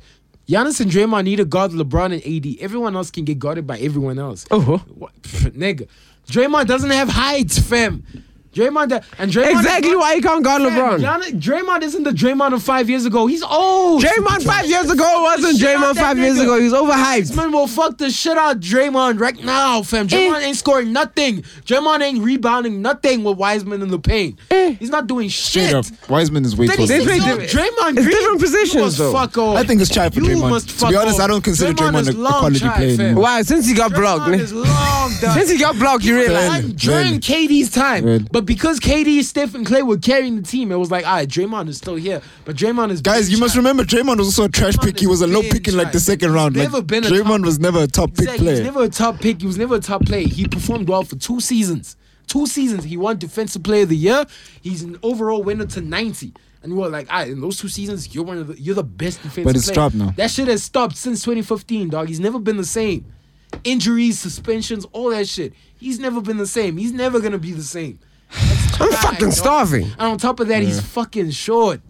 Giannis and Draymond need to guard LeBron and AD. Everyone else can get guarded by everyone else.
Oh.
What- pff, nigga, Draymond doesn't have height, fam. Draymond da- and Draymond is
Exactly
not-
why you can't guard
Fam,
LeBron.
Giannis- Draymond isn't the Draymond of five years ago. He's old.
Draymond five years ago wasn't
Shit out
Draymond
that
five years
nigga.
ago. He was overhyped. Eh.
This man will fuck the shit out Draymond right now, fam. Draymond ain't scoring nothing. Draymond ain't rebounding nothing with Wiseman in the paint. He's not doing shit.
Straight up. Wiseman is way too
They
They
play
play "Oh,
different-
Draymond
Eh. it's
Green,
different
You
positions,
must
though.
fuck off.
I think it's try for
you
Draymond.
Must
To
fuck
be honest,
off.
I don't consider Draymond
is
a- a
long
quality
tried,
player
fam.
anymore.
Why? Since he got blocked,
Draymond is
man.
long done.
Since he got blocked, you realize.
Like, during KD's time,
Really?
but because KD, Steph, and Clay were carrying the team, it was like, all right, Draymond is still here, but Draymond is
Guys, you must remember Draymond was also a trash
Draymond
pick. He was a
is
low
big
pick in like the
trash.
second round.
He's never
like,
been a
Draymond
top-
was never a top pick
Exactly. He was
player.
never a top pick. He was never a top player. He performed well for two seasons. Two seasons. He won Defensive Player of the Year. He's an overall winner to 90. And we were like, ah, in those two seasons, you're one of the, you're the best defensive.
But it's
player.
stopped now.
That shit has stopped since 2015, dog. He's never been the same. Injuries, suspensions, all that shit. He's never been the same. He's never gonna be the same. That's
I'm
pride,
fucking
dog.
starving.
And on top of that, he's fucking short.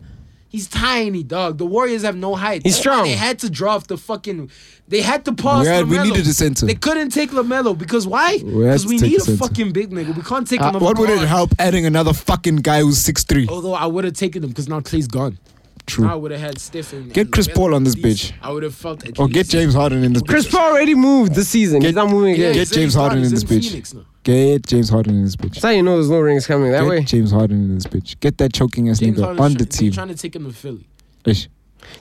He's tiny, dog. The Warriors have no height.
He's
That's why
strong.
They had to draft the fucking. They had to pass.
We had- we
LaMelo.
needed a center.
They couldn't take Lamelo because why?
had
Because
to
we,
take
need
a
a
center.
fucking big nigga. We can't take
Uh,
another.
what would it
guard. Oh,
help adding another fucking guy who's 6'3?
Although I would have taken him because now Clay's gone.
True.
Now I would have had Steph and
Get
and
Chris
Lamelo
Paul on
at
this bitch.
least. I would have felt at
Or
least.
get James Harden in this
Chris
bitch.
Paul already moved this season. He's
Get-
not moving again.
get
he's
James
in-
Harden
he's
in this bitch.
Phoenix now.
Get James Harden in this bitch.
That's how you know there's no rings coming that
Get
way.
James Harden in this bitch. Get that choking ass
James
nigga
Harden's
on
try-
the team.
Trying to take him to Philly.
Ish.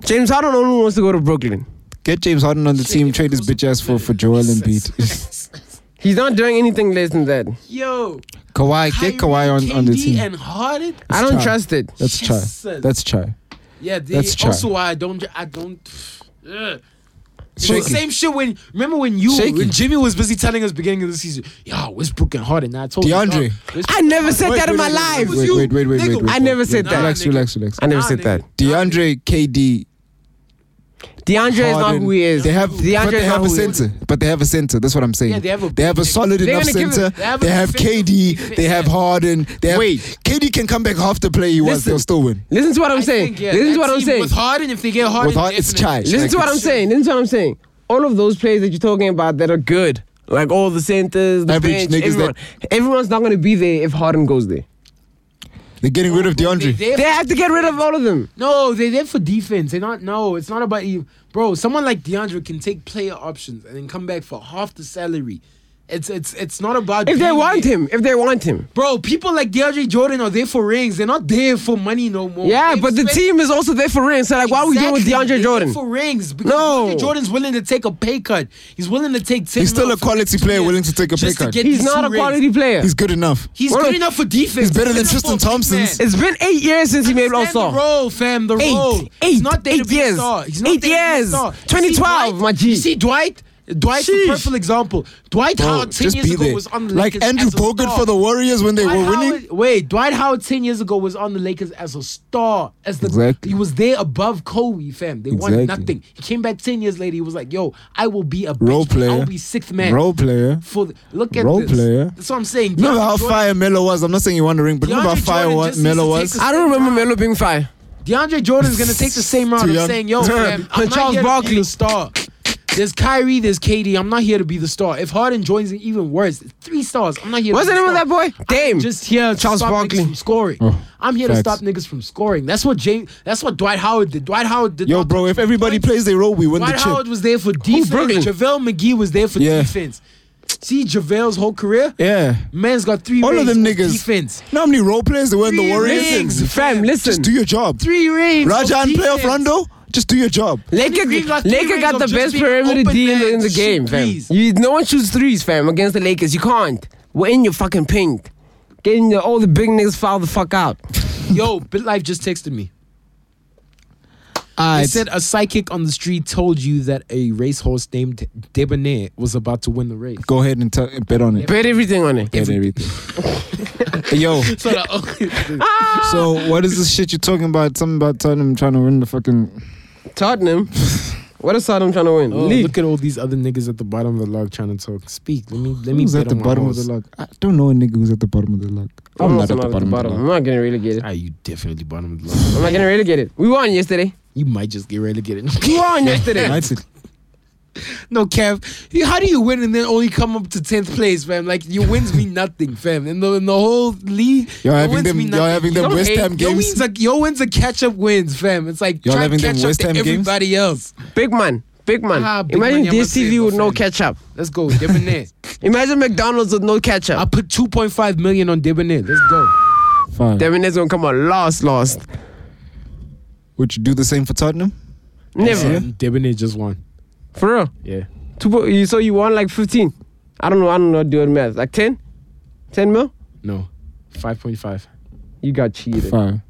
James Harden only wants to go to Brooklyn.
Get James Harden on the team. Trade his bitch ass for, for Joel Embiid.
He's not doing anything less than that.
Yo,
Kawhi. Get Kawhi on, on the
KD
team.
And Harden.
I don't
child.
trust it.
That's chai.
Jesus.
That's chai.
Yeah, they,
That's try.
also why I don't. I don't. Ugh. It's the
Shaky.
same shit when remember when you
Shaky.
when Jimmy was busy telling us beginning of the season, yeah, Westbrook and Harden. And I told you,
DeAndre.
"Dog, Westbrook-
I never said that in my
wait,
life.
was you,
Wait, wait, wait, wait,
nigga.
wait, wait.
I never said
Nah,
that.
Relax,
nigga.
relax, relax.
I never
Nah,
said
nigga.
that.
DeAndre, KD,
DeAndre is not
Harden.
who he is.
They have,
DeAndre
but they
is
have a
not who he is.
center. But they have a center. That's what I'm saying.
Yeah, they have a-
solid
They're
enough
gonna give it-
center.
they have a
They have
defensive
KD.
defense.
They have Harden. They have,
Wait.
KD can come back half the player he was.
Listen.
They'll still win.
Listen to what I'm
I
saying.
think, yeah,
Listen to
that
what I'm
team
saying.
With Harden, if they get Harden,
With Har- it's
definitely.
chai.
Listen to
Like,
what I'm
it's-
saying. Listen to what I'm saying. All of those players that you're talking about that are good, like all the centers, the
Average
bench,
niggas
everyone, everyone's not going to be there if Harden goes there.
They're getting rid of
They,
DeAndre.
they,
They have to get rid of all of them.
no, they're there for defense. They're not. No, it's not about you, bro. Someone like DeAndre can take player options and then come back for half the salary. It's it's it's not about
If they
being
want
there.
him, if they want him.
Bro, people like DeAndre Jordan are there for rings. They're not there for money no more.
Yeah,
They've
but the
spent-
team is also there for rings. So, like, why are we doing with
Exactly. They're
DeAndre
there
Jordan?
for rings? Because
No.
DeAndre Jordan's willing to take a pay cut. He's willing to take. 10
He's still
mil
a
for
quality
two
player
years
willing to take a
just
pay cut.
get
He's
these
not
two
a
rings.
quality player.
He's good enough.
He's
Well,
good enough for defense.
he's better than
good enough for a
Tristan
big
Thompson's.
man.
It's been eight years since he made All
Understand the
Star.
role, fam. The
Eight.
role.
Eight.
He's not there to
Eight
be
years.
a star. He's not
Eight
there to be a
years.
star. You see
2012,
Dwight?
my G.
You see Dwight? Dwight's
Sheesh.
a perfect example. Dwight Howard ten
just
years
be
ago
there.
was on the
Like
Lakers
Andrew
as a
Bogut
star.
for the Warriors when they
Dwight
were winning.
Howard- wait, Dwight Howard ten years ago was on the Lakers as a star. As the
Exactly.
he was there above Kobe, fam. They
Exactly.
won nothing. He came back ten years later. He was like, "Yo, I will be a
Role
bench man. I
player.
will be sixth man.
Role player.
For the, look at
Role
this.
player.
That's what I'm saying.
Remember
DeAndre
how
Jordan-
fire Melo was? I'm not saying he won the ring, but remember how
DeAndre
fire
Jordan
wa-
just needs
Melo
to take
was?
the-
I don't remember Melo being fire.
DeAndre Jordan's gonna take the same route
Too
of
young.
saying, yo, fam, I'm
Charles
not here to
Barkley.
be the star. There's Kyrie, there's KD. I'm not here to be the star. If Harden joins, it, even worse. Three stars. I'm not here.
What's
to
the
be
name of
star.
that boy?
I'm
Dame.
just here to
Charles
stop
Barkley.
niggas from scoring.
Oh,
I'm here to
facts.
stop niggas from scoring. That's what James. That's what Dwight Howard did. Dwight Howard did.
Yo,
not-
bro, if everybody plays their role, we win the
Dwight
chip.
Howard was there for defense.
Brooklyn?
JaVale McGee was there for
Yeah.
defense. See JaVale's whole career.
Yeah.
Man's got three.
All of
rings
them
for
niggas.
Defense.
You know how many role players there were in the
Three
Warriors?
rings.
Fam,
Just
listen.
do your job.
Three rings. of
Rajan, playoff
defense.
Rondo, just do your job.
Laker,
Green got three
Laker
rings
got
of
the
just
best
being
perimeter
open
D in the,
man.
in the
Shoot
game, fam.
threes.
You, no one shoots threes, fam, against the Lakers. You can't. We're in your fucking pink. Getting the, all the big niggas foul the fuck out.
Yo, BitLife just texted me. They
Alright.
said a psychic on the street told you that a racehorse named Debonair was about to win the race.
Go ahead and tell bet on it.
Bet everything on it.
Bet everything. Yo,
So the-
so what is this shit you're talking about? Something about Tottenham trying to win the fucking.
Tottenham. what is Tottenham trying to win?
Oh,
League.
look at all these other niggas at the bottom of the log trying to talk. Speak. Let me let me
who's
bet
at the
on my
bottom of
horse.
the log? I don't know a nigga who's at the bottom of the log. I'm, not
also
at the bottom, of the
I'm
log.
not getting relegated.
Ah, you definitely bottom of the log.
I'm not getting relegated. We won yesterday.
You might just get relegated.
We won yesterday.
United.
no, Kev. you- How do you win and then only come up to tenth place, fam? Like your wins mean nothing, fam. In the in the whole league,
You're
your
having
wins
them.
mean
You're
nothing.
having them
Don't
West
hate-
Ham
Your wins
games.
are your wins are catch up wins, fam. It's like
Y'all
try and
having them
catch up
West
to
Ham games?
everybody else.
Big man. Big man.
Ah, big man,
Imagine
yeah,
DSTV
my
with no
friend.
catch up.
Let's go, Debonair.
Imagine McDonald's with no catch
I
up.
put two point five million on Debonair. Let's go.
Fine.
Damn it's gonna come out lost, lost.
Would you do the same for Tottenham?
Never.
Um, Debonair just won.
For real.
Yeah.
Two po- you so you won like 15. I don't know. I don't know doing math. Like 10? 10 mil?
No. Five point five.
You got cheated.
Fine.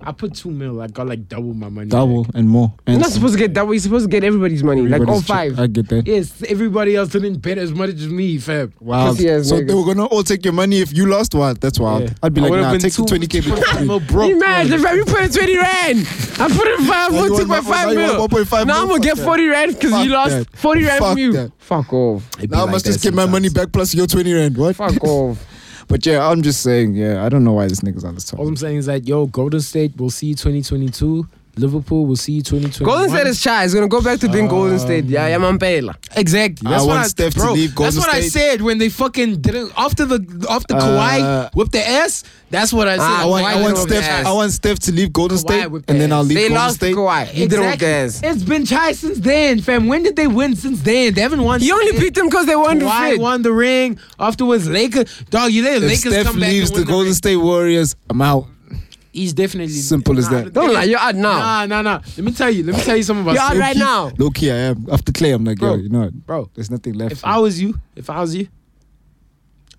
I put two mil. I got like double my money.
Double and more.
You're
And
not supposed to get that way. You're supposed to get everybody's money. like all
Everybody's
five.
ch- I get that.
Yes, everybody else didn't bet as much as me, fam.
Wow.
Pussy ass
So
niggas.
they were gonna all take your money if you lost what? That's wild.
Yeah.
I'd be
I
like,
would've
nah,
been
take
two-
the 20k.
I'm
bitch.
no broke.
Imagine if you put in 20 rand. I put in 5,
Now you want my- now
2.5
you
mil.
want 1.5
Now
mil?
I'm going
Fuck
to get
that.
40 rand because you
Fuck
lost
that.
40 rand
Fuck
from you.
that.
Fuck off.
It'd be
Now I
like
must
that
just get my money
sometimes.
back plus your 20 rand. What?
Fuck off.
But yeah, I'm just saying, yeah, I don't know why this nigga's on this top.
All I'm saying is that yo, Golden State, we'll see you 2022. Liverpool, we'll see you 2022.
Golden State is shy. It's going to go back to
Ah.
being Golden State. Yeah, yeah, man, Pela.
exactly.
I
That's what
want Steph to
bro,
leave Golden
That's what I
State.
said when they fucking didn't after the after
Uh,
Kawhi whipped the ass. That's what I said.
Ah,
I want,
Kawhi
I, want
didn't whip
Steph,
ass.
I want Steph to leave Golden
Kawhi
State,
whipped
and then
ass.
I'll leave
They
Golden
lost to
State.
Kawhi. He didn't dance.
It's been shy since then, fam. When did they win since then? They haven't won.
He only beat them because they won the
Why
fit.
won the ring? Afterwards, Lakers. Dog, you let
If
Lakers
Steph
come back.
leaves
and
the
win
Golden
ring.
State Warriors, I'm out.
He's definitely
Simple as that.
Don't lie. You're out now.
Nah, nah, nah. Let me tell you. Let me tell you something about
You're out
Steph.
right now.
Low key, I am. After Clay, I'm like,
Bro,
yo, you know what?
bro.
There's nothing left.
If
for
I
me.
was you, if I was you,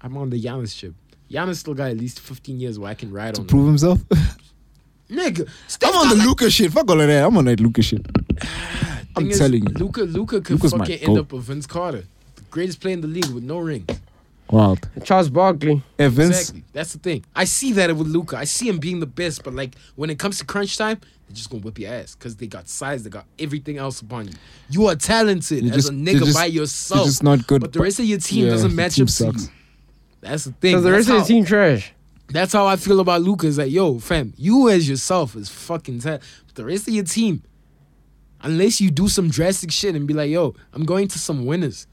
I'm on the Giannis ship. Giannis still got at least 15 years where I can ride
to
on. him.
prove himself,
Nigga, Steph
I'm on
got
the
like-
Luca shit. Fuck all of that. I'm on that Luca shit. I'm
thing is,
telling you,
Luca, Luca could
Luka's my
fucking end
goat.
up with Vince Carter, the greatest player in the league with no ring.
wild.
Charles Barkley.
Evans,
Exactly. That's the thing. I see that with Luca. I see him being the best, but like when it comes to crunch time, they're just gonna whip your ass because they got size, they got everything else upon you. You are talented
You're
as
just-
a
you're
nigga
just-
by
you're
yourself.
just not good,
But the
but-
rest of your team
yeah,
doesn't
your
match
team
up to you.
sucks.
That's the thing.
Because the
That's
rest of the
how-
team trash.
That's how I feel about Luca. Is like, yo, fam, you as yourself is fucking tight. But the rest of your team, unless you do some drastic shit and be like, yo, I'm going to some winners.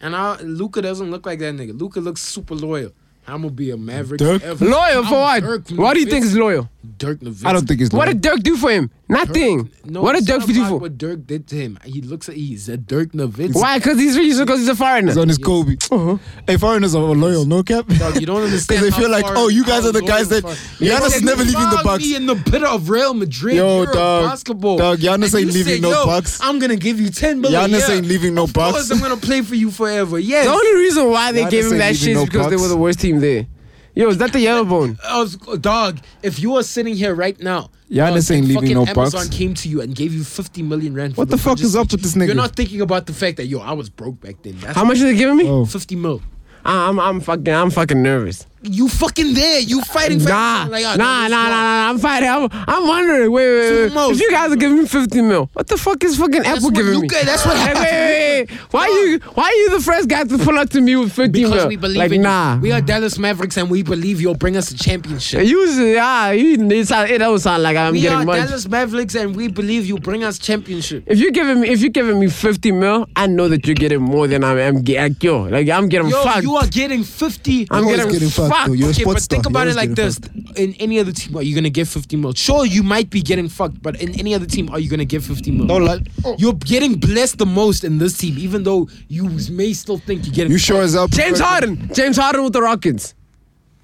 And I, Luca doesn't look like that nigga. Luca looks super loyal. I'm gonna be a maverick.
Dirk?
forever.
Loyal for
I'm
what?
Dirk
What do you think
Nowitzki.
is loyal?
Dirk Nowitzki.
I don't think he's.
What
loyal.
did Dirk do for him? Nothing.
No,
what did
it's
Dirk
not
do
about
for?
What Dirk did to him? He looks. Like he's a Dirk Nowitzki.
Why? Because he's rich. Because he's a foreigner.
He's on his Kobe. Hey, foreigners are loyal, no cap.
Uh-huh. Dog, you don't understand.
Because they
how
feel like,
far-
oh, you guys
how
are the
loyal
guys that
far-
Giannis is
Exactly.
never leaving the
Found
box.
Me in the pit of Real Madrid.
Yo,
Yo,
dog.
Basketball.
Dog, Giannis
And you
ain't leaving
said,
no
yo,
bucks.
I'm gonna give you ten million.
Giannis
yeah.
ain't leaving no
Of
box.
course, I'm gonna play for you forever. Yes.
The only reason why they
Giannis
gave him
ain't
that
leaving
shit
no
is because they
bucks.
were the worst team there. Yo, is that the yellow bone?
I was- dog, if you are sitting here right now,
Giannis
dog, and
ain't leaving
fucking
no
Amazon
bucks.
came to you and gave you 50 million rand. for
What the fuck is up with this nigga?
You're not thinking about the fact that yo, I was broke back then. That's
How much are they giving me?
Oh.
50 mil.
I- I'm, I'm fucking, I'm fucking nervous.
You fucking there? You fighting? for-
Nah,
Like,
nah,
oh,
nah, nah,
it's not.
nah, I'm fighting. I'm, I'm wondering. Wait, wait, wait.
Two mils.
If you guys are giving me 50 mil, what the fuck is fucking Apple
what
giving me?
Luka- that's what
Hey,
happened
wait,
to
wait, wait. Why you, why are you the first guy to pull up to me with 50
Because
mil?
we believe
like,
in
nah.
you. We are Dallas Mavericks and we believe you'll bring us a championship.
Usually, ah, you, it, sound, it don't sound like I'm
we are
getting much.
Dallas Mavericks and we believe you bring us championship.
If you're giving me, if you're giving me 50 mil, I know that you're getting more than I'm, I'm ge- like, yo, like I'm getting
Yo,
fucked.
you are getting 50.
I'm
Always
getting,
getting fucked,
fucked.
though. You're a
okay,
sports
but
star.
think about
You're
it like
always getting
this. In any other team, are you going to get 50 mil? Sure, you might be getting fucked, but in any other team, are you going to get 50 mil?
Don't lie.
You're getting blessed the most in this team, even though you may still think you're getting
You sure as up.
James Harden. James Harden with the Rockets.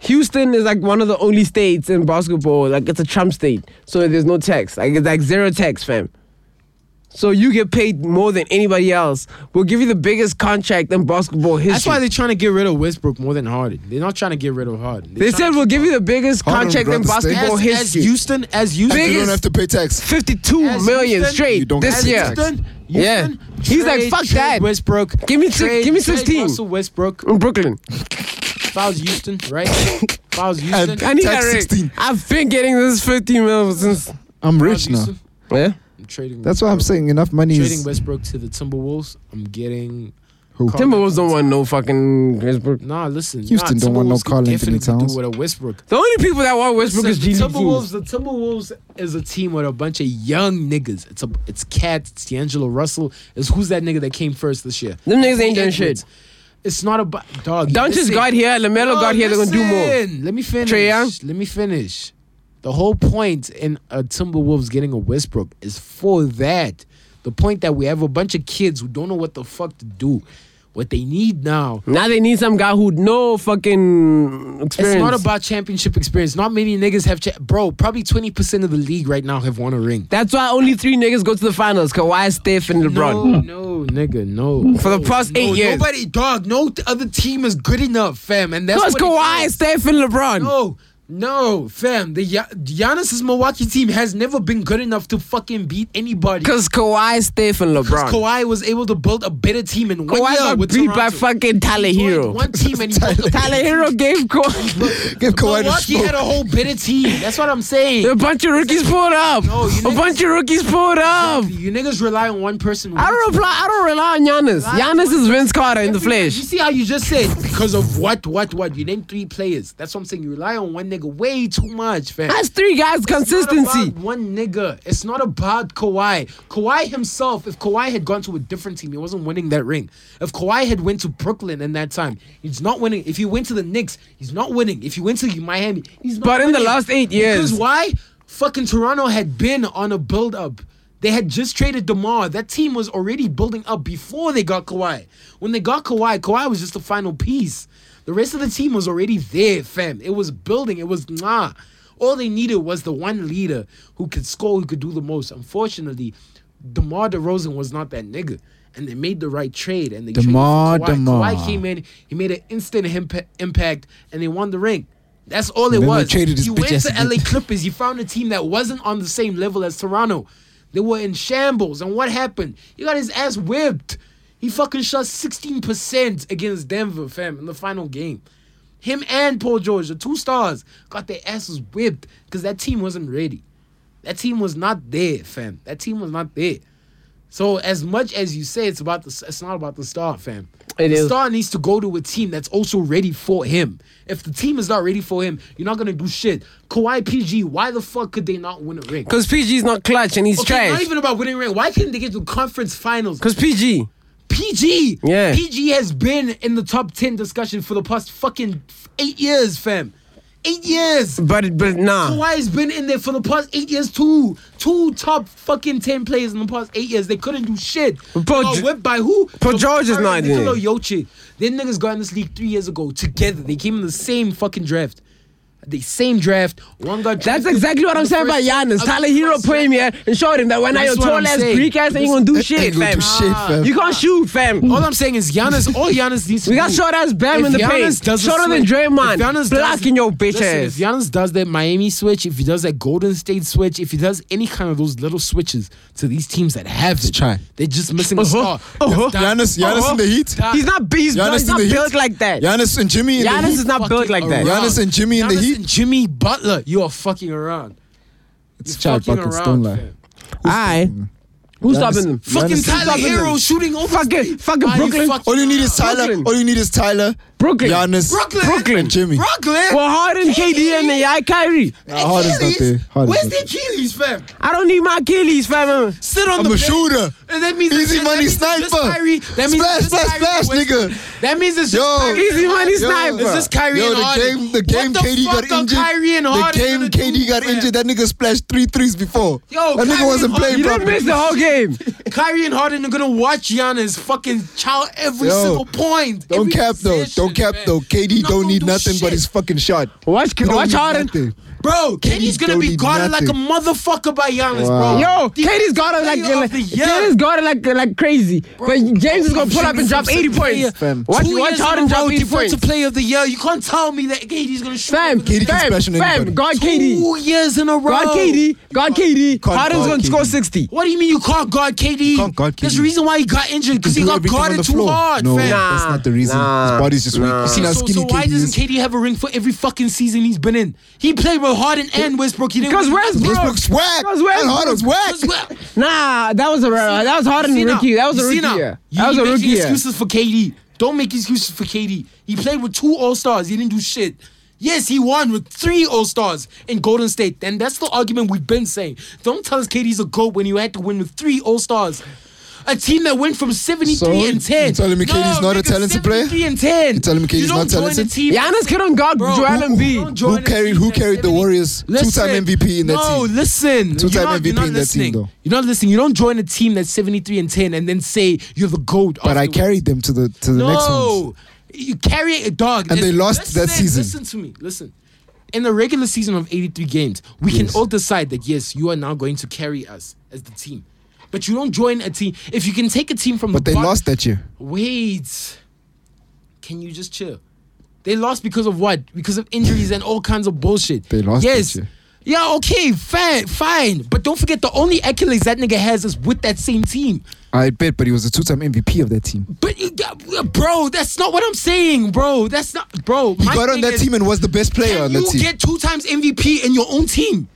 Houston is like one of the only states in basketball. Like it's a Trump state, so there's no tax. Like it's like zero tax, fam. So you get paid more than anybody else. We'll give you the biggest contract in basketball history.
That's why they're trying to get rid of Westbrook more than Harden. They're not trying to get rid of Harden.
they
They're
said
trying-
we'll give you the biggest
Harden
contract in
brought the state-
basketball
as, as
history.
Houston, as
Big
You
Houston,
don't
is-
have to pay tax.
52
As
million
Houston,
you
straight
don't get
this
as
year.
tax.
Houston,
Yeah.
Houston,
He's like,
trade-
"Fuck
trade
that."
Westbrook.
Give me six-
Trade-
give me
trade
16.
Russell Westbrook.
In Brooklyn.
If I was Houston, right? if I was Houston,
And-
if
I need
Tax
that rate.
16.
I've been getting this 50 mil since.
I'm
I was
rich now.
Houston,
Yeah?
I'm trading.
That's why I'm saying enough money
trading
is.
Westbrook to the Timberwolves. I'm getting.
Who?
Carl-
Timberwolves don't want no fucking Westbrook.
Nah, listen.
Houston
nah,
don't want no
Timberwolves could
Karl Anthony
definitely do
Towns.
with a Westbrook.
The only people that want Westbrook
Listen,
is
the
GD
Timberwolves.
fools.
The Timberwolves is a team with a bunch of young niggas. It's a it's Cat, it's D'Angelo Russell. It's who's that nigga that came first this year?
Them niggas ain't doing
Edwards.
shit.
It's not a dog.
Doncic
listen.
got here, Lamelo
Oh,
got here. They're gonna do more.
listen, Let me finish.
Trae Young?
Let me finish. The whole point in a Timberwolves getting a Westbrook is for that. The point that we have a bunch of kids who don't know what the fuck to do. What they need now
Now they need some guy who no fucking experience.
It's not about championship experience. Not many niggas have, cha- bro. Probably twenty percent of the league right now have won a ring.
That's why only three niggas go to the finals: Kawhi, Steph, and LeBron. Hmm.
No, no, nigga, no.
For the past
No,
eight years.
nobody, dog. No th- other team is good enough, fam. And that's
Because
what it
Kawhi,
is.
Steph, and LeBron.
No, no, fam. The Ya- Giannis's Milwaukee team has never been good enough to fucking beat anybody.
Because Kawhi, Steph, and LeBron.
Kawhi was able to build a better team in one
Kawhi
year
got
with
beat
Toronto.
by fucking Tyler
He joined
Hero.
One team and he built a-
Tyler Hero gave Kawhi.
Give Kawhi the
Milwaukee had
smoke.
a whole better team. That's what I'm saying.
A bunch of rookies pulled up.
No, you
a
niggas-
bunch of rookies pulled up.
You niggas rely on one person.
I don't reply. I don't rely on Giannis. Giannis is Vince Carter in the
Everybody-
flesh.
You see how you just said because of what, what, what? You named three players. That's what I'm saying. You rely on one nigga way too much, fam.
That's three guys
It's not
consistency.
about one nigga. It's not about Kawhi. Kawhi himself, if Kawhi had gone to a different team, he wasn't winning that ring. If Kawhi had went to Brooklyn in that time, he's not winning. If he went to the Knicks, he's not winning. If he went to Miami, he's not
But in the
winning.
last eight years-
Because why? Fucking Toronto had been on a build up. They had just traded DeMar. That team was already building up before they got Kawhi. When they got Kawhi, Kawhi was just the final piece. The rest of the team was already there, fam. It was building. It was nah. All they needed was the one leader who could score, who could do the most. Unfortunately, DeMar DeRozan was not that nigga. And they made the right trade. And they traded for
DeMar,
Kawhi.
DeMar.
Kawhi came in, he made an instant impa- impact, and they won the ring. That's all it
then they
was.
traded his
you
bitch
went
ass
to
again.
LA Clippers, you found a team that wasn't on the same level as Toronto. They were in shambles. And what happened? He got his ass whipped. He fucking shot 16% against Denver, fam, in the final game. Him and Paul George, the two stars, got their asses whipped because that team wasn't ready. That team was not there, fam. That team was not there. So as much as you say it's about the, it's not about the star, fam.
It
the
is.
star needs to go to a team that's also ready for him. If the team is not ready for him, you're not gonna do shit. Kawhi PG, why the fuck could they not win a ring?
Because PG's not clutch and he's
Okay,
trash.
not even about winning a ring. Why couldn't they get to conference finals?
Because PG.
PG,
Yeah.
PG has been in the top ten discussion for the past fucking eight years, fam. Eight yeys.
But but nah.
Kawhi's been in there for the past eight years too. Two top fucking ten players in the past eight years. They couldn't do shit.
Paul
got
Ge-
whipped by who?
Paul
Jabari
George is not in there.
Nikola Jokic. Them niggas got in this league three years ago together. They came in the same fucking draft. The same draft. One got
That's
drafted
exactly what
in
I'm
the
saying about
first-
Giannis.
uh,
Tyler Hero
first
put him here and showed him that when I
That's
your
what
tall
I'm
ass
saying.
Greek ass ain't gonna do shit,
Ain't gonna
fam.
do shit, fam.
You can't shoot, fam.
All I'm saying is Giannis. All Giannis needs to
We
do.
got short ass Bam
If
in the
Giannis
paint.
doesn't
Shorter than
switch-
Draymond.
if Giannis doesn't-
Blocking your bitch
listen, If
ass.
Giannis does that Miami switch, if he does that Golden State switch, if he does any kind of those little switches to these teams that have it,
try.
they're just missing a
Uh-huh.
star.
Uh-huh.
Giannis, Giannis in the heat.
Giannis
He's not
Giannis
he's, not- he's
in
not
the
built
heat.
like that.
Giannis and Jimmy in the
Giannis
heat.
is not built
fucking
like that.
around. Giannis and Jimmy in the
Giannis
Heat.
and Jimmy Butler, you are fucking around.
It's
You're
child
fucking
buckets, don't
around,
lie.
fam.
Aye. Who's
Giannis-
stopping them?
Fucking
Giannis-
Tyler Hero shooting over
Fucking fucking
Why you
Brooklyn.
fucking-
All you need is Tyler.
Brooklyn.
All you need is Tyler.
Brooklyn.
Giannis.
Brooklyn.
and Jimmy.
Brooklyn.
Well, Harden, KD, and the I Kyrie.
Nah, Harden's not there. Harden's not
Where's the
there.
Achilles, fam?
I don't need my Achilles, fam.
Sit on
I'm
the
a
bench.
shooter.
And that means
Easy
that
money
means it's just
sniper.
Kyrie. That means
Splash,
it's
splash,
just Kyrie
splash,
Westbrook.
nigga.
That means it's just
Yo.
Kyrie.
Easy money
Yo.
sniper.
It's just Kyrie
Yo,
and
the
Harden.
game, the
What
game,
the
KD
fuck
got
are
injured.
Kyrie and
the
Harden
game,
gonna
KD
do,
got
fam?
injured. That nigga splashed three threes before.
Yo,
that
Kyrie
nigga wasn't
Harden-
playing
You didn't
properly.
miss the whole game.
Kyrie and Harden are gonna watch Giannis fucking chow every
Yo,
single point.
Don't
every
cap though.
possession,
Don't cap
fam.
though. KD
Not
don't
gonna
need
do
nothing but
shit.
his fucking shot.
Watch,
He don't
watch
need
Harden.
nothing.
Bro, Katie's gonna
don't
be
need
guarded like
nothing.
a motherfucker by Giannis,
Wow.
bro.
Yo,
The
Katie's got it like,
player
like
of the year.
Katie's got it like like crazy. but James is gonna pull up and drop 80 points.
Fam.
Watch,
Two
watch
years in a
Harden drop
row,
80 points.
defensive player of the year. You can't tell me that Katie's gonna shoot.
Fam,
over the-
KD can
fam,
smash on anybody.
fam, guard KD.
Two years in a row.
Guard KD. Guard KD.
guard
Harden's gonna
KD.
score 60.
What do you mean you can't guard KD?
can't guard
There's
KD.
a reason why he got injured because he
do
got
everything on
guarded
the
too
floor.
hard,
No,
fam.
that's not the reason.
Nah.
His body's just weak. You seen
So,
how
so
skinny
why
KD
doesn't
is?
KD have a ring for every fucking season he's been in? He played with Harden and Westbrook. He didn't.
Because Westbrook.
Westbrook's whack.
Because Westbrook-
And Harden's whack.
Because West-
Nah, that was a that was Harden
You see now?
rookie. That was a
You see now?
rookie year.
You
That was a
making
rookie year.
Excuses for KD. Don't make excuses for KD. He played with two All Stars. He didn't do shit. Yes, he won with three All Stars in Golden State, and that's the argument we've been saying. Don't tell us KD's a goat when you had to win with three All Stars. A team that went from 73
So,
and 10.
you telling me KD is not a
nigga,
talented player?
73 and 10. You
telling me KD is
don't
not
join a
talented?
Team
Giannis couldn't guard
Bro,
Joel
who-
Embiid.
don't join
Who
a
carried-
team
who
that's
carried the
70
Warriors? Two-time MVP in that
no,
team.
listen.
Two-time
You're not-
MVP
you're not
in that team,
listening.
though.
You're not listening. You don't join a team that's 73 and 10 and then say you're the GOAT.
But I
afterwards.
carried them to the to the next ones.
No. You carry a dog.
And they lost that
listen,
season.
Listen to me. Listen. In the regular season of 83 games, we can all decide that, yes, you are now going to carry us as the team. But you don't join a team. If you can take a team from
But
the
they
bottom-
lost that year.
Wait. Can you just chill? They lost because of what? Because of injuries and all kinds of bullshit.
They lost
Yes.
that year.
Yeah, okay, fine, fine. But don't forget the only accolades that nigga has is with that same team.
I bet, but he was a two-time MVP of that team.
But you got, bro, that's not what I'm saying, bro. That's not, bro.
He got on that team and was the best player
can
on
you
that team.
get two times MVP in your own team?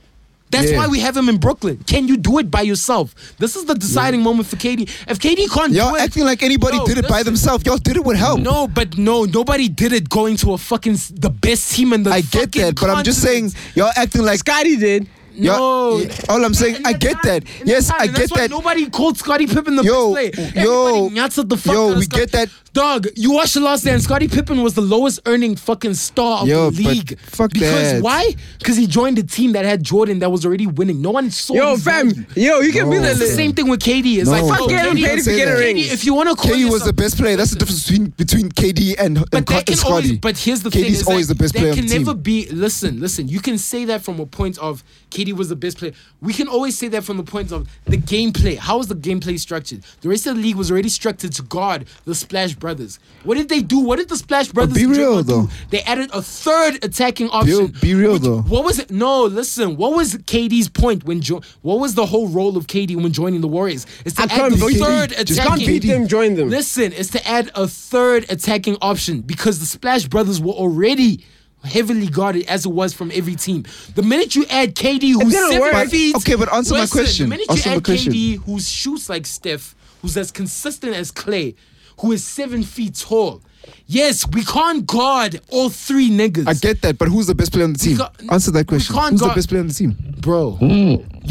That's
Yeah.
why we have him in Brooklyn. Can you do it by yourself? This is the deciding moment for KD. If KD can't
Y'all
do it,
acting like anybody
No,
did it by
listen.
themselves. Y'all did it with help.
No, but no, nobody did it going to a fucking s- the best team in the.
I get
fucking
that, but I'm just saying
continent.
y'all acting like
Scotty did.
y'all-
No.
All I'm saying,
And
I
that's
get
not-
that.
and
Yes,
that's
I
not- that's
get
why
that.
Nobody called Scottie Pippen the
Yo,
best player.
yo,
Everybody nyats at the fuck
yo,
out of
we
Scottie.
get that.
Dog, you watched the last dance. Scottie Pippen was the lowest earning fucking star of
Yo,
the
but
league.
fuck
because
that.
why? Because he joined a team that had Jordan that was already winning. No one saw.
Yo,
his
fam.
value.
Yo, you can be
No,
the
It's the same thing with KD. It's
No,
like
Fuck
bro,
it,
Get him
Don't
KD,
paid
say
to get a
that.
ring.
KD, if you want to call
KD was
yourself-
the best player. That's the difference between between KD and and,
But
Co-
that
and
can always,
Scotty.
but here's the
KD's
thing: is
always
that
the best
there
player on
can
the team.
never be. Listen, listen. You can say that from a point of KD was the best player. We can always say that from the point of the gameplay. How was the gameplay structured? The rest of the league was already structured to guard the Splash Brothers. What did they do? What did the Splash Brothers
be
in
real,
Draymond do?
though.
They added a third attacking option.
be real,
which-
though.
What was it? No, listen. What was KD's point when? Jo- what was the whole role of KD when joining the Warriors? It's to
I
add
can't
the
beat KD.
third
Just
attacking.
can't
Can't beat them, join them.
Listen, is to add a third attacking option because the Splash Brothers were already heavily guarded as it was from every team. The minute you add KD, who's
didn't
seven
work.
feet,
Okay, but answer my
listen,
question.
The minute
Answer
you
my
add
question.
KD, who shoots like Steph, who's as consistent as Clay, who is seven feet tall. Yes, we can't guard all three niggas.
I get that, but who's the best player on the team?
ca-
Answer that question.
can't
Who's
guard-
the best player on the team?
bro. You're
Hmm.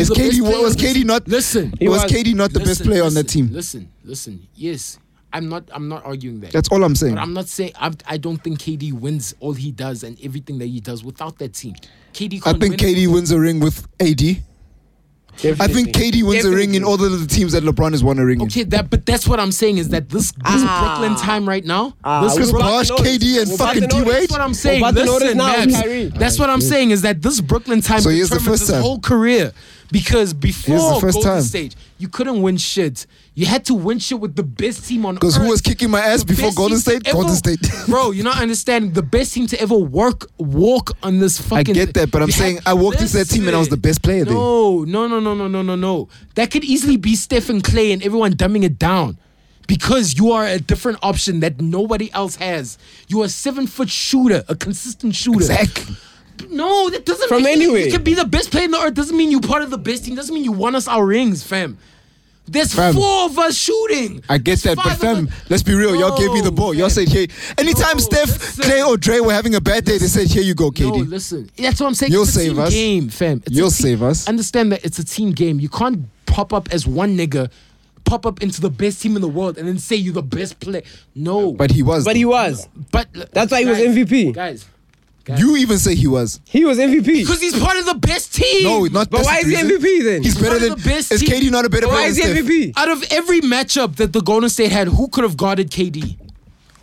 Is
the best
KD
player
was
on the
KD
team.
not
Listen.
Was
was-
KD not the best
Listen,
player on
listen,
that team?
Listen, listen. Yes, I'm not. I'm not arguing that.
That's all I'm saying.
But I'm not saying I'm, I don't think KD wins all he does and everything that he does without that team. KD.
I
Can't
think
win
KD wins a ring with AD. I think KD wins a ring in all the little teams that LeBron has won a ring in.
Okay, that but that's what I'm saying is that this, this
Ah.
Brooklyn time right now.
Uh,
this
Chris
Brooklyn-
Bosh, KD, and
We're
fucking
about to
D
notice.
Wade.
That's what I'm saying.
Well, but the
Listen,
notice now Ah, is
Mavs,
Kyrie.
that's what I'm saying is that this Brooklyn time
So here's the
determines
first
his
time.
whole career because before
Here's the first
Golden
time.
State, you couldn't win shit. You had to win shit with the best team on
Because
earth.
who was kicking my ass
The
before
best
Golden
team
State?
to ever-
Golden State.
bro, you're not understanding. The best team to ever work walk on this fucking.
get that, but I'm
You
saying I walked into that team and I was the best player there.
No, no, no, no, no, no, no, no. That could easily be Stephen Clay and everyone dumbing it down. Because you are a different option that nobody else has. You are a seven foot shooter, a consistent shooter.
Exactly.
No, that doesn't
From
mean
anywhere.
You can be the best player in the earth. Doesn't mean you're part of the best team. Doesn't mean you won us our rings, fam. There's
Fam.
four of us shooting.
I get that, but
Five of
fam,
us-
let's be real. Y'all gave me the
No,
ball. Y'all
fam.
said, "Hey." Anytime
No,
Steph,
listen.
Clay, or Dre were having a bad day, they said, "Here you go,
No,
KD."
listen. That's what I'm saying.
You'll
it's a
save
team
us.
game, fam. It's a
You'll
team-
save us.
Understand that it's a team game. You can't pop up as one nigga, pop up into the best team in the world, and then say you're the best player. No,
but he was.
But he was.
but
That's why he was
guys,
MVP.
guys.
you even say he was.
He was MVP.
Because he's part of the best team.
No, not.
But
that's
why
the
is he
reason.
MVP then?
He's better
one of
than.
the best
Is
team.
KD not a better
Why
player
is he
than Steph?
MVP?
out of every matchup that the Golden State had, who could have guarded KD?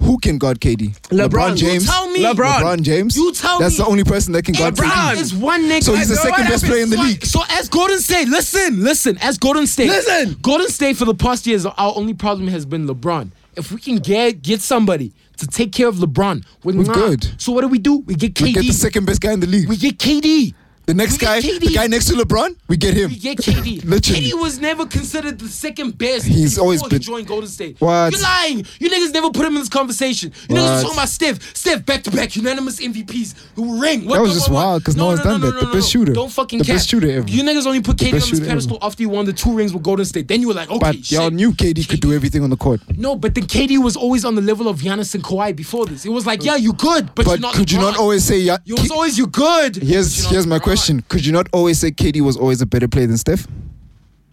Who can guard KD?
LeBron. You tell me.
LeBron,
LeBron.
James.
You tell
That's
me.
the only person that can guard
LeBron
KD.
is one nigga.
So he's the
LeBron
second best
is
player in the
one-
league.
So as Golden State, listen, listen. As Golden State,
Listen.
Golden State for the past years, our only problem has been LeBron. If we can get get somebody to take care of LeBron, we're,
We're
not.
good.
So what do we do? We get KD.
We get the second best guy in the league.
We get KD.
the next
we get
guy,
KD.
the guy next to LeBron, we get him.
We get KD.
Literally.
KD was never considered the second best.
He's
before
always
he
been-
joined Golden State.
What?
You're lying. You niggas never put him in this conversation. You niggas
What?
was talking about Steph. Steph back to back unanimous MVPs who ring. What
That was
the-
just
what- what-
wild 'cause no one's done that. The best shooter.
Don't fucking
The
cap.
best shooter ever.
You niggas only put KD on
best
this
shooter ever.
pedestal after he won the two rings with Golden State. Then you were like, okay,
but
shit.
y'all knew KD could do everything on the court.
No, but then KD was always on the level of Giannis and Kawhi before this. It was like, yeah, you good, but, you're
But
not.
could you not
LeBron.
always say yeah?
You was always you good. but you're
Here's
not
here's my
LeBron.
question. Could you not always say KD was always a better player than Steph?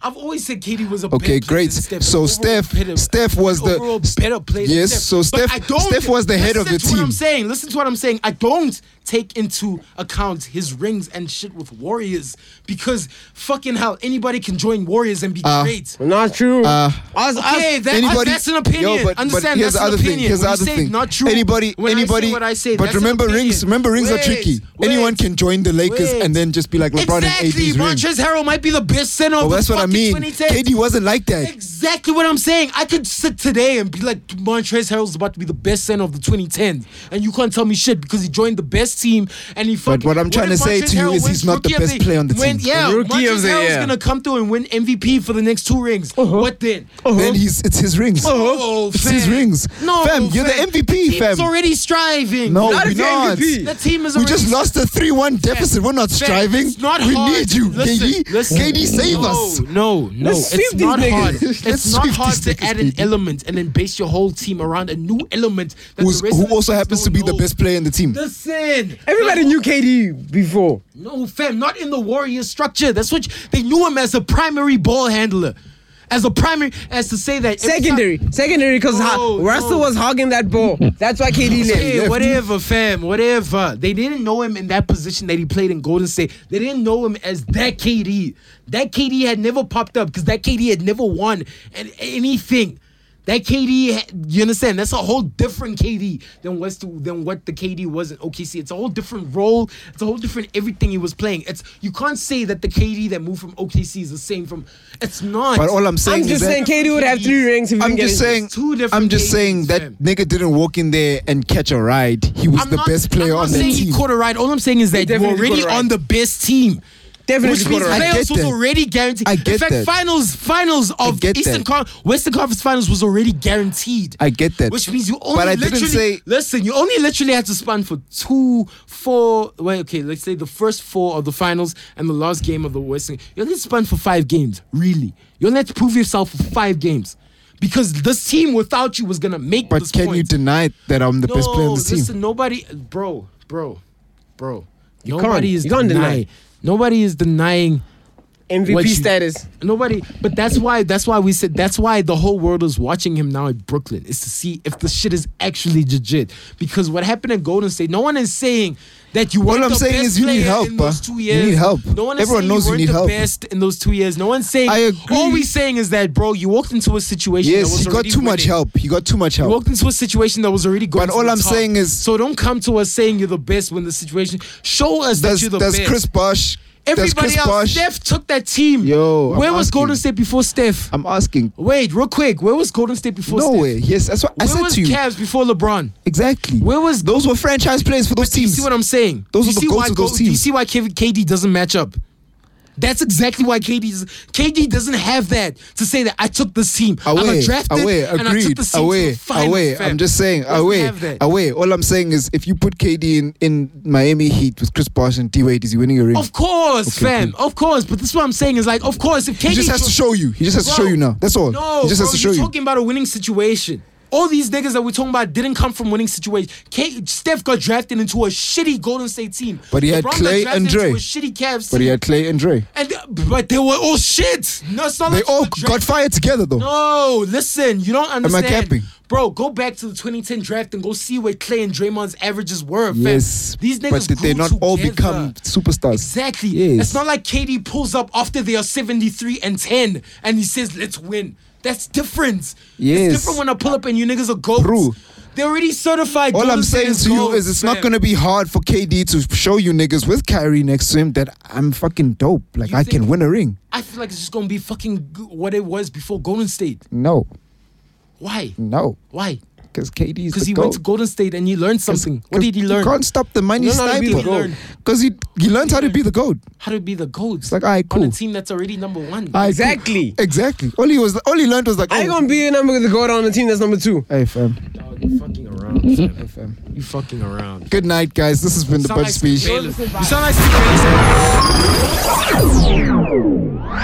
I've always said KD was a
Okay,
better player
great.
than Steph.
So
Overall
Steph,
better-
Steph was the
overall better player. than
Yes,
Steph.
so
But
Steph,
I don't-
Steph was the head of the
listen to What I'm
team.
saying, listen to what I'm saying. I don't take into account his rings and shit with Warriors because fucking hell, anybody can join Warriors and be great.
Not true.
Uh,
us,
Okay, that,
Ah. anybody-
that's an opinion.
Yo, but- but
Understand?
here's
that's
the
an
other thing,
opinion.
here's the
When you
other
say
thing.
Not true.
Anybody-
when I
anybody-
say what I say,
but
that's an
remember
opinion.
rings- remember rings are
Wait,
tricky. Anyone can join the Lakers and then just be like LeBron and
Exactly.
AD's ring.
Montrezl Harrell might be the best center
Well,
of the
that's what I
fucking
mean.
2010s.
KD wasn't like that.
Exactly what I'm saying. I could sit today and be like, Montrezl Harrell's about to be the best center of the 2010s, and you can't tell me shit because he joined the best team and he. Fucking,
what I'm trying
if
to say
Montrezl
to you
Harrell
is he's
wins
not the
Rookie of
best player on the Uh-huh. team.
when- Yeah,
Rookie
Montrezl
of the
Harrell's
year.
gonna come through and win MVP for the next two rings. What then?
Then he's it's his rings.
Oh,
it's
fam.
his rings.
No,
fam, you're
fam.
the MVP,
Team's
fam.
already striving.
No,
Not
we're
the
not.
MVP. The team is
We
already
just lost a 3-1 deficit. We're not
Fam,
striving.
It's not
we
hard.
need you,
Listen,
KD.
listen.
KD, save
no,
us.
No, no,
Let's
it's
sweep
not
these
hard.
niggas. Let's
It's not
sweep
hard
these
to
niggas,
add an
KD.
element and then base your whole team around a new element that
Who's,
the rest
who
of the
also
teams
happens to
don't
be the
know.
best player in the team.
Listen,
Everybody knew KD before.
No, fam, not in the Warriors structure. That's what you- they knew him as a primary ball handler, as a primary, as to say that every time-
Secondary, secondary, because
Oh,
No,
Russell
no.
was hogging that ball. That's why KD
Yeah,
left.
whatever, fam, whatever. They didn't know him in that position that he played in Golden State. They didn't know him as that KD. That KD had never popped up because that KD had never won and anything. That KD, had- you understand? That's a whole different KD than what's to, than what the KD was in OKC. It's a whole different role. It's a whole different everything he was playing. It's you can't say that the KD that moved from OKC is the same from. It's not.
But all I'm saying
I'm
is
just saying
that
KD would have three rings if he
I'm
didn't
just
get
saying.
It's two different
I'm just saying
games,
that
fam.
nigga didn't walk in there and catch a ride. He was
I'm
the
not-
best player
I'm not
on the
saying
team.
He caught a ride. All I'm saying is that you're
definitely
already
caught a ride.
on the best team.
Definitely
Which
caught
means
a ride.
I
playoffs
get
was
that.
already guaranteed.
I get
In fact,
that.
finals finals of
get
Eastern
that.
Con- Western Conference Finals was already guaranteed.
I get that.
Which means you only
But I didn't
literally
say-
listen. You only literally had to span for two, four. Well, okay, let's say the first four of the finals and the last game of the Western. You only spun for five games, really. You only had to prove yourself for five games. Because this team without you was gonna make
But
this
can
point
you deny that I'm the best player on the team?
listen, nobody, bro, bro, bro. nobody
can't-
is
you can't deny
denying.
it.
Nobody is denying.
MVP
What you-
Oh.
status.
Nobody, but that's why. That's why we said. That's why the whole world is watching him now at Brooklyn is to see if the shit is actually legit. Because what happened at Golden State, no one is saying that you
All
weren't
I'm
the
saying
best
is you need
player
help,
in those
bruh.
two
You
years.
need help.
No one is
Everyone
saying
knows you
weren't
need
the
help.
best in those two years. No one's saying.
I agree.
All we're saying is that, bro, you walked into a situation. that
Yes,
was
he got
already
too much
winning.
help. He got too much
You
help.
walked into a situation that was already going.
Oh. But
to
all
the
I'm
top.
saying is-
so don't come to us saying you're the best when the situation. Show us
That's
that you're the
that's
best.
Chris Bosh. that's
Everybody
Chris
else,
Bosh.
Steph took that team.
Yo, I'm
where was
asking.
Golden State before Steph?
I'm asking.
Wait, real quick, where was Golden State before
No
Steph?
way. Yes, that's what I
Where
said
was
to you.
Cavs before LeBron?
Exactly.
Where was
Those were franchise players for those
Do you
teams.
see what I'm saying?
Those are
Do you
the
see
goats
why
of those
Go- Do you
teams.
see why K- KD doesn't match up? That's exactly why KD does, KD doesn't have that to say that I took this team. I'm
Away,
drafted
away,
and I took
agreed.
this team to
Away,
the finals,
away.
fam.
I'm just saying,
Doesn't
away,
have that.
away. All I'm saying is, if you put KD in, in Miami Heat with Chris Bosh and D Wade, is he winning a ring?
Of course, fam. Of course. But this is what I'm saying is like, of course, if KD
he just has to show you. He just has to show
Bro,
you now. That's all.
No,
he just
bro,
has to show
you're
you.
talking about a winning situation. All these niggas that we're talking about didn't come from winning situations. K- Steph got drafted into a shitty Golden State team.
But he had
LeBron got
Clay
drafted
and Dre.
Into a shitty Cavs
But he
team.
had Clay and Dre.
and th- but they were all shit. No, it's not
They
like you
all
dra-
got fired together though.
No, listen, you don't understand.
capping?
Bro, go back to the 2010 draft and go see what Clay and Draymond's averages were. Fam.
Yes,
these niggas.
but did they
grew
not all
together.
become superstars?
Exactly.
Yes.
It's not like KD pulls up after they are 73 and 10 and he says, let's win. That's different.
Yes.
It's different when I pull up and you niggas are goats.
True.
They're already certified.
All
gold
I'm saying
standards
to you
goats,
is it's not
fam.
gonna be hard for KD to show you niggas with Kyrie next to him that I'm fucking dope. Like
You
I
think-
can win a ring.
I feel like it's just gonna be fucking g- what it was before Golden State.
No,
Why?
no,
Why?
because KD is
Because
the
he
goat.
went to Golden State and he learned something. What
'Cause
did he learn?
You can't stop the mighty
Learn how to be the
sniper.
goat.
Because he he learned how to be the goat.
How to be the goats
It's like, alright,
on
cool.
a team that's already number one.
Aight, cool.
Exactly.
Exactly. All he was all he learned was like,
I ain't
oh,
gonna be a number the goat on the team that's number two.
hey fam,
Dog, you fucking around. fam.
hey fam.
you fucking around.
Good night, guys. This has been the
Sound
Bud
like
Speech.
Baylor. You sound like Steve Baylor.